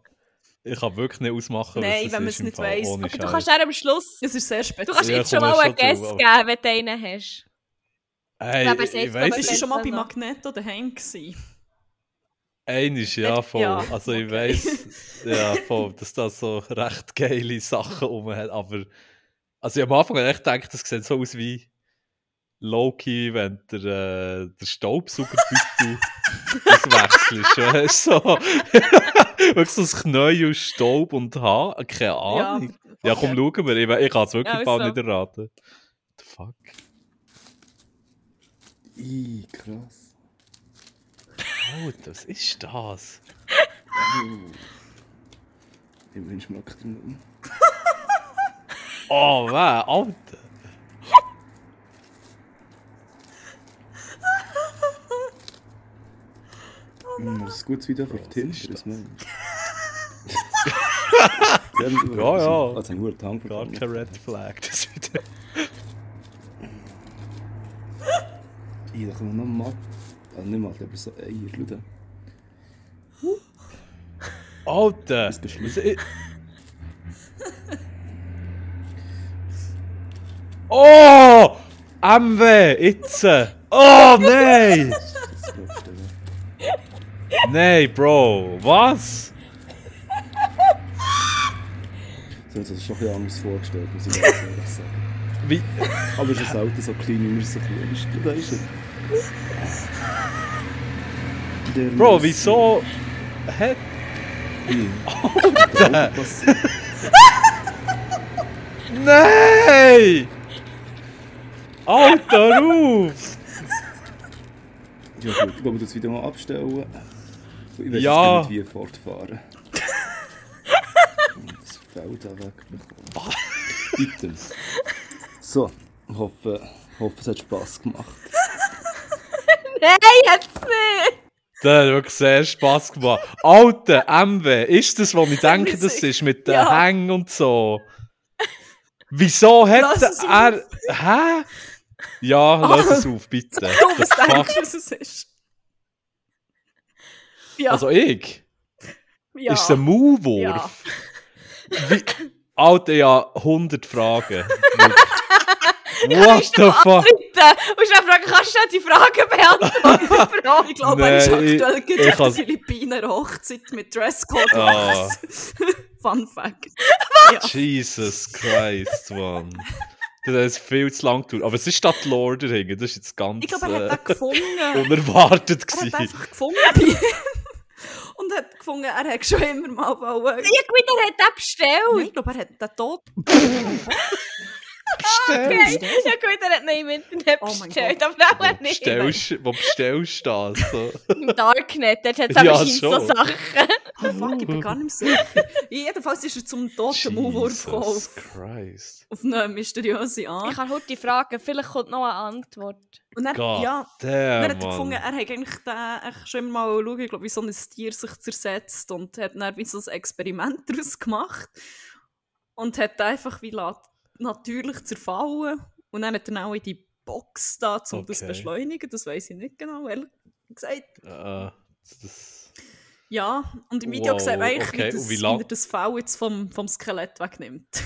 ich kann wirklich nicht ausmachen, Nein, wenn was man es das ist im nicht Fall, weiss. ohne Aber Du Scheiß. kannst dann am Schluss. Es ist sehr Du speziell. kannst Ja, jetzt komm, schon mal ist einen schon Guess drauf, geben, wenn du einen hast. Hey, Aber ich, es heisst, ich aber weiss, Bist es du es heisst- schon mal bei noch. Magneto daheim gewesen? einiges, ja, voll. Ja, also ich okay. weiss, ja, voll, dass das so recht geile Sachen rum hat, aber also ich am Anfang echt gedacht, das sieht so aus wie Loki, wenn der, äh, der Staubsaugerbeutel auswechselst, weißt du, so. Wirklich so ein Knäuel aus Staub und Haar, keine Ahnung. Ja, komm, schauen wir. Ich, we- ich kann es wirklich Ja, bald also. nicht erraten. What The fuck? Ih, krass. Alter, was ist das? Uh. Immerhin schmeckt er noch. Oh, man, Alter. Mm, das ist ein gutes Video für ist Tinder, das? das meinst du? Ja, ja. Also, nur die Hand Gar kein Red Flag. Das ist wieder- Ich dachte noch mal. Also nicht mal, aber so Eier, schau da. Alter. Ist das schlimm? Was i- Oh! MW, jetzt! Oh, nein! Das glaubst du nicht. Nein, Bro. Was? So, das ist schon ein bisschen anders vorgestellt, muss ich ganz ehrlich sagen. Wie? Aber es ist ein Auto so klein, wie man es so klein ist. Schau, Da ist er. Der Bro, Messi. wieso? Hä? Ih. Der Auto passiert. Nein! Alter, ruf! Ja gut, ich glaube, das Video mal abstellen. So, Ich weiß Ja. jetzt gar nicht, wie fortfahren. das Feld da wegbekommen. Items. So, ich hoffe, ich hoffe, es hat Spass gemacht. Nein, jetzt nicht! Das hat wirklich sehr Spass gemacht. Alter, MW, ist das, was ich denke, das ist mit den Ja. Hängen und so? Wieso hat Lass es er. Hä? Ja, lass es auf, bitte. The Was denkst fuck? du, was es ist? Ja, Also ich? ja. Ist es ein Maulwurf? Wie... Alter, ja, 100 Fragen. What the fuck? Dritte! Und dann fragen, kannst du die Fragen beantworten? Bro? ich glaube, er ist Nein, ich- aktuell ich gerade auf kann's- der Philippinen Hochzeit mit Dresscode. Ah. Fun Fact. Jesus Christ, Mann. Das ist viel zu lang gedauert. Aber es ist statt Lord hängen, das ist jetzt ganz Ich glaube, er äh, hat den gefunden. unerwartet Er hat gewesen. einfach gefunden. Und hat gefunden, er hat schon immer mal wollen. Ich wieder hat er Nein, bestellt! Ich glaube, er hat den Tod. Ah, Okay. Ja gut, er hat nicht im Internet Oh mein bestellt, aber auch Wo nicht. Oh, bestellst, wo bestellst du das? So? Im Darknet, dort hat es Ja, ja, so schon. Sachen. Ah, Fuck, ich bin gar nicht mehr sicher. Jedenfalls ist er zum toten Maulwurf gekommen. Jesus auf- Christ. Auf eine mysteriöse Art. Ich kann heute fragen, vielleicht kommt noch eine Antwort. Und dann, Gott, ja, damn, Dann hat er Mann. gefunden, er hat eigentlich den, echt schon immer mal schauen, ich glaube, wie so ein Tier sich zersetzt und hat dann wie so ein Experiment daraus gemacht und hat den einfach wie la- natürlich zerfallen und dann hat er ihn auch in die Box da, um das zu Okay. beschleunigen, das weiß ich nicht genau, ehrlich gesagt. Äh, das, Ja, und im Video Wow, sieht man eigentlich, okay, wie, das, und wie wie lang- er das Fell jetzt vom, vom Skelett wegnimmt.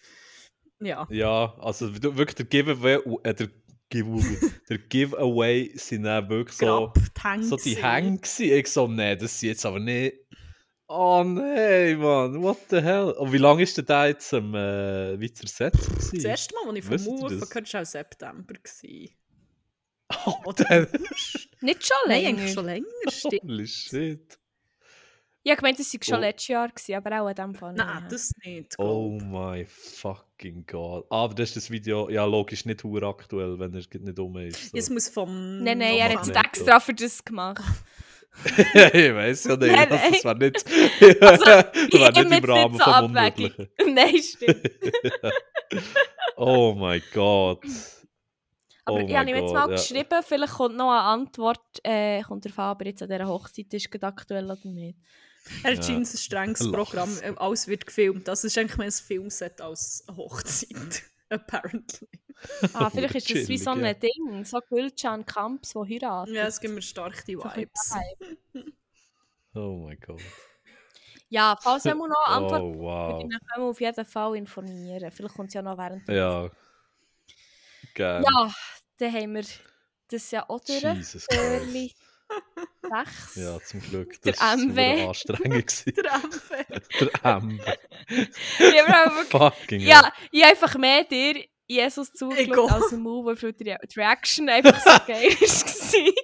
ja. ja, also du- wirklich der Giveaway, äh, der, Giveaway, der Giveaway sind dann wirklich so, Grab, die Hänge. so die gewesen. Hänge gewesen. Ich so, nee, das sind jetzt aber nicht... Oh nein, Mann, what the hell? Und wie lange ist denn der jetzt am äh, wie zersetzt gewesen? Das erste Mal, als ich vom Wisst ihr Mauer das? gehört habe, war auch September. gewesen. Oh, der- Nicht schon Nein, eigentlich länger. schon länger. Stimmt. Holy shit. Ja, ich meinte, es war schon Oh. letztes Jahr, gewesen, aber auch in dem Fall Nein, nicht. das nicht. Oh glaub. my fucking god. Ah, Aber das ist das Video, ja logisch, nicht hure aktuell, wenn er gerade nicht um ist. So. Es muss vom. Nein, nein, Oh, er Mann, hat es nein, extra für das gemacht. ich weiß ja nicht, Nein, das- das war nicht, Also, das war immer nicht im Rahmen so vom abwegig. Unmöglichen. Nein, stimmt. Oh my god. Aber Oh ich habe mein ihm jetzt Gott, mal ja. geschrieben, vielleicht kommt noch eine Antwort, äh, kommt darauf an, ob er jetzt an dieser Hochzeit ist, gerade aktuell oder nicht. Er hat scheint ein strenges Lacht. Programm. äh, Alles wird gefilmt. Das ist eigentlich mehr ein Filmset als eine Hochzeit. Apparently. Ah, vielleicht ist das wie so Chillig, ja. ein Ding, so Gülcan Kamps, der heiratet. Ja, es gibt mir stark die So ein bisschen Vibes. Vibe. Oh mein Gott. Ja, falls wir noch eine Antwort Oh würde wow. ich nachher auf jeden Fall informieren. Vielleicht kommt es ja noch während Ja. Geil. Ja, dann haben wir das ja auch durch. Ähm. Jesus Christ. Early 6. Ja, zum Glück. Der Das war MW. super anstrengend. gewesen. Der MV. Der MW. Ja, wir haben wirklich- Fucking ja, ich habe einfach mehr dir Jesus zugeschaut auch. als dem Move, weil für die Reaction einfach so geil war. hell.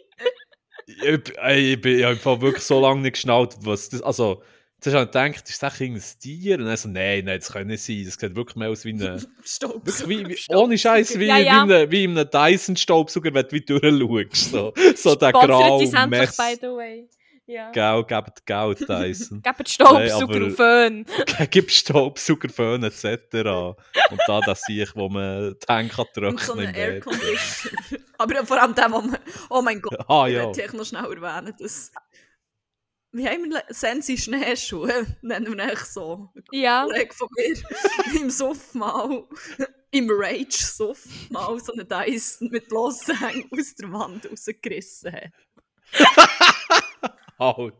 Ich, ey, ich, bin- ich habe wirklich so lange nicht geschnallt, was das. Also, zuerst habe ich gedacht, ist das irgendein Tier? Und dann so, nein, nein, das kann nicht sein. Das sieht wirklich mehr aus wie ein. Staub. Wirklich wie, wie, ohne Scheiß, wie, Ja, ja. wie, in einem- wie in einem Dyson-Staubsauger, wenn du wie durchschaust. So, so der Sponsert graue uns endlich, Mess. by the way. Ja. Gell, gebt Geld, Dyson. Gebt Nein, Staubsauger aber- auf Föhn. Gib Staubsauger, Föhn etc. Und da das sehe ich, wo man die Hände kann Und so trocknen einen kann. Airconditioner. Aber vor allem dem, wo man... Oh mein Gott, Ah ich ja, möchte ich noch schnell erwähnen, dass... Wie haben wir... Sensi Schneeschuhe, nennen wir ihn so. Ja. Kollege von mir im Suff mal, im Rage-Suff mal so einen Dyson mit bloßen Hängen aus der Wand rausgerissen hat. Alter.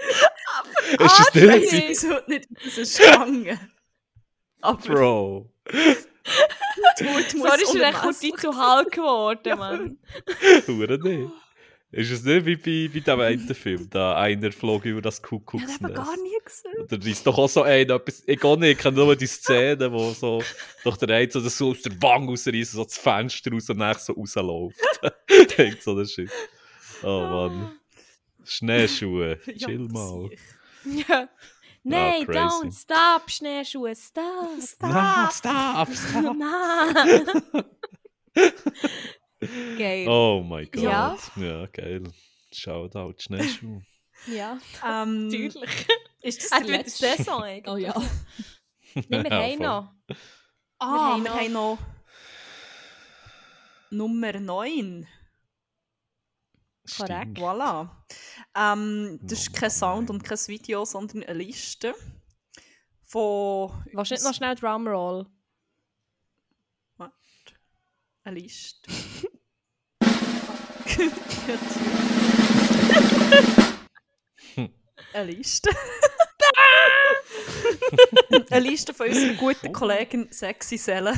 Ist das Ah, nicht, Ich shit. weiß heute nicht, was es ist gegangen. Aber Bro? die Wut muss um Sorry, ist er echt kurz unermesslich zu Hall geworden, Mann. Hure nicht. Ist es nicht wie bei, bei dem einen Film, da einer flog über das Kuckucksnest? nie gesehen. Oder ist doch auch so ein, etwas, ich auch nicht, ich kenne nur die Szene, wo so, doch der eine so, das so aus der Wange rausreißt, so das Fenster raus und nachher so rausläuft. Denkt so, das Shit. Oh Mann. Schneeschuhe, chill mal. Ja. Nein, crazy. don't stop, Schneeschuhe, stop, Nein, Ah! stop, stop, stop. Mann. Geil. Oh mein Gott. Ja. Ja, geil. Shoutout, Schneeschuhe. Ja, Ähm, natürlich. Äh, ist das Er der wird die letzte? Saison eigentlich. Oh ja. Nein, wir haben noch. Ah, Wir wir haben haben noch... Nummer 9. Korrekt. Voilà. Ähm, das ist Nummer kein Sound neun. und kein Video, sondern eine Liste von. Willst du nicht noch schnell Drumroll? Eine Liste. eine Liste. eine Liste von unseren guten Kollegen Sexy Sellen.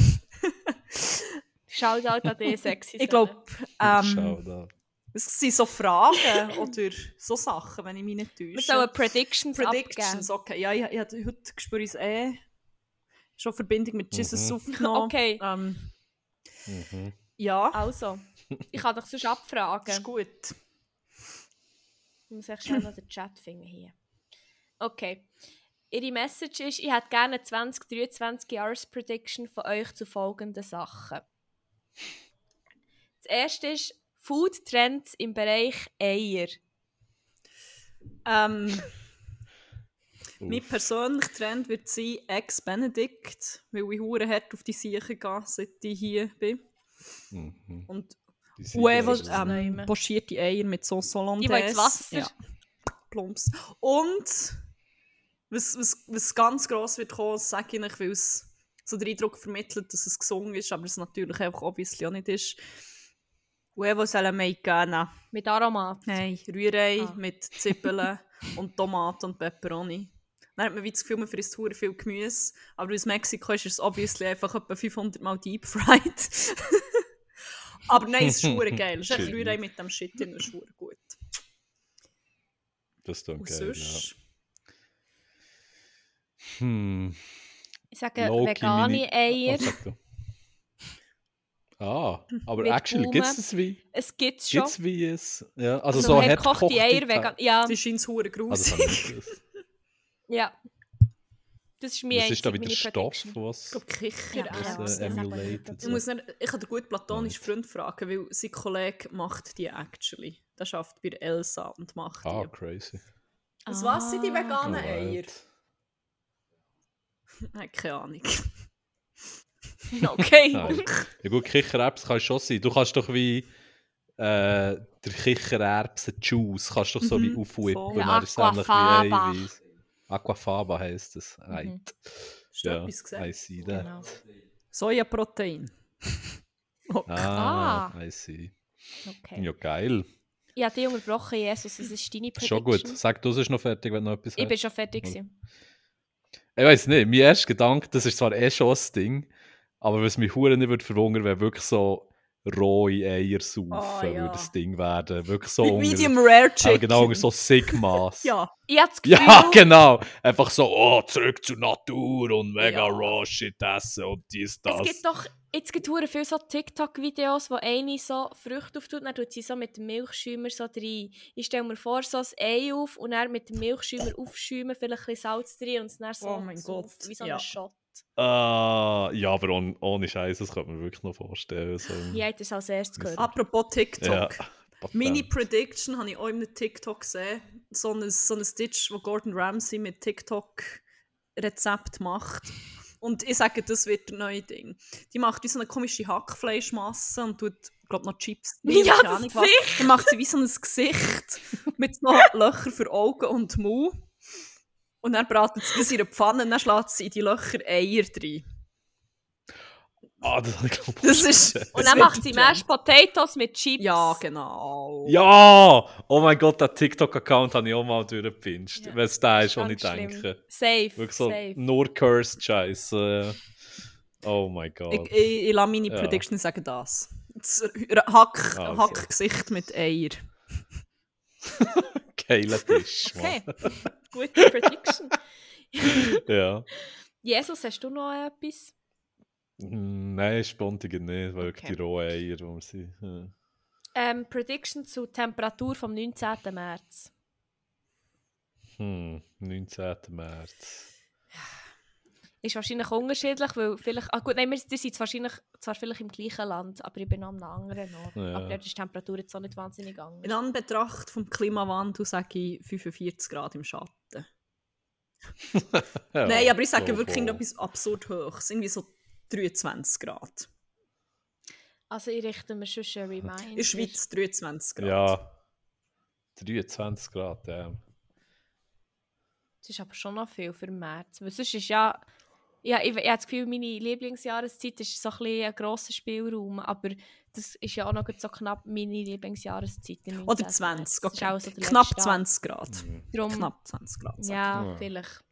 Shoutout an die sexy Ich glaube, ähm, Shoutout. es sind so Fragen oder so Sachen, wenn ich mich nicht täusche. wir sollen Predictions, Predictions, Predictions abgeben. okay. Ja, ich, ich, hatte- heute spüre ich es eh. Schon Verbindung mit Jesus Mhm. aufgenommen. Okay. Ähm, Mhm. ja, Also, ich kann dich das sonst ist abfragen. gut. Ich muss echt schnell noch den Chat finden hier. Okay. Ihre Message ist, ich hätte gerne eine 2023 Jahres Prediction von euch zu folgenden Sachen. Das erste ist Food Trends im Bereich Eier. Ähm, mein Uff. persönlicher Trend wird sein Ex-Benedict, weil ich hure hart auf die Siechen gehe, seit ich hier bin. Mhm. Und Die sind Huevos, jetzt- ähm, Nehmen. pochierte Eier mit Sauce Die, Hollandaise. die ins Wasser. Ja, plumps. Und was, was, was ganz gross wird kommen, das sage ich nicht, weil es so den Eindruck vermittelt, dass es gesungen ist, aber es natürlich einfach obviously auch nicht ist. Huevos a la Mexicana. Mit Aromat. Nein, Rührei Ah. mit Zwiebeln und Tomaten und Peperoni. Dann hat man wie das Gefühl, man frisst hure viel Gemüse, aber aus Mexiko ist es obviously einfach etwa 500 Mal deep fried. aber nein, es ist hure geil. Es ist echt Rührei mit dem Shit drin, ist hure gut. Das tut Und geil, ja. sonst... Hm. Ich sage Low-key vegane meine- Eier. Oh, sag du. Ah, aber Mit actually, Blumen. gibt es das wie? Es gibt schon. Gibt es wie es? Ja, also, Also so hart hart gekochte gekochte Eier Te- vegan. Ja, Das ist ins hure Also, grusig. das habe ich nicht gewusst. ja. Das ist mir Was ist da wieder Stoff, Prediction. ich was glaube, Kicher. Ja, genau, Ja, ja. was äh, das sagt man emulated? Ich, muss nicht, ich kann den guten platonischen Right. Freund fragen, weil sein Kollege macht die actually. Der schafft bei der Elsa und macht Ah, die. crazy. Was, was sind die Ah. veganen Eier? Alright. Nein, keine Ahnung. Okay. Nein. Ja gut, Kichererbsen kann schon sein. Du kannst doch wie eh, äh, der Kichererbsen-Juice kannst doch so Mhm, wie aufwippen. voll. und Ja, dann ist es ähnlich wie Aquafaba. Mhm. Eiweiß. Aquafaba heisst das. dus. Right. Hast du Ja, etwas gesagt? I see that. Genau. Sojaprotein. Okay. Ah, Ah. I see. Okay. Ja, geil. Ich habe dich unterbrochen, Jesus, es ist deine Prediction. Schon gut. Sag, du bist noch fertig, wenn du noch etwas Ich hast. bin schon fertig. Hm. gewesen. Ich weiß nicht, mein erster Gedanke, das ist zwar eh schon ein Ding, aber was mich hure nicht würde verwundern, wäre wirklich so rohe Eier saufen, Ah, ja. würde das Ding werden. Wirklich so unter- Medium Rare aber Chicken. genau, unter so Sigmas. Ja, Ich habe das Gefühl, Ja, genau. Einfach so, oh, zurück zur Natur und Ja. mega raw shit essen und dies, das. es gibt doch jetzt gibt hure viele so TikTok-Videos, wo eine so Früchte auftut, dann tut sie so mit dem Milchschäumer so rein. Ich stelle mir vor, so ein Ei auf und dann mit dem Milchschäumer aufschäumen, vielleicht ein bisschen Salz drin und es dann so Oh mein so Gott, wie so ja. ein Shot. Ah, ja, aber ohne, ohne Scheiß, das könnte man wirklich noch vorstellen. So ein Ich habe das als erstes gehört. apropos TikTok. Patent. Meine Prediction habe ich auch in einem TikTok gesehen. So ein, so ein Stitch, wo Gordon Ramsay mit TikTok-Rezept macht. Und ich sage, das wird ein neues Ding. Die macht wie so eine komische Hackfleischmasse und tut, glaube noch Chips. rein, Ja, keine das Ahnung was. Dann macht sie wie so ein Gesicht mit so Löchern für Augen und Mund. Und dann bratet sie das in einer Pfanne und dann schlägt sie in die Löcher Eier rein. Ah, das habe ich glaube Das ist... Und dann macht sie Mashed Potatoes mit Chips. Ja, genau. Ja! Oh mein Gott, der TikTok-Account habe ich auch mal durchgepinscht. Ja. Wenn es der ist, was ich Ganz schlimm. denke. Safe, Wirklich so safe. nur cursed Scheiße. Oh mein Gott. Ich, ich, ich lasse meine Ja. Prediction sagen das. Das R- Hack, Also. Hackgesicht mit Eier. Geiler Tisch. Okay, gute Prediction. Mann. Ja. Jesus, hast du noch etwas? Hm, Nein, spontan nicht, weil Okay. wirklich die rohen Eier, die wir sind. Ja. Ähm, Prediction zu Temperatur vom 19. März. Hm, 19. März. Ist wahrscheinlich unterschiedlich, weil vielleicht. Ah gut, nein, wir sind- ihr seid wahrscheinlich zwar vielleicht im gleichen Land, aber ich bin an einem anderen Ort. Ja. Aber dort ist die Temperatur jetzt auch nicht wahnsinnig anders. In Anbetracht vom Klimawandel sage ich 45 Grad im Schatten. Ja, Nein, aber ich sage so wirklich voll. irgendetwas absurd hoch. Irgendwie so 23 Grad. Also ich richte mir schon einen Reminder. In der Schweiz 23 Grad. Ja. 23 Grad, ja. Das ist aber schon noch viel für März. Weil sonst ist ja... Ja, ich, ich habe das Gefühl, meine Lieblingsjahreszeit ist so ein, bisschen ein grosser Spielraum, aber das ist ja auch noch so knapp meine Lieblingsjahreszeit. im Oder 19. 20. Das ist auch Okay. so der Knapp letzte 20 Grad. Hm. Tag. Darum- Knapp 20 Grad. sag Ja, Ja. vielleicht.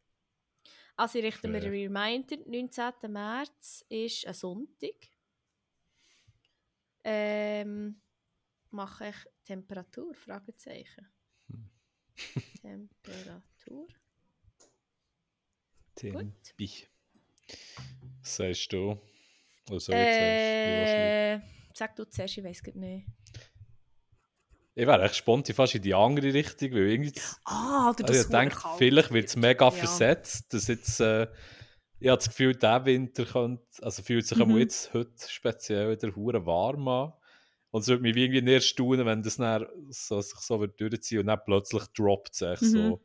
Also ich richte mir Fair. einen Reminder. 19. März ist ein Sonntag. Ähm, mache ich Temperatur? Fragezeichen. Hm. Temperatur. Tim. Gut. Bi. Sagst du? Oder soll ich zuerst? Ich weiß nicht. Äh, sag du zuerst, ich weiß nicht. Ich wäre echt spontan fast in die andere Richtung, weil irgendwie ich. Ah, du also ich bist denke, vielleicht wird es mega versetzt, dass jetzt äh, ich habe das Gefühl, der Winter könnte, also fühlt sich mhm. Mhm. jetzt heute speziell wieder hure warm an und es würde mich irgendwie nicht erstaunen, wenn das dann so, sich so wird durchziehen und dann plötzlich droppt es echt Mhm. so,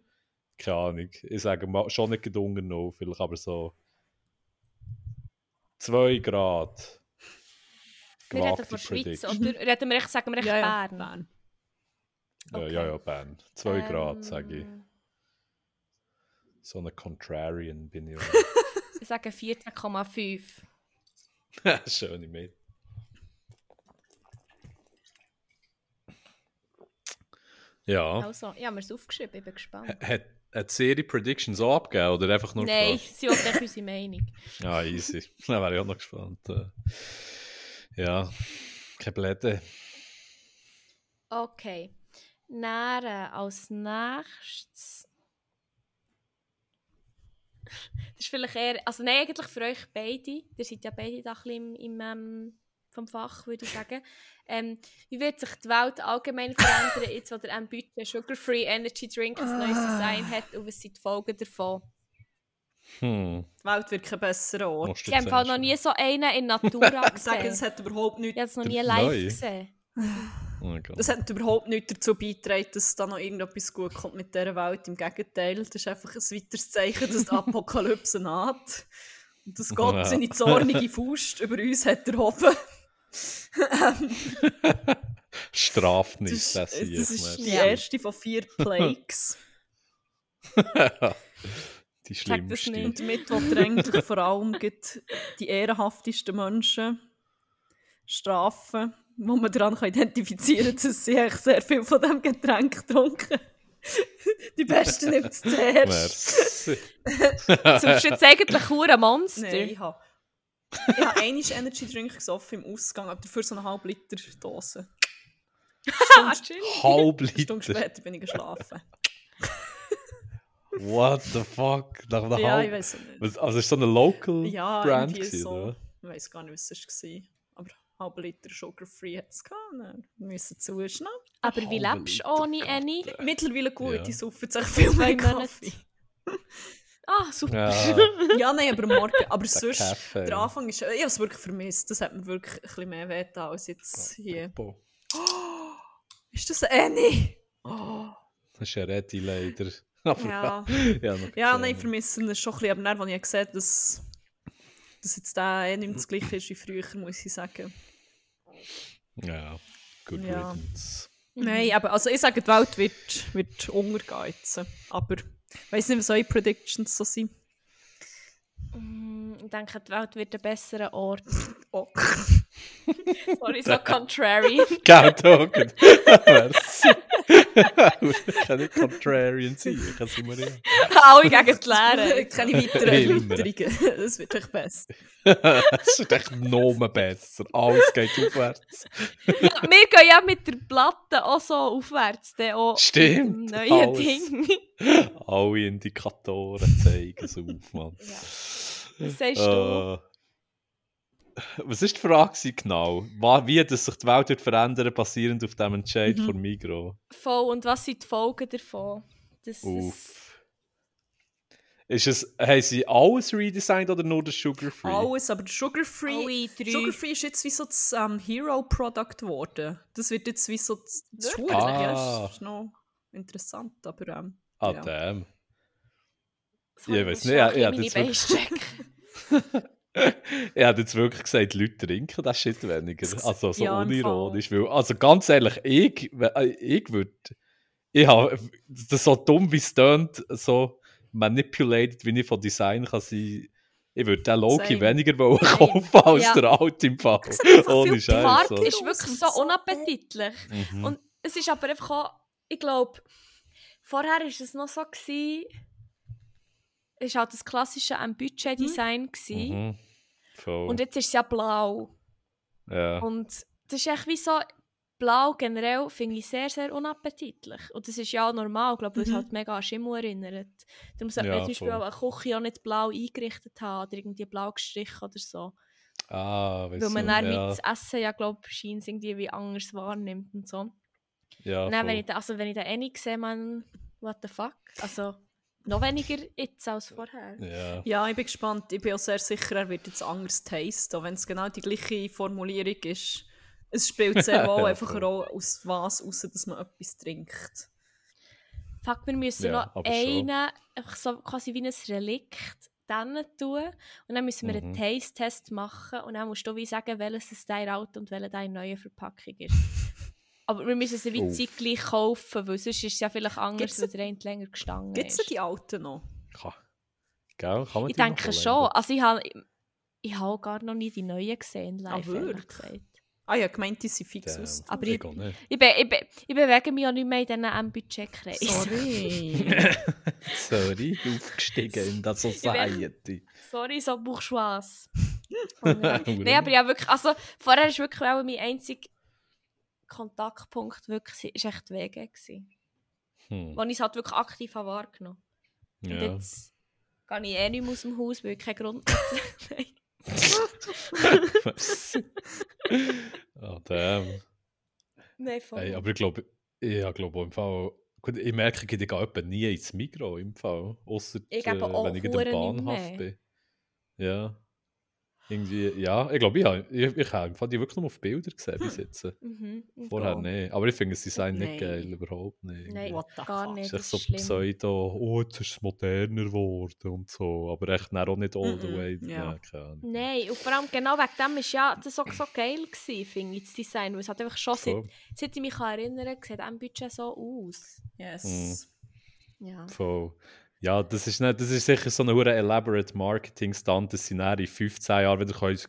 keine Ahnung, ich sage mal, schon nicht gedungen noch, vielleicht aber so 2 Grad. Wir reden Gewagte von Schweiz, Prediction. oder? Reden wir echt, sagen wir echt Ja, ja. Bern. Bern. Ja, oh, Okay. ja, ja, Bern. 2 Ähm, Grad, sage ich. So ein Contrarian bin ich. Ich sage 14,5. auch. Schöne Mädchen. Ja. Also, ich habe mir es aufgeschrieben, ich bin gespannt. H- Hat, hat die Serie Prediction so abgegeben oder einfach nur Nein, gefragt? sie wollte echt unsere Meinung. Ah, easy. Da wäre ich auch noch gespannt. äh. Ja, keine Blätter. Okay. Nähren eh, als nächstes. Das ist vielleicht eher. Also, nein, eigentlich für euch beide. Ihr seid ja beide da ein bisschen im, im ähm, vom Fach, würde ich sagen. Ähm, wie wird sich die Welt allgemein verändern, jetzt, wo der Ambüte Sugar-Free Energy Drink ein neues Design hat und was sind die Folgen davon? Hm, Die Welt wird kein besserer Ort. musst du Ich habe im Fall zuerst. noch nie so einen eh, in Natura Ich sage, es gesehen. hat überhaupt nichts Ich habe es noch Der nie live neue? gesehen. Oh mein Gott. Das hat überhaupt nichts dazu beigetragen, dass da noch irgendetwas gut kommt mit dieser Welt. Im Gegenteil, das ist einfach ein weiteres Zeichen, dass die Apokalypse naht. Und dass Gott Ja. seine zornige Faust über uns hat erhoben. Straft Das nicht, ist, äh, das das sehe ich ist die jetzt. erste von vier Plagues. Die die Sag das schlimmste. nicht. Und mit wo eigentlich vor allem gleich die ehrenhaftesten Menschen strafen, wo man daran kann identifizieren kann, dass sie eigentlich sehr viel von diesem Getränk getrunken haben. Die Beste nimmt es zuerst. Merci. Das ist jetzt eigentlich ein Monster. Nein, ich habe ich hab einmal Energy Drink gesoffen im Ausgang, aber dafür so eine halbe Liter Dose. Ah, chill. Halb Eine Stunde Liter. später bin ich geschlafen. What the fuck? Nach Ja, einer ich halben. weiß nicht. Was- Also ist so eine Local Ja, Brand irgendwie gewesen, so. oder? Ich weiß gar nicht, was es war. Aber einen halben Liter Sugar-Free hat es gehabt. Dann müssen zuschneiden. Aber wie Halbe lebst du Liter, ohne Annie? Mittlerweile gut, Ja. ich saufe jetzt echt viel mehr Monate. Kaffee. Ah, super. Ja, Ja, nein, aber am Morgen. Aber der sonst, Kaffee. der Anfang ist... Ich habe es wirklich vermisst. Das hat mir wirklich ein bisschen mehr wehgetan als jetzt hier. Boah, Ist das Annie? Oh, Das ist ein Reddy leider. Aber ja. ja, eh, noch Ja, keine nein, ich Ahnung. vermisse ihn schon ein bisschen. Aber dann, als ich gesehen habe, dass, dass jetzt der eh nicht mehr das gleiche ist wie früher, muss ich sagen. Ja, good Ja. riddance. Mhm. Nein, aber also ich sage, die Welt wird, wird untergehen jetzt. Aber ich weiß nicht, was eure Predictions so sind. Mm, Ich denke, die Welt wird ein besserer Ort. Oh. Sorry, so contrary. Gell, Token. Merci. Ich kann nicht contrarian sein, ich kann es immer ja. Alle gegen die Lehre. Keine Wie weiteren immer. Erläuterungen. Das wird echt besser. Es ist echt noch besser. Alles geht aufwärts. Ja, wir gehen ja mit der Platte auch so aufwärts. Dann auch Stimmt, Neue alles. Ding. Alle Indikatoren zeigen es auf, Mann. Ja. Was sagst Äh, Eh, was ist die Frage gewesen genau? Wa- nou? Wie dass sich die Welt wird verändern, basierend auf dem Entscheid Mhm. von Migros? Voll. Und was sind die Folgen davon? Das ist. Uff. Ist es, haben sie alles redesigned oder nur das Sugar Free? Alles, aber der Sugar Free... Alle drei. Sugar Free ist jetzt wie so das ähm, Hero-Product geworden. Das wird jetzt wie so das, das Wirklich? Schwule. Ja, Ah. ist, ist noch interessant, aber... Ähm, Ah, ja. damn. Sorry, Ich weiss muss nicht, ja, noch ein ja, bisschen das meine wird- Beine strecken. Ich hätte jetzt wirklich gesagt, die Leute trinken das Shit weniger. Das- Also so ja, im unironisch. Weil, also ganz ehrlich, ich, we- ich würde... Ich habe, das so dumm wie es tönt, so manipulated, wie ich von Design kann sein ich würde den Loki Same. weniger wollen Same. kaufen als Ja. der alte im Fall. Es hat einfach Ohne viel Scheiß. Farbe so. Farbe ist wirklich so unappetitlich. Mhm. Und es ist aber einfach auch, ich glaube, vorher war es noch so, gewesen, es war halt das klassische am Budget-Design. gewesen. Mhm. Voll. Und jetzt ist es ja blau. ja. Und das ist echt wie so, blau generell finde ich sehr, sehr unappetitlich. Und das ist ja auch normal, glaube weil es Mhm. halt mega an Schimmel erinnert. Darum sollte Ja, man zum Beispiel voll. auch eine Küche auch nicht blau eingerichtet haben oder irgendwie blau gestrichen oder so. ah, weiss Weil man nicht, dann wie ja. das Essen ja, glaube ich, scheint irgendwie wie anders wahrnimmt und so. Ja, Nein, wenn voll. ich, da- also wenn ich den eh nicht sehe, man, what the fuck? Also, noch weniger jetzt als vorher. ja. Ja, ich bin gespannt. Ich bin auch sehr sicher, er wird jetzt anders tasten, auch wenn es genau die gleiche Formulierung ist. Es spielt sehr wohl einfach Voll. auch aus was raus, dass man etwas trinkt. Fuck, wir müssen Ja, noch aber schon. einen, einfach so quasi wie ein Relikt dann tun. Und dann müssen wir einen Mhm. Taste-Test machen. Und dann musst du wie sagen, welches ist dein alte und welche deine neue Verpackung ist. Aber wir müssen sie wie Oh. zeitgleich kaufen, weil sonst ist es ja vielleicht anders, Gibt's- weil der eine länger gestanden Gibt es ist. die alten noch? Kann, gell, kann man Ich Oh, die noch denke verlängern? schon. Also ich habe ich habe gar noch nie die neuen gesehen live, Ah, ehrlich wirklich? gesagt. Ah ja, gemeint, die sind fix Damn. aus. Aber Ich ich- gehe nicht. Ich, be ich, be ich bewege mich auch nicht mehr in diesen am Budgetkreis. Sorry. Sorry, aufgestiegen in der Society. Sorry, so Bourgeois. Nein, aber ja wirklich, also vorher war wirklich auch mein einziger Kontaktpunkt wirklich, ist echt die WG gewesen. Hm, Wo ich es halt wirklich aktiv habe wahrgenommen habe. ja. Und jetzt gehe ich eh nicht mehr aus dem Haus, weil ich keinen Grund mehr Nein. Ah, damn. Nein, voll. Hey, aber ich glaube, ich glaube im Fall. Gut, ich merke, ich gehe etwa nie ins Mikro im Fall. Ausser, äh, Ich gebe auch wenn ich in der verdammt nicht Bahnhof mehr. bin. Ja. Irgendwie, ja, ich glaube, ich habe ich, ich habe im Fall die wirklich nur auf Bilder gesehen bis jetzt. mhm, ich Vorher auch. nicht. Aber ich finde das Design Nein. nicht geil, überhaupt nicht. Nein, What the gar fuck? nicht. Es Das ist ist echt so schlimm. pseudo, oh, jetzt ist es moderner geworden und so. Aber echt dann auch nicht all the Mhm, way. ja. Nein, keine Ahnung. Nein, und vor allem genau wegen dem war ja das auch so geil, gewesen, finde ich, das Design. Weil es hat einfach schon, seit, Voll, seit ich Mhm. mich kann erinnern kann, sieht ein Budget so aus. Yes. Ja. voll. Ja, dus das ist, nicht, das ist sicher so eine hure elaborate Marketing-Stand, dass sie dann in 15 Jahren wieder können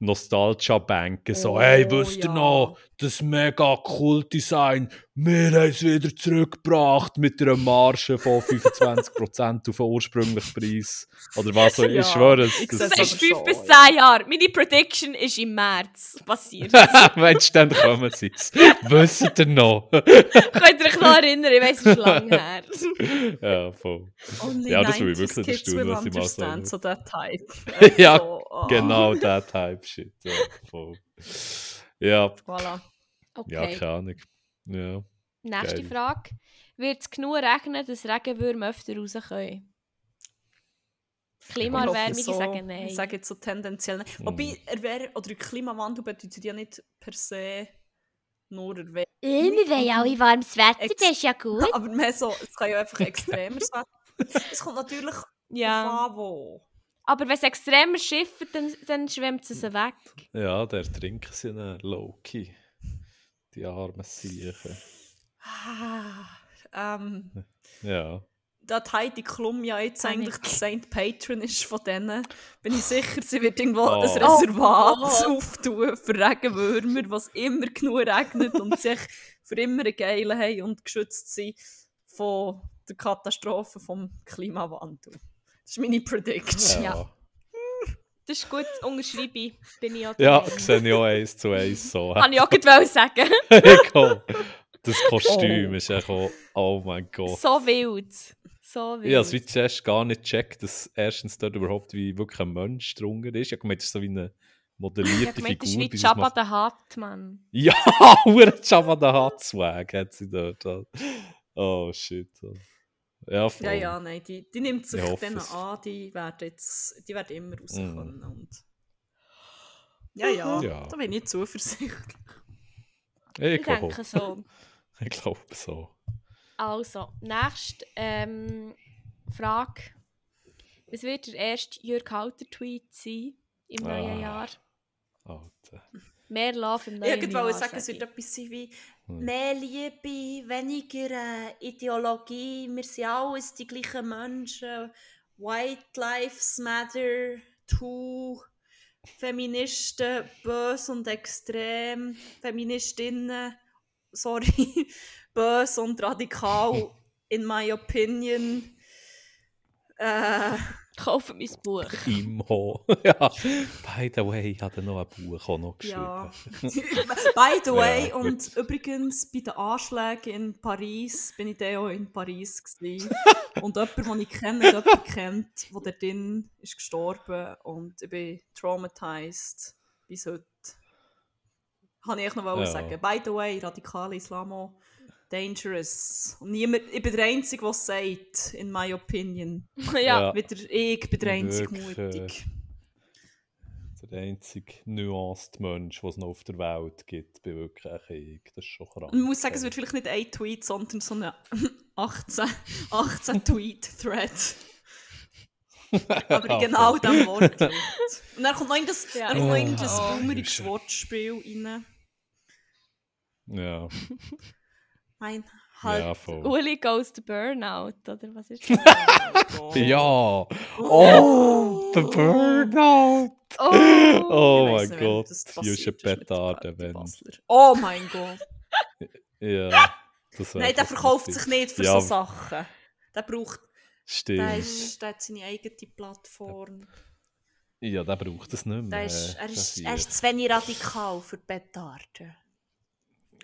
Nostalgia banken So, Oh, hey, wisst ihr ja. noch, das mega cool Design, wir haben es wieder zurückgebracht mit einer Marge von 25% auf den ursprünglichen Preis. Oder was auch immer, Ja, ich schwöre es. ich Das sehe Das aber ist ist, fünf schon, bis ja. zehn Jahre. Meine Prediction ist im März passiert. Mensch, dann kommen sie es. Wisst ihr noch? Könnt ihr euch noch erinnern? Ich weiß, es ist lange her. ja, voll. Only Ja, das würde ich 90s wirklich kids erstaunen, will was sie mal sagen. understand, so that type. Ja, so, ah, Genau der Type-Shit. Ja, voll. Ja, Voilà. ja, Okay. keine Ahnung. Ja. Nächste Geil. Frage. Wird es genug regnen, dass Regenwürmer öfter raus können? Klimaerwärmung, ich so, sage nein. Ich sage jetzt so tendenziell nein. Wobei, Erwärmung oder Klimawandel bedeutet ja nicht per se nur Erwärmung. Äh, wir wollen alle warmes Wetter, das ist ja gut. Aber mehr so, es kann ja einfach extremer sein. Es kommt natürlich ja. auf an, wo. Aber wenn es extremer schifft, dann, dann schwemmt es weg. Ja, der trinken sie einen Loki. Die armen Siechen. Ah, ähm, Ja. da die Heidi Klum ja jetzt Kann eigentlich der Saint Patron ist von denen, bin ich sicher, sie wird irgendwo Oh. ein Reservat auftun für Regenwürmer, was immer genug regnet und sich für immer einen Geilen haben und geschützt sind von der Katastrophe vom Klimawandel. Das ist meine Prediction. Ja, Das ist gut, unterschreibe ich. Bin ich auch ja dabei. sehe ich auch eins zu eins so. Kann ich auch gerade sagen. Egal. das Kostüm ist echt auch, oh mein Gott. So wild. So wild. Ich habe es wie zuerst gar nicht gecheckt, dass erstens dort überhaupt wie wirklich ein Mensch drunter ist. Ich habe gemeint, das ist so wie eine ich hab modellierte gemeint, das ist Figur. wie bis es Jabba macht- der Hutt, Mann. Ja, verdammt, Jabba der Hutt-Swag hat sie dort. Alter. Oh, shit. Alter. Ja, voll. Ja, ja, nein, die, die nimmt sich Ich hoffe denen es. an, die werden, jetzt, die werden immer raus Mhm. können. Und ja, ja, Ja. da bin ich zuversichtlich. Ich, Ich glaube denke so. auch. Ich glaube so. Also, nächste ähm, Frage. Was wird der erste Jörg Halter-Tweet sein im neuen Ah. Jahr? Alter. Mehr Love im neuen Jahr. Ich wollte sagen, es sag wird ich. etwas sein wie Hm. mehr Liebe, weniger äh, Ideologie, wir sind alles die gleichen Menschen, White Lives Matter, Two, Feministen, böse und extrem, Feministinnen, sorry, böse und radikal, in my opinion. Äh, Kauft mein Buch. Imho. ja. By the way, ich hatte noch ein Buch auch noch geschrieben. Ja. By the way, Ja, gut. und übrigens bei den Anschlägen in Paris bin ich dann auch in Paris gewesen. und jemand, den ich kenne, hat jemanden kennt, der da drin ist gestorben und ich bin traumatized bis heute. Kann ich noch wollen Ja. sagen. By the way, radikale Islamo, dangerous. Und niemand, ich bin der Einzige, der es sagt, in my opinion. ja. Wieder ich bin der Einzige Ah. Wirklich. mutig. Der einzige nuanced Mensch, den es noch auf der Welt gibt, bin wirklich ein Krieg. Das ist schon krass. Man muss sagen, es wird vielleicht nicht ein Tweet, sondern so eine 18, 18 Tweet-Thread. Aber in genau dem Wort. Und dann kommt noch irgendein, Ja. dann kommt noch irgendein Oh. baumeriges Scheiße. Wortspiel rein. Ja, Mein ja, halt. voll. Uli goes to Burnout, oder was ist das? Oh Ja! Oh! The Burnout! Oh! Oh Ich weiss mein nicht, Gott, wem das you passiert should ist mit bet hard, Patty wenn. Basler. Oh mein Gott. Ja. das wär Nein, der schon verkauft lustig. sich nicht für so Ja. Sachen. Der braucht, der, Stimmt. ist, der hat seine eigene Plattform. Ja, der braucht das nicht mehr. Der ist, er, ist, Das er ist zu wenig radikal für Betarden.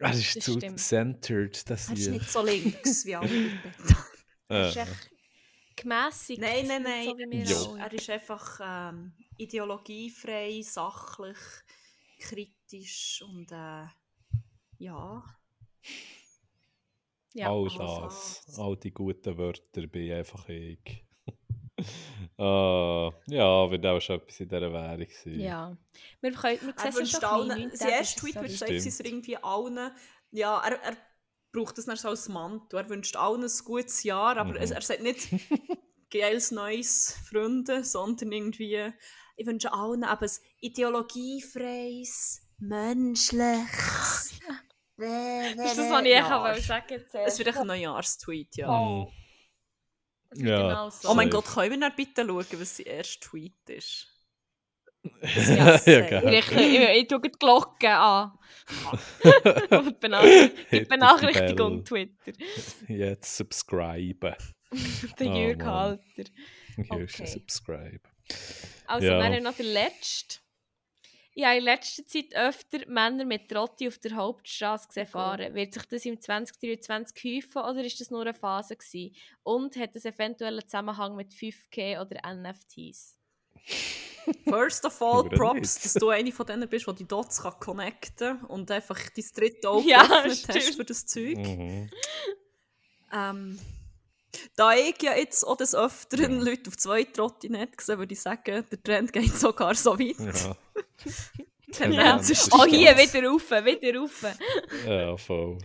er ist Das zu stimmt. centered, das Er ist hier. nicht so links wie andere Betarden. Das Äh, ist echt gemässigt. Nein, nein, nicht nein. So wie wir Ja. alle. Er ist einfach ähm, ideologiefrei, sachlich, kritisch und äh, ja. Ja. all alles. das. All die guten Wörter bin einfach ich. Ah, ja, wird auch schon etwas in dieser Währung sein. ja. Wir können wir Er sehen es wünscht schon ein allen, bisschen, sein neun erster Tage Tweet wird ist gesagt, Stimmt. sie sind irgendwie allen, ja, er, er braucht das dann so als Mantel. Er wünscht allen ein gutes Jahr, aber Mhm. es, er sagt nicht geiles neues Freunde, sondern irgendwie, ich wünsche allen eben ein ideologiefreies, menschliches. so- Das ist das, was ich Ja. ja. sagen Oh. wollte. Es wird echt ein Neujahrstweet, ja. Mm. Es ist Ja. Genau so. Oh mein Safe. Gott, können wir dann bitte schauen, was sein erster Tweet ist? Ja, safe. gell. Ich, ich, ich tue die Glocke an. Und benach- die Hätte Benachrichtigung die Twitter. Bell Jetzt subscriben. Der Oh, Jürg Mann. Halter. Hier ist Okay. ein Subscribe. Also, Ja. dann noch der letzte. Ich habe in letzter Zeit öfter Männer mit Rotti auf der Hauptstraße gesehen fahren. Wird sich das im 2023 häufen oder ist das nur eine Phase gewesen? Und hat das eventuell einen Zusammenhang mit 5G oder NFTs? First of all, Oder Props, nicht? dass du eine von denen bist, die die Dots kann connecten kann und einfach dein dritte Auge Ja, geöffnet hast stimmt. für das Zeug. Mhm. Ähm, da ich ja jetzt auch des Öfteren Leute auf zwei Trottinetten sehe, würde ich sagen, der Trend geht sogar so weit. Ja. Tendenz das ist Oh, hier, das. wieder rauf, wieder rauf. Ja, voll.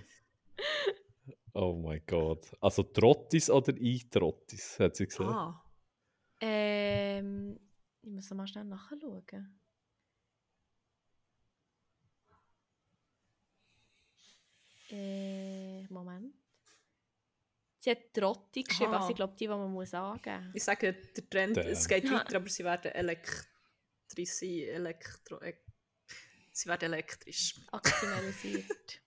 Oh mein Gott. Also Trottis oder Eintrottis, hat sie gesagt. Ah, Ähm, ich muss noch mal schnell nachschauen. Äh, Moment. Sie hat Trotti geschrieben, Aha. also ich glaube, die, die man muss angeben muss. ich sage, der Trend, Der- es geht Ja. weiter, aber sie werden elektrisi, elektro... Ek sie werden elektrisch. Aktionalisiert.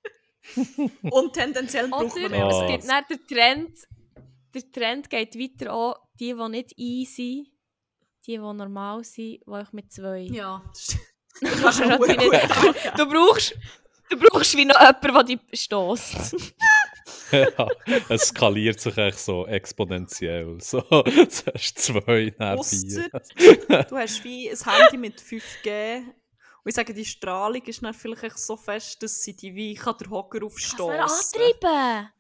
Und tendenziell braucht man mehr Oder Ah. als es gibt dann der Trend, der Trend geht weiter auch die, die nicht ein sind, die, die normal sind, die euch mit zwei. Ja, das ist- Du kannst ja schon nicht- du brauchst, du brauchst wie noch jemanden, der dich stößt. ja, es skaliert sich echt so exponentiell. So, zuerst zwei, dann Ausser, vier. du hast wie ein Handy mit 5G. Und ich sage, die Strahlung ist dann vielleicht echt so fest, dass sie die wie kann der Hocker Kannst aufstoßen. du ihn antreiben?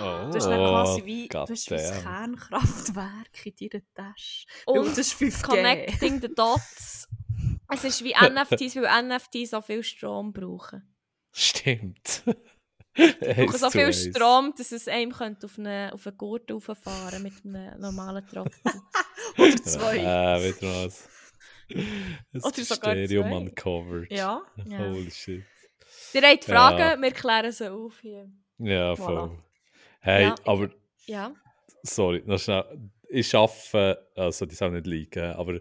Oh, Du hast dann quasi wie, du hast wie ein goddamn. Kernkraftwerk in deiner Tasche. Und Und das ist 5G. Connecting the Dots. Es ist wie NFTs, weil NFTs so viel Strom brauchen. Stimmt. Sie Eins brauchen so zu viel eins. Strom, dass es einem könnte auf einen auf eine Gurte rauffahren mit einem normalen Tropfen. Oder zwei. Ja, äh, wieder was. Das Oder sogar Stereo zwei. uncovered. Ja. ja. Holy shit. Ihr habt Ja. Fragen, wir klären sie auf hier. Ja, Voilà. voll. Hey, Ja. aber Ja. sorry, noch schnell. Ich arbeite, also die soll nicht liegen, aber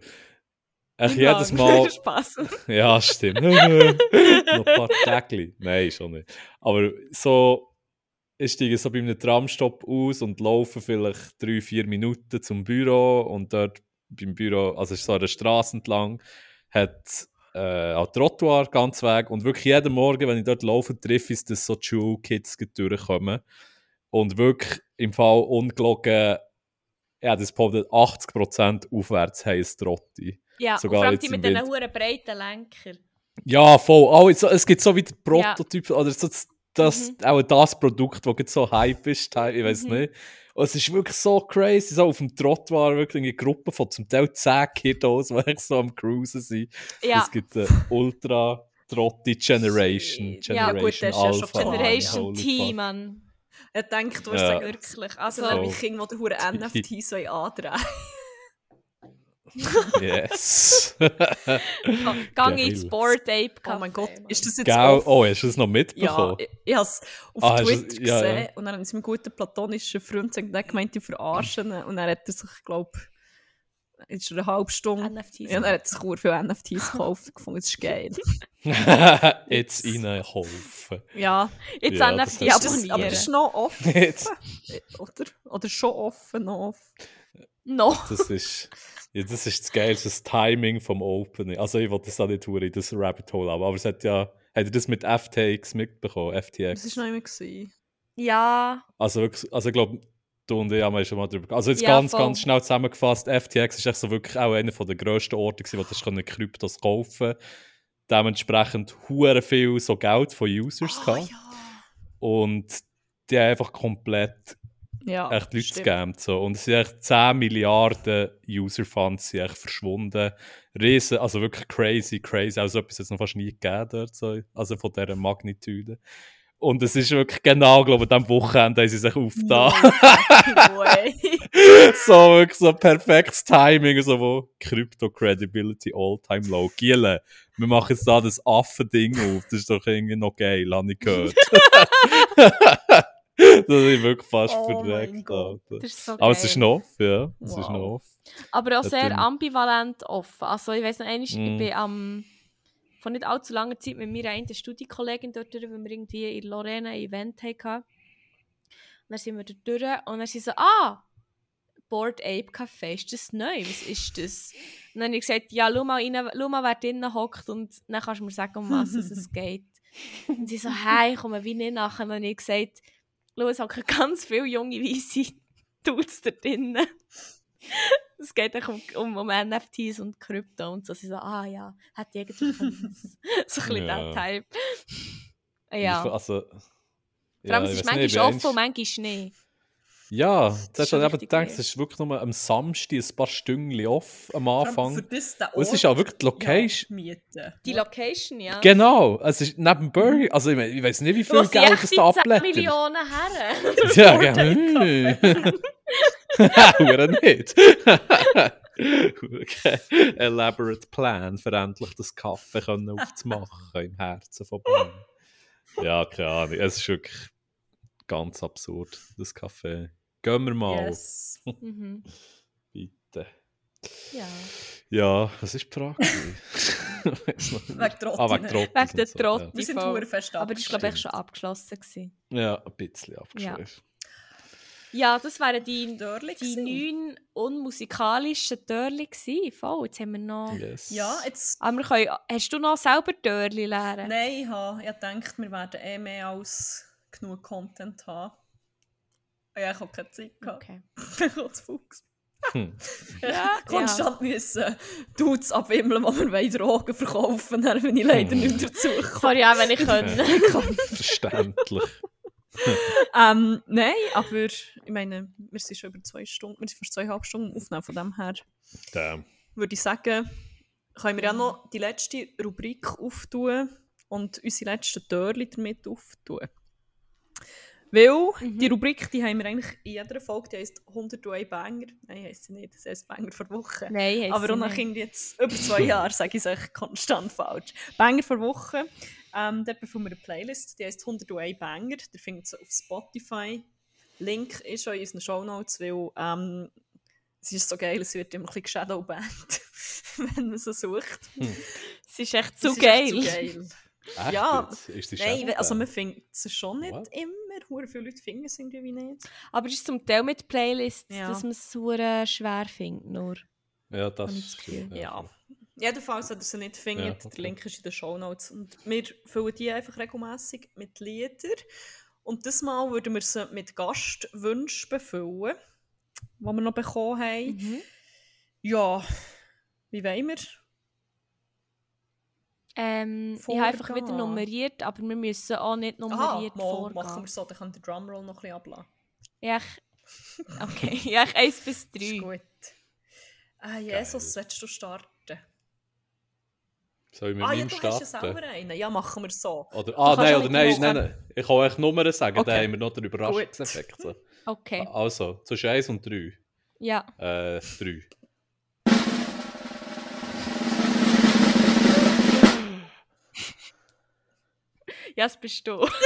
echt Nimm jedes an. Mal. Spass. Ja, stimmt. noch ein paar Tage. Nein, schon nicht. Aber so, ich steige so bei einem Tramstopp aus und laufe vielleicht drei, vier Minuten zum Büro und dort beim Büro, also es ist so an der Straße entlang, hat äh, ein Trottoir ganz weg und wirklich jeden Morgen, wenn ich dort laufe, treffe ich, dass so die Schulkids gleich durchkommen und wirklich im Fall ungelogen, ja, das behauptet 80% aufwärts haben ein Trotti. Ja, Sogar und vor allem jetzt die im mit diesen Winter. hohen breiten Lenker. Ja, voll. Oh, es, es gibt so wie den Prototyp, oder so das, das, Mhm. auch das Produkt, das jetzt so hype ist, Teil- ich weiß Mhm. nicht. Und es ist wirklich so crazy, so auf dem Trott war wirklich eine Gruppe von zum Teil 10 Kiddos, die echt so am Cruisen sind. Ja. Es gibt eine ultra trotti Generation, Shit. Ja, Generation gut, das ist ja schon Alpha. Generation Oh, Holy T, fuck. Mann. Er denkt, du wirst Ja. sagen, wirklich. Wirklich. Also, Also, so. wie voll. Kinder, die hohe NFTs wollen andrehen Yes. gang ins Geil. Board Ape Oh mein Gott, ist das jetzt Gell? off? Oh, hast du das noch Ja, mitbekommen? ich, ich habe es auf Ah, hast du- Twitter ja, ja. gesehen und dann habe ich meinem guten platonischen Freund gesagt, der gemeint, ich verarsche ihn. Und dann hat er sich, ich glaube, in einer halben Stunde... NFTs. Ja, dann hat er sich sehr viele NFTs gekauft und gefunden, das ist geil. Jetzt reinhaufen. Ja, Jetzt Ja, das NFT ist- aber, das, abonnieren. aber das ist noch offen, Jetzt. oder? Oder schon offen, noch offen. Noch. Das ist, ja, das ist das Geilste, das Timing vom Opening. Also ich wollte das auch nicht hure in das Rabbit Hole haben, aber es hat ja, hat ihr das mit FTX mitbekommen, FTX? Das war noch immer. Gewesen. Ja. Also wirklich, also ich glaube, du und ich haben ja schon mal drüber gesprochen. Also jetzt Ja, ganz, voll. ganz schnell zusammengefasst, FTX ist echt so wirklich auch einer von der grössten Orte gewesen, wo du hast können Kryptos kaufen Dementsprechend hure viel so Geld von Users Ah, gehabt. Und die haben einfach komplett ja. echt Leute Ah, stimmt. scammt. So. Und es sind echt 10 Milliarden User-Funds sind echt verschwunden. Riesen, also wirklich crazy, crazy. Also etwas hat es noch fast nie gegeben dort, so. also von dieser Magnitude. Und es ist wirklich genau, glaube ich, an diesem Wochenende haben sie sich No aufgetan. fucking way. so wirklich so perfektes Timing, so wo Crypto Credibility All-Time Low. Giele, wir machen jetzt da das Affending auf, das ist doch irgendwie noch geil, habe ich gehört. Das ist wirklich fast Oh mein verreckt, Gott. Alter. Das ist so Aber es geil. ist noch offen, ja. Es Wow. ist noch offen. Aber auch Das sehr stimmt. ambivalent offen. Also ich weiß noch einmal, Mm. ich bin am, vor nicht allzu langer Zeit mit meiner einen Studienkollegin dort durch, weil wir irgendwie in Lorena ein Event hatten. Und dann sind wir dort durch und dann sind sie so, ah, Board Ape Café, ist das neu? Was ist das? Und dann habe ich gesagt, ja, schau mal, rein, schau mal wer drinnen hockt und dann kannst du mir sagen, um was es es geht. Und sie so, hey, ich komme wie nicht nachher. Und dann habe ich gesagt, schau, es hocken ganz viele junge, weisse Dudes da drinnen. Es geht auch um, um, um NFTs und Krypto und so. Sie so, ah ja, hat die eigentlich können. So ein bisschen Ja. der Typ. Ich- ja. Also, Vor allem, ja, es ich ist weiss manchmal nicht, ich bin offen und einst- manchmal nicht. Ja, zuerst schon habe ich eben richtig gedacht, weird. es ist wirklich nur am Samstag ein paar Stündchen off am Vor allem Für Anfang. das der Und es ist Ort auch wirklich die Location. ja, mieten. Die Location, ja. Genau, es ist neben Burger. Also ich, mein, ich weiß nicht, wie Wo viel sind Geld echt es die da 10 abblättert. Millionen her. Ja, genau. Oder nicht. okay. Elaborate plan, für endlich das Kaffee können aufzumachen im Herzen von Bern. Ja, keine Ahnung. Es ist wirklich ganz absurd, das Kaffee. Gehen wir mal, Yes. mhm. bitte. Ja. Ja, was ist die Frage? Weiss noch nicht. Wegen Trottinnen. Ah, wegen Trottinnen Wegen der und so, ja. Trottel. Wir sind Voll. verdammt fest Aber das war, glaube ich, Stimmt. schon abgeschlossen. Gewesen. Ja, ein bisschen abgeschrieben. Ja, das wären die, Dörrli die gewesen. neun unmusikalischen Dörrli gewesen. Voll, jetzt haben wir noch... Yes. Ja, jetzt... Aber wir können, hast du noch selber Dörrli lernen? Nein, ich habe ich gedacht, wir werden eh mehr als genug Content haben. Ah Ja, ich habe keine Zeit gehabt. Okay. Ich habe zu Fuchs. Hm. Ja, Konstant müssen Dudes abwimmeln, die wir wollen, Drogen verkaufen Dann bin ich leider Hm. nicht mehr dazu gekommen. Sorry, auch wenn ich könnte. Äh, Verständlich. ähm, Nein, aber ich meine, wir sind schon über zwei Stunden, wir sind fast zweieinhalb Stunden am aufnehmen, von dem her Damn. würde ich sagen, können wir ja noch die letzte Rubrik auftun und unsere letzten Türchen damit auftun. Weil die Rubrik, die haben wir eigentlich in jeder Folge, die heisst 101 Banger. Nein, heisst sie nicht, das heisst Banger vor Woche. Nein, heisst Aber auch sie nach nicht. irgendwie jetzt über zwei Jahren sage ich es eigentlich konstant falsch. Banger vor Woche. Ähm, dort bekommen wir eine Playlist, die heisst 101 Banger. Ihr findet sie auf Spotify. Link ist auch in unseren Shownotes, weil ähm, es ist so geil, es wird immer ein bisschen geshadowbanned, wenn man so sucht. Es ist Hm. echt Es zu ist echt geil. Zu geil. Echt Ja, jetzt? Ist die Nein, Schäfte? we- also man findet es schon nicht What? immer. Hure viele Leute finden es irgendwie nicht. Aber es ist zum Teil mit Playlists, Ja. dass man es sehr schwer findet. Nur. Ja, das Hab ich ist das Gefühl. gut, Ja. Jedenfalls, wenn ihr sie nicht findet, Ja, okay. der Link ist in den Shownotes. Und wir füllen die einfach regelmässig mit Liedern. Und das Mal würden wir sie mit Gastwünschen befüllen, die wir noch bekommen haben. Mhm. Mhm. Ja, wie wollen wir? Ähm, ich habe Vorgehen. Ah, einfach wieder nummeriert, aber wir müssen auch nicht nummeriert mal, machen vorgehen. wir so, dann könnt ihr den Drumroll noch ein bisschen ablassen. Ja, ich- okay, ja, ich 1 bis Ist 3. gut. Ah, Jesus, willst du starten? Soll ich mit ah, ja, meinem du starten? hast ja selber einen. Ja, machen wir so. Oder, ah, kannst nein, ja oder mit nein, dem nein, nein. Ich kann euch Nummern sagen, Okay. dann haben wir noch den Überraschungseffekt. So. Okay, Ah. Also, zwischen 1 und 3. ja. Äh, 3. Ja, es bist du.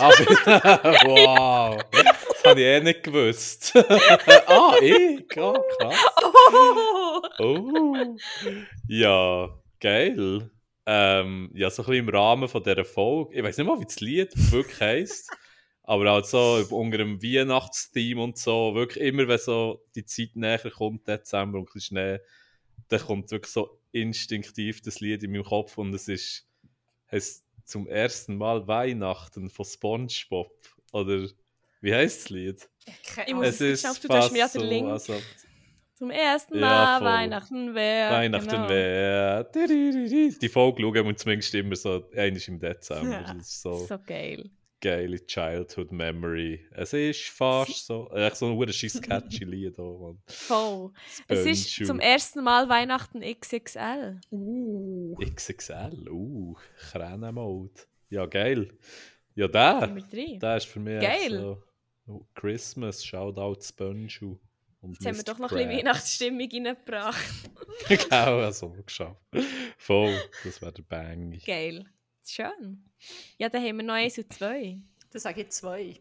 Ah, bin- wow! Das habe ich eh nicht gewusst. ah, ich? Ja, krass. Oh. Ja, geil. Ähm, ja, so ein bisschen im Rahmen von dieser Folge. Ich weiß nicht mal, wie das Lied wirklich heisst. Aber halt so unter dem Weihnachtsthema und so. Wirklich immer, wenn so die Zeit näher kommt, Dezember und ein bisschen Schnee, dann kommt wirklich so instinktiv das Lied in meinem Kopf und es ist heisst zum ersten Mal Weihnachten von Spongebob. Oder wie heisst das Lied? Keine Ich Ahnung. muss- es Es ist geschafft, du hast mir ja fast den so, also Link. als ob- Zum ersten Ja, Mal voll. Weihnachten genau. wäre. Weihnachten wäre. Die Folge schauen wir zumindest immer so, einmal im Dezember. Ja. Das ist so So geil. geile Childhood Memory. Es ist fast so. Echt so ein hoher scheiß catchy Lied. Oh, Mann. Voll. Es ist Spongebob. zum ersten Mal Weihnachten XXL. Uh. XXL. Uh, Kränemode. Ja, geil. Ja, der. Nummer 3. Der ist für mich Genau. Geil. echt so Christmas. Shoutout Sponge. Und Jetzt haben wir Mr. doch noch ein bisschen Krab. Weihnachtsstimmung reingebracht. Genau, also geschafft. Voll. Das wäre der Bang. Geil. Schön. Ja, dann haben wir noch eins und zwei. Dann sage ich zwei.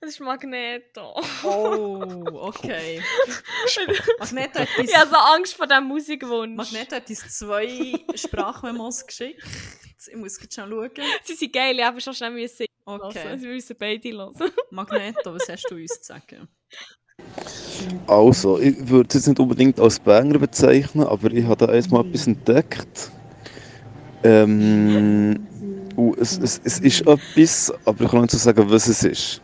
Das ist Magneto. Oh, okay. Magneto hat uns Ich habe so Angst vor diesem Musikwunsch. Magneto hat uns zwei Sprachmemos geschickt. Ich muss jetzt schon schauen. Sie sind geil, ich habe schon schnell müssen okay. Okay. hören. Wir müssen beide hören. Magneto, was hast du uns zu sagen? Also, ich würde es jetzt nicht unbedingt als Banger bezeichnen, aber ich habe da erstmal etwas entdeckt. Ähm, und es, es, es ist etwas, aber ich kann nicht so sagen, was es ist.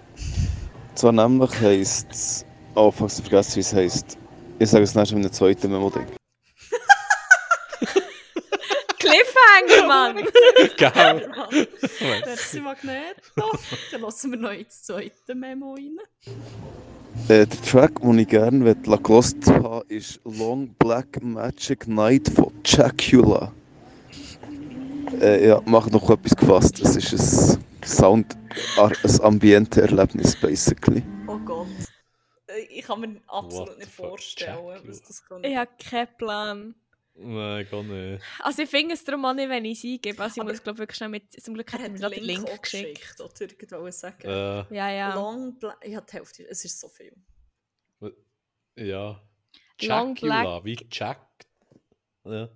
Zwar nämlich heisst es. Oh, fuck, ich vergesse, wie es heisst. Ich sage es nachher in einem zweiten Memo-Ding. Cliffhanger, Mann! Gell? Merci Magneto. Dann lassen wir noch ins zweite Memo rein. Äh, der Track, den ich gerne möchte, gehört haben ist Long Black Magic Night von Dracula. Äh, ja, mach noch etwas gefasst. Es ist ein Sound, ar- ein Ambiente-Erlebnis, basically. Oh Gott. Äh, Ich kann mir absolut What nicht the fuck, vorstellen, Jack, was das kann. Ich habe keinen Plan. Nein, gar nicht. Also ich finde es darum auch nicht, wenn ich es eingebe. Also ich Aber- muss glaube wirklich schnell mit... Zum Glück Er hat er hat mir mir gerade den den Link, Link auch geschickt. geschickt. Oder irgendwo wollen sagen. Äh, Ja, ja. Long Black. Ich habe die Hälfte. Es ist so viel. Äh, ja. Long Dracula, wie Jack. Ja.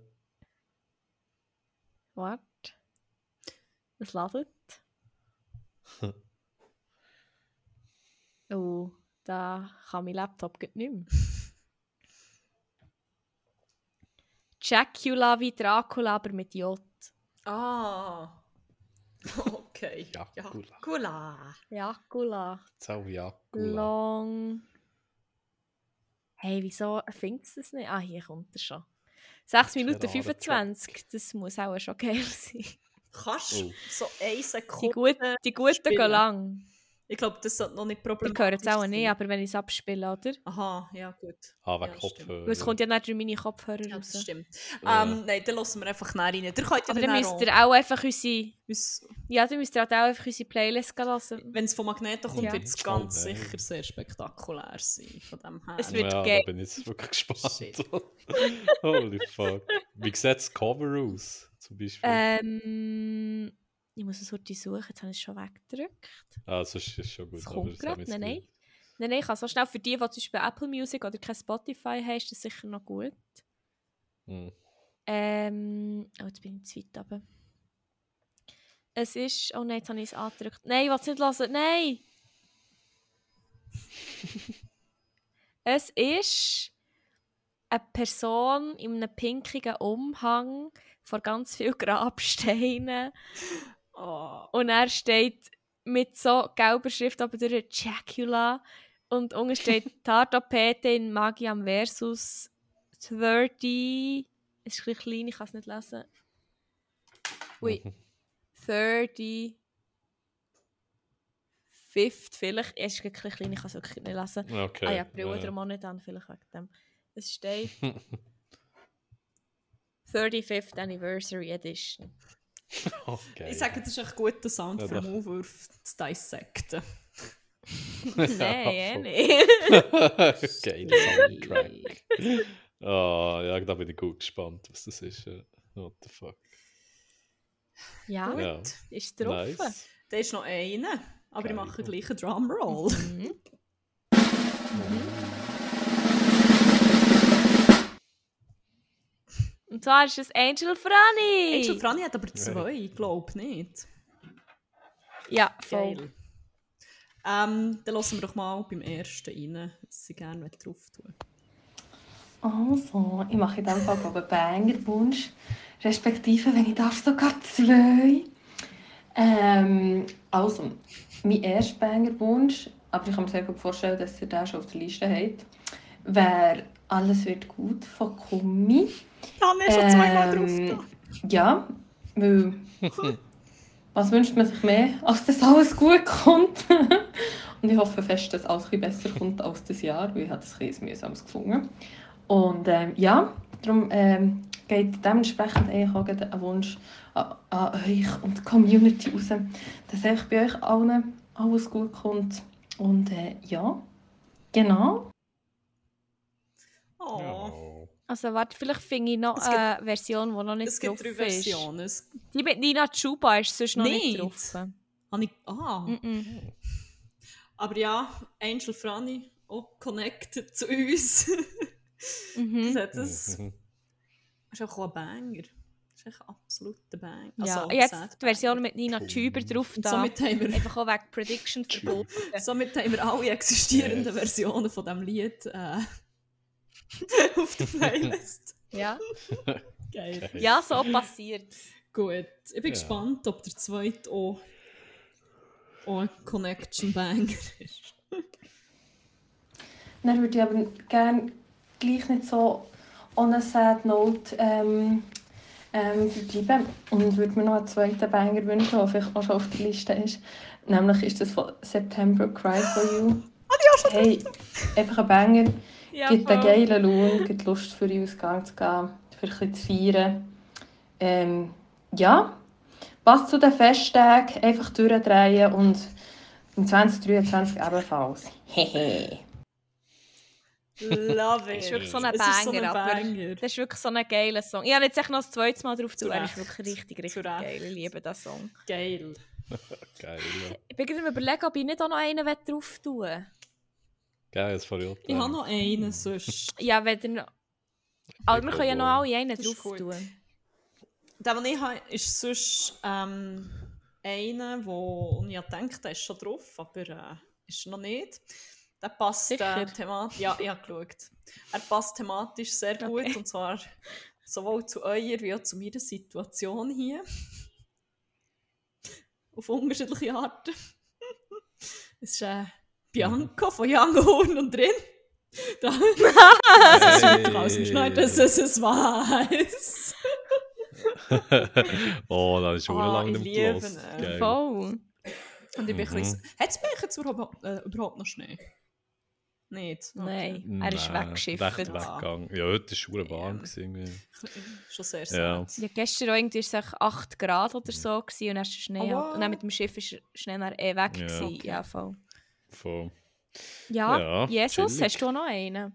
Warte. Es ladet. oh, da kann mein Laptop grad nicht mehr. Dracula wie Dracula, aber mit J. Ah. Okay. Ja, Gula. Gula. Dracula. Zau Dracula. Long. Hey, wieso findet es das nicht? Ah, hier kommt er schon. 6 Minuten rarer 25, das muss auch schon geil sein. Kannst Oh. so eine Die Sekunde. guten, die guten spielen. gehen lang. Ich glaube, das sollte noch nicht Ihr problematisch hört es auch nicht, sein. aber wenn ich es abspiele, oder? Aha, ja, gut. Ah, wegen Ja, Kopfhörer. Weil es kommt ja nicht durch meine Ja, Kopfhörer das raus. stimmt. Ja. Ähm, nein, dann lassen wir einfach näher rein. Ihr könnt ja Aber dann dann müsst auch- ihr auch einfach unsere... uns- Ja, dann müsst ihr halt auch einfach unsere Playlist gehen lassen. Wenn es von Magneto kommt, Ja. wird es ganz sicher sehr spektakulär sein. Von dem her. Es wird ja, geil. da bin ich jetzt wirklich gespannt. Shit. Holy fuck. Wie sieht das Cover aus? Zum Beispiel. Äh, Ähm... Ich muss es heute suchen, jetzt habe ich es schon weggedrückt. ah, sonst ist schon gut. es aber kommt das gerade, haben wir jetzt nein, nein. gut. Nein, nein, ich kann so schnell. Für die, die zum Beispiel Apple Music oder kein Spotify haben, ist das sicher noch gut. Hm. Ähm... Oh, jetzt bin ich zu weit runter. Es ist... Oh nein, jetzt habe ich es angedrückt. Nein, ich will es nicht hören. Nein! es ist eine Person in einem pinkigen Umhang vor ganz vielen Grabsteinen. Oh, Und er steht mit so gelber Schrift aber durch eine Dracula. Und unten steht Tartopete in Magiam versus 30. Es ist ein bisschen klein, ich kann es nicht lesen. Ui. Mhm. 30. Fifth vielleicht. Es ist wirklich klein, ich kann es wirklich nicht lesen. Okay. Ah ja, Brille Äh, ja. oder Monat an, vielleicht wegen dem. Es steht 35th Anniversary Edition. Okay. ich sage, das ist ein guter Sound Ja, für doch. vom Maulwurf zu dissecten. Nein, eh voll. nicht. okay, Soundtrack. Ah, ja, da bin ich gut gespannt, was das ist. ja. What the fuck. ja, Ja, ist drauf. nice. Da ist noch einer, aber ich Geil. mache gleich einen Drumroll. Mhm. Und zwar ist es Angel Franny. Angel Franny hat aber zwei, ich glaube nicht. Ja, voll. Geil. Ähm, dann lassen wir doch mal beim ersten rein, was sie gerne drauf tun. Also, ich mache in diesem Fall glaub ich, einen Banger-Wunsch, respektive, wenn ich darf, sogar zwei. Ähm, also, mein erster Banger-Wunsch, aber ich kann mir sehr gut vorstellen, dass ihr den schon auf der Liste habt, wäre «Alles wird gut» von Kummi. Da haben wir schon zweimal drauf. Ähm, getan. Ja, weil was wünscht man sich mehr, als dass alles gut kommt? und ich hoffe fest, dass alles ein bisschen besser kommt als das Jahr, weil ich habe es ein bisschen mühsames gefunden. Und ähm, ja, darum ähm, geht dementsprechend eigentlich auch gerade ein Wunsch an, an euch und die Community raus, dass eigentlich bei euch allen alles gut kommt. Und äh, ja, genau. Oh. Oh. Also warte, vielleicht finde ich noch Es gibt- eine eh, Version, die noch nicht Es drauf gibt drei ist. Versionen. Es- Die dus mit Nina Chuba ist sonst noch nicht, Nicht. drauf. Habe ich, ah, Mhm. Aber Mm. ja, Angel Franny auch connected zu uns. Mhm. das hat es. Mm. Das ist auch ein Banger. Das ist echt ein absoluter Banger. Ja, Also, sad. jetzt die Version mit Nina eh, Tüber drauf Und da. somit haben wir Einfach auch wegen Prediction verboten. Somit haben wir alle existierenden Yes. Versionen von diesem Lied äh, auf der Playlist. Ja. Geil. ja, so passiert Gut. Ich bin Ja. gespannt, ob der zweite auch, auch ein Oh. Connection Banger ist. Dann würde ich aber gerne gleich nicht so on a sad note ähm, ähm, bleiben und würde mir noch einen zweiten Banger wünschen, der vielleicht auch schon auf der Liste ist. Nämlich ist das von September Cry For You. Hey, einfach ein Banger. Ja, gibt einen geilen Lohn, gibt Lust für den Ausgang zu gehen, für ein bisschen zu feiern. Ähm, ja, passt zu den Festtagen, einfach durchdrehen und im 2023 ebenfalls. Hehe. Love Das it. ist wirklich so ein Es ist so ein Banger, aber Banger. das ist wirklich so ein geiler Song. Ich habe jetzt echt noch das zweite Mal drauf zu, er ist Zu Recht. wirklich richtig, Zu richtig Recht. geil. Ich liebe diesen Song. Geil. Geil. Ich bin gerade am überlegen, ob ich nicht auch noch einen drauf tun will. Geil, das verrückt. Ich habe noch einen sonst. Ja, wenn ihr noch... Aber wir können ja noch alle einen Das ist drauf gut. tun. Der, den ich habe, ist sonst ähm, einer, wo und ich denke, der ist schon drauf, aber äh, ist noch nicht. Der passt äh, Sicher? thematisch. Ja, ich habe geschaut. Er passt thematisch sehr gut Okay. und zwar sowohl zu eurer wie auch zu meiner Situation hier. Auf unterschiedliche Arten. Es ist äh, Bianco von Young Horn und drin. Da draußen hey. schneit, dass es es weiß. oh, da ist schon Ah, lange ich nicht liebe mehr los. ihn. Geil. Voll. Und ich bin mhm. Mhm. Hat es bei euch jetzt überhaupt, äh, überhaupt noch Schnee? Nicht? Okay. Nein, er ist Nein, weggeschifft. Echt weggegangen. Ja, heute war es schon warm. gewesen irgendwie. äh, Schon sehr Ja. sad. Ja, gestern auch irgendwie war es echt 8 Grad oder so gewesen, und dann ist der Schnee Oh, halt- wow. und dann mit dem Schiff ist der Schnee dann eh weg. Ja. Ja, Okay. ja voll. Voll. Ja, Ja, Jesus, chillig. hast du auch noch einen?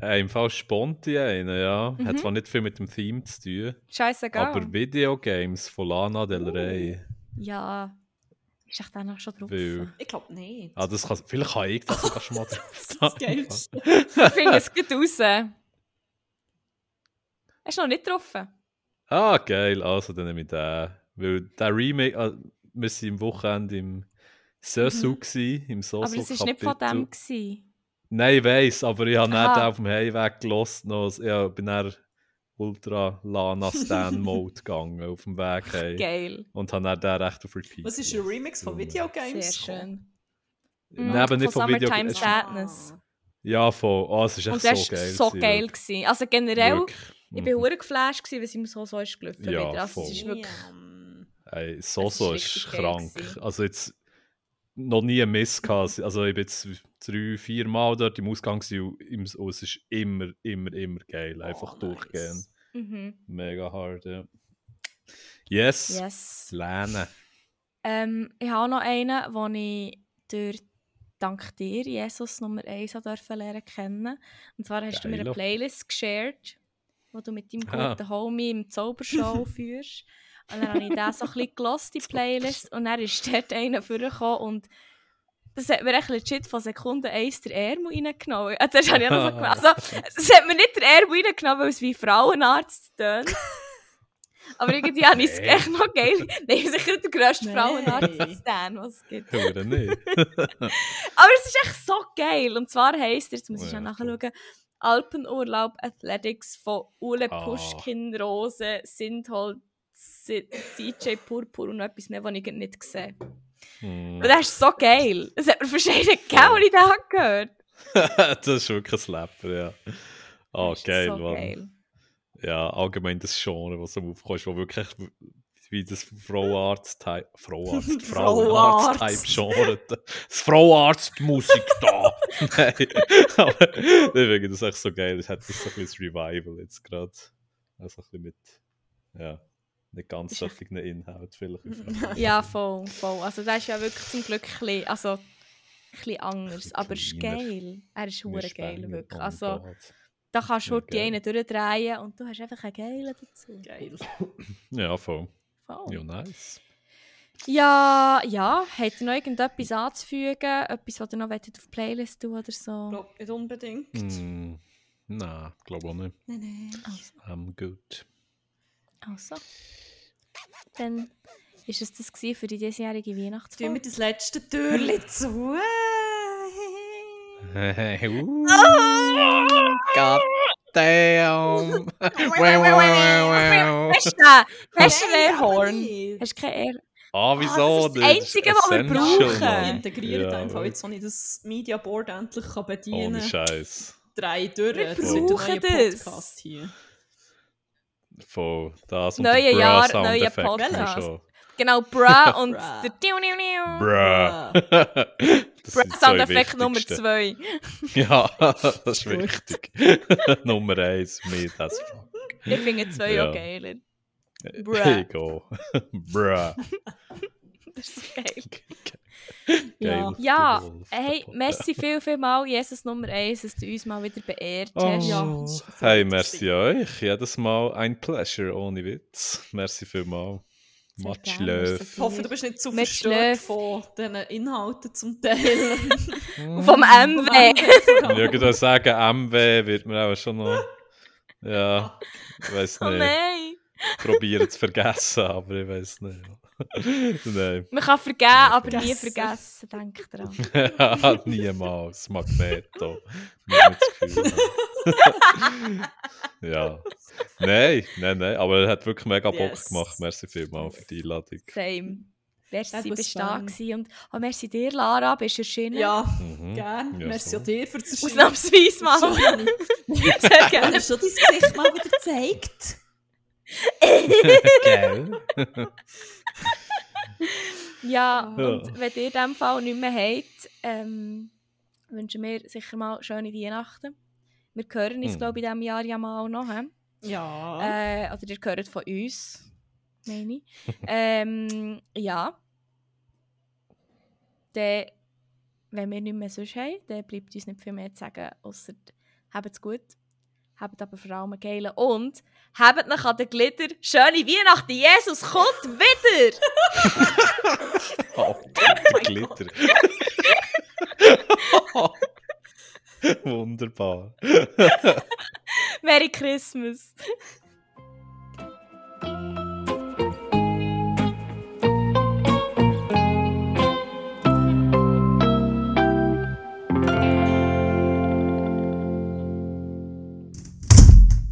Äh, Im Fall Sponti einen, ja. Mhm. Hat zwar nicht viel mit dem Theme zu tun, Scheißegal. aber Videogames von Lana Del Rey. Ja. Ist echt auch noch schon drauf. Weil, Ich glaube nicht. ah, das kann, vielleicht kann ich das sogar schon mal drauf Das sagen. Geilste. Ich finde es gut raus. Hast du noch nicht getroffen? Ah, geil, also dann nehme ich den. Weil der Remake, ah, wir waren im Wochenende im Sosu, gsi, im sosu Mhm. aber es war nicht von dem. Gewesen. Nein, ich weiss, aber ich habe Aha. nicht auf dem Heimweg gelassen. noch- Ja, bin dann ultra Lana Stan Mode gegangen auf dem Weg heim. Geil. Und habe dann den recht auf Repeat. Was ist ein Remix von Videogames? Sehr schön. Nein, aber Mhm, nicht von von Video. Summertime es- Sad. Sadness. Ja, von. Oh, es ist echt Und so der geil. war so gewesen, geil. Gewesen. Also generell, Wirklich. ich war Mhm. hure geflasht, gewesen, weil es ihm so, so ist gelaufen Ja, wieder. Also, es ist voll. wirklich Ey, Soso Es ist ist, richtig geil krank. gewesen. Also jetzt noch nie einen Miss gehabt. Also ich bin jetzt drei, vier Mal dort im Ausgang gewesen und im- und es ist immer, immer, immer Oh, geil. Einfach Oh, nice. durchgehen. Mhm. Mega hard, ja. Yes. Yes. Lernen. Ähm, ich habe noch einen, den ich durch, dank dir, Jesus Nummer 1, habe dürfen lernen kennen. Und zwar hast du mir eine Geilo. Playlist geshared, die du mit deinem Ah. guten Homie im Zaubershow führst. Und dann habe ich das so ein bisschen gelost, die Playlist. Und dann ist dort einer vorgekommen und das hat mir echt legit von Sekunde 1 der Ärmel reingenommen. Also, das habe ich auch noch so gemacht. Also, es hat mir nicht der Ärmel reingenommen, weil es wie Frauenarzt tönt. Aber irgendwie habe ich es Hey. echt noch geil. Nein, sicher der grösste Nein. Frauenarzt-Stan, was es gibt. Hören nicht. Aber es ist echt so geil. Und zwar heisst er, jetzt muss ich Oh ja, schnell nachschauen, Alpenurlaub Athletics von Ule Ah. Pushkin, Rose, Sindhold, Si- DJ Purpur und noch etwas mehr, was ich gerade nicht gesehen habe. Hm. Aber das ist so geil. Es hat mir verschiedene gegeben, als ich den habe gehört das ist wirklich ein Slapper, ja. Ah, Das ist geil, so Mann. geil. Ja, allgemein das Genre, was du aufkommst, wo wirklich wie das Frauarzt-Type. Frauarzt. Frauarzt. Frauarzt-Type-Genre. Das Frauarzt-Musik da. Nein. Aber deswegen, das ist echt so geil. Das hat so ein bisschen das Revival jetzt gerade. Also ein bisschen mit. Ja. Nicht ganz solchen Inhalt vielleicht. Ja, voll, voll. Also das ist ja wirklich zum Glück ein bisschen, also, ein bisschen anders. bisschen Aber es ist kleiner. geil. Er ist Mir hure ist banger. geil, wirklich. Oh Also, Gott. da kannst du Ja, die geil. einen durchdrehen und du hast einfach einen geilen dazu. Geil. Oh. Ja, voll. Voll. Ja, nice. Ja, ja. Habt ihr noch irgendetwas anzufügen? Etwas, was ihr noch wollt auf die Playlist tun oder so? Ich glaube nicht unbedingt. Hm. Nein, glaube auch nicht. Nein, nein. I'm good. Also. Dann ist es das gewesen für dus die diesjährige Tun Weihnachtsfolge. wir das letzte Türchen zu. uh, Ah! God damn. wow, wow, wow, wow. Hast du den? Hast du den Airhorn? Nein, Hast du kein Air? ah, wieso? das ist das Einzige, was wir brauchen. aber die integrieren Ja, einfach aber- jetzt, wenn ich das Media Board endlich kann bedienen Ohne kann. eh. Scheiß. Drei Türen. Das wird ein brauchen neuer das. Podcast hier. Von das und Neue der Jahr, Bra-Sound neue Effekt haben wir nou, Podcast. schon. Genau, Bra und Bra. der Diu Niu Niu. Bra. Das sind die zwei Soundeffekt Nummer wichtigsten. 2. Ja, das ist wichtig. Nummer eins, mir das Fuck. Ich finde 2 Ja. auch geiler. Bra. Ego. Bra. Das ist geil. Ja. Geil. Ja, Wolf, der hey, Podcast. merci viel, viel mal, Jesus Nummer 1, dass du uns mal wieder beehrt hast. Ja. Oh. Hey, merci euch. Jedes Mal ein Pleasure, ohne Witz. Merci vielmal. Sehr Much gerne, love. merci Ich hoffe, du bist nicht zu Mit verstört Schlöf. von diesen Inhalten zum Teil. Und vom MW. Ich würde da sagen, MW wird mir auch schon noch. Ja, ich weiß Oh nicht. nein. Probieren zu vergessen, aber ich weiß nicht. Nein, Man kann vergeben, aber nie Vergessen. vergessen. Denk dran. niemals. Magneto. Nicht mehr das Gefühl haben. ja. Nein, nein, nein. Aber er hat wirklich mega Bock Yes. gemacht. Merci vielmals für die Einladung. Same. That Merci, was bist du da fun. gewesen. Und oh, merci dir, Lara, bist du erschienen. Ja, Mhm. gern. Ja, Merci so. auch dir für das Schreiben. Ausnahmsweise mal. Sorry. Sehr Du gerne. hast schon dein Gesicht mal wieder gezeigt. Gell? Ja, Ja. und wenn ihr in diesem Fall nicht mehr habt, ähm, wünschen wir sicher mal schöne Weihnachten. Wir hören Mm. uns, Hm. glaube ich, in diesem Jahr ja mal noch. hä? Ja. Äh, oder ihr hört von uns, meine ich. ähm, ja. Dann, wenn wir nicht mehr sonst haben, dann bleibt uns nicht viel mehr zu sagen, außer habt es gut, habt aber vor allem einen geilen und habt noch an den Glitter schöne Weihnachten, Jesus kommt wieder! Oh, der Glitter. Wunderbar. Merry Christmas!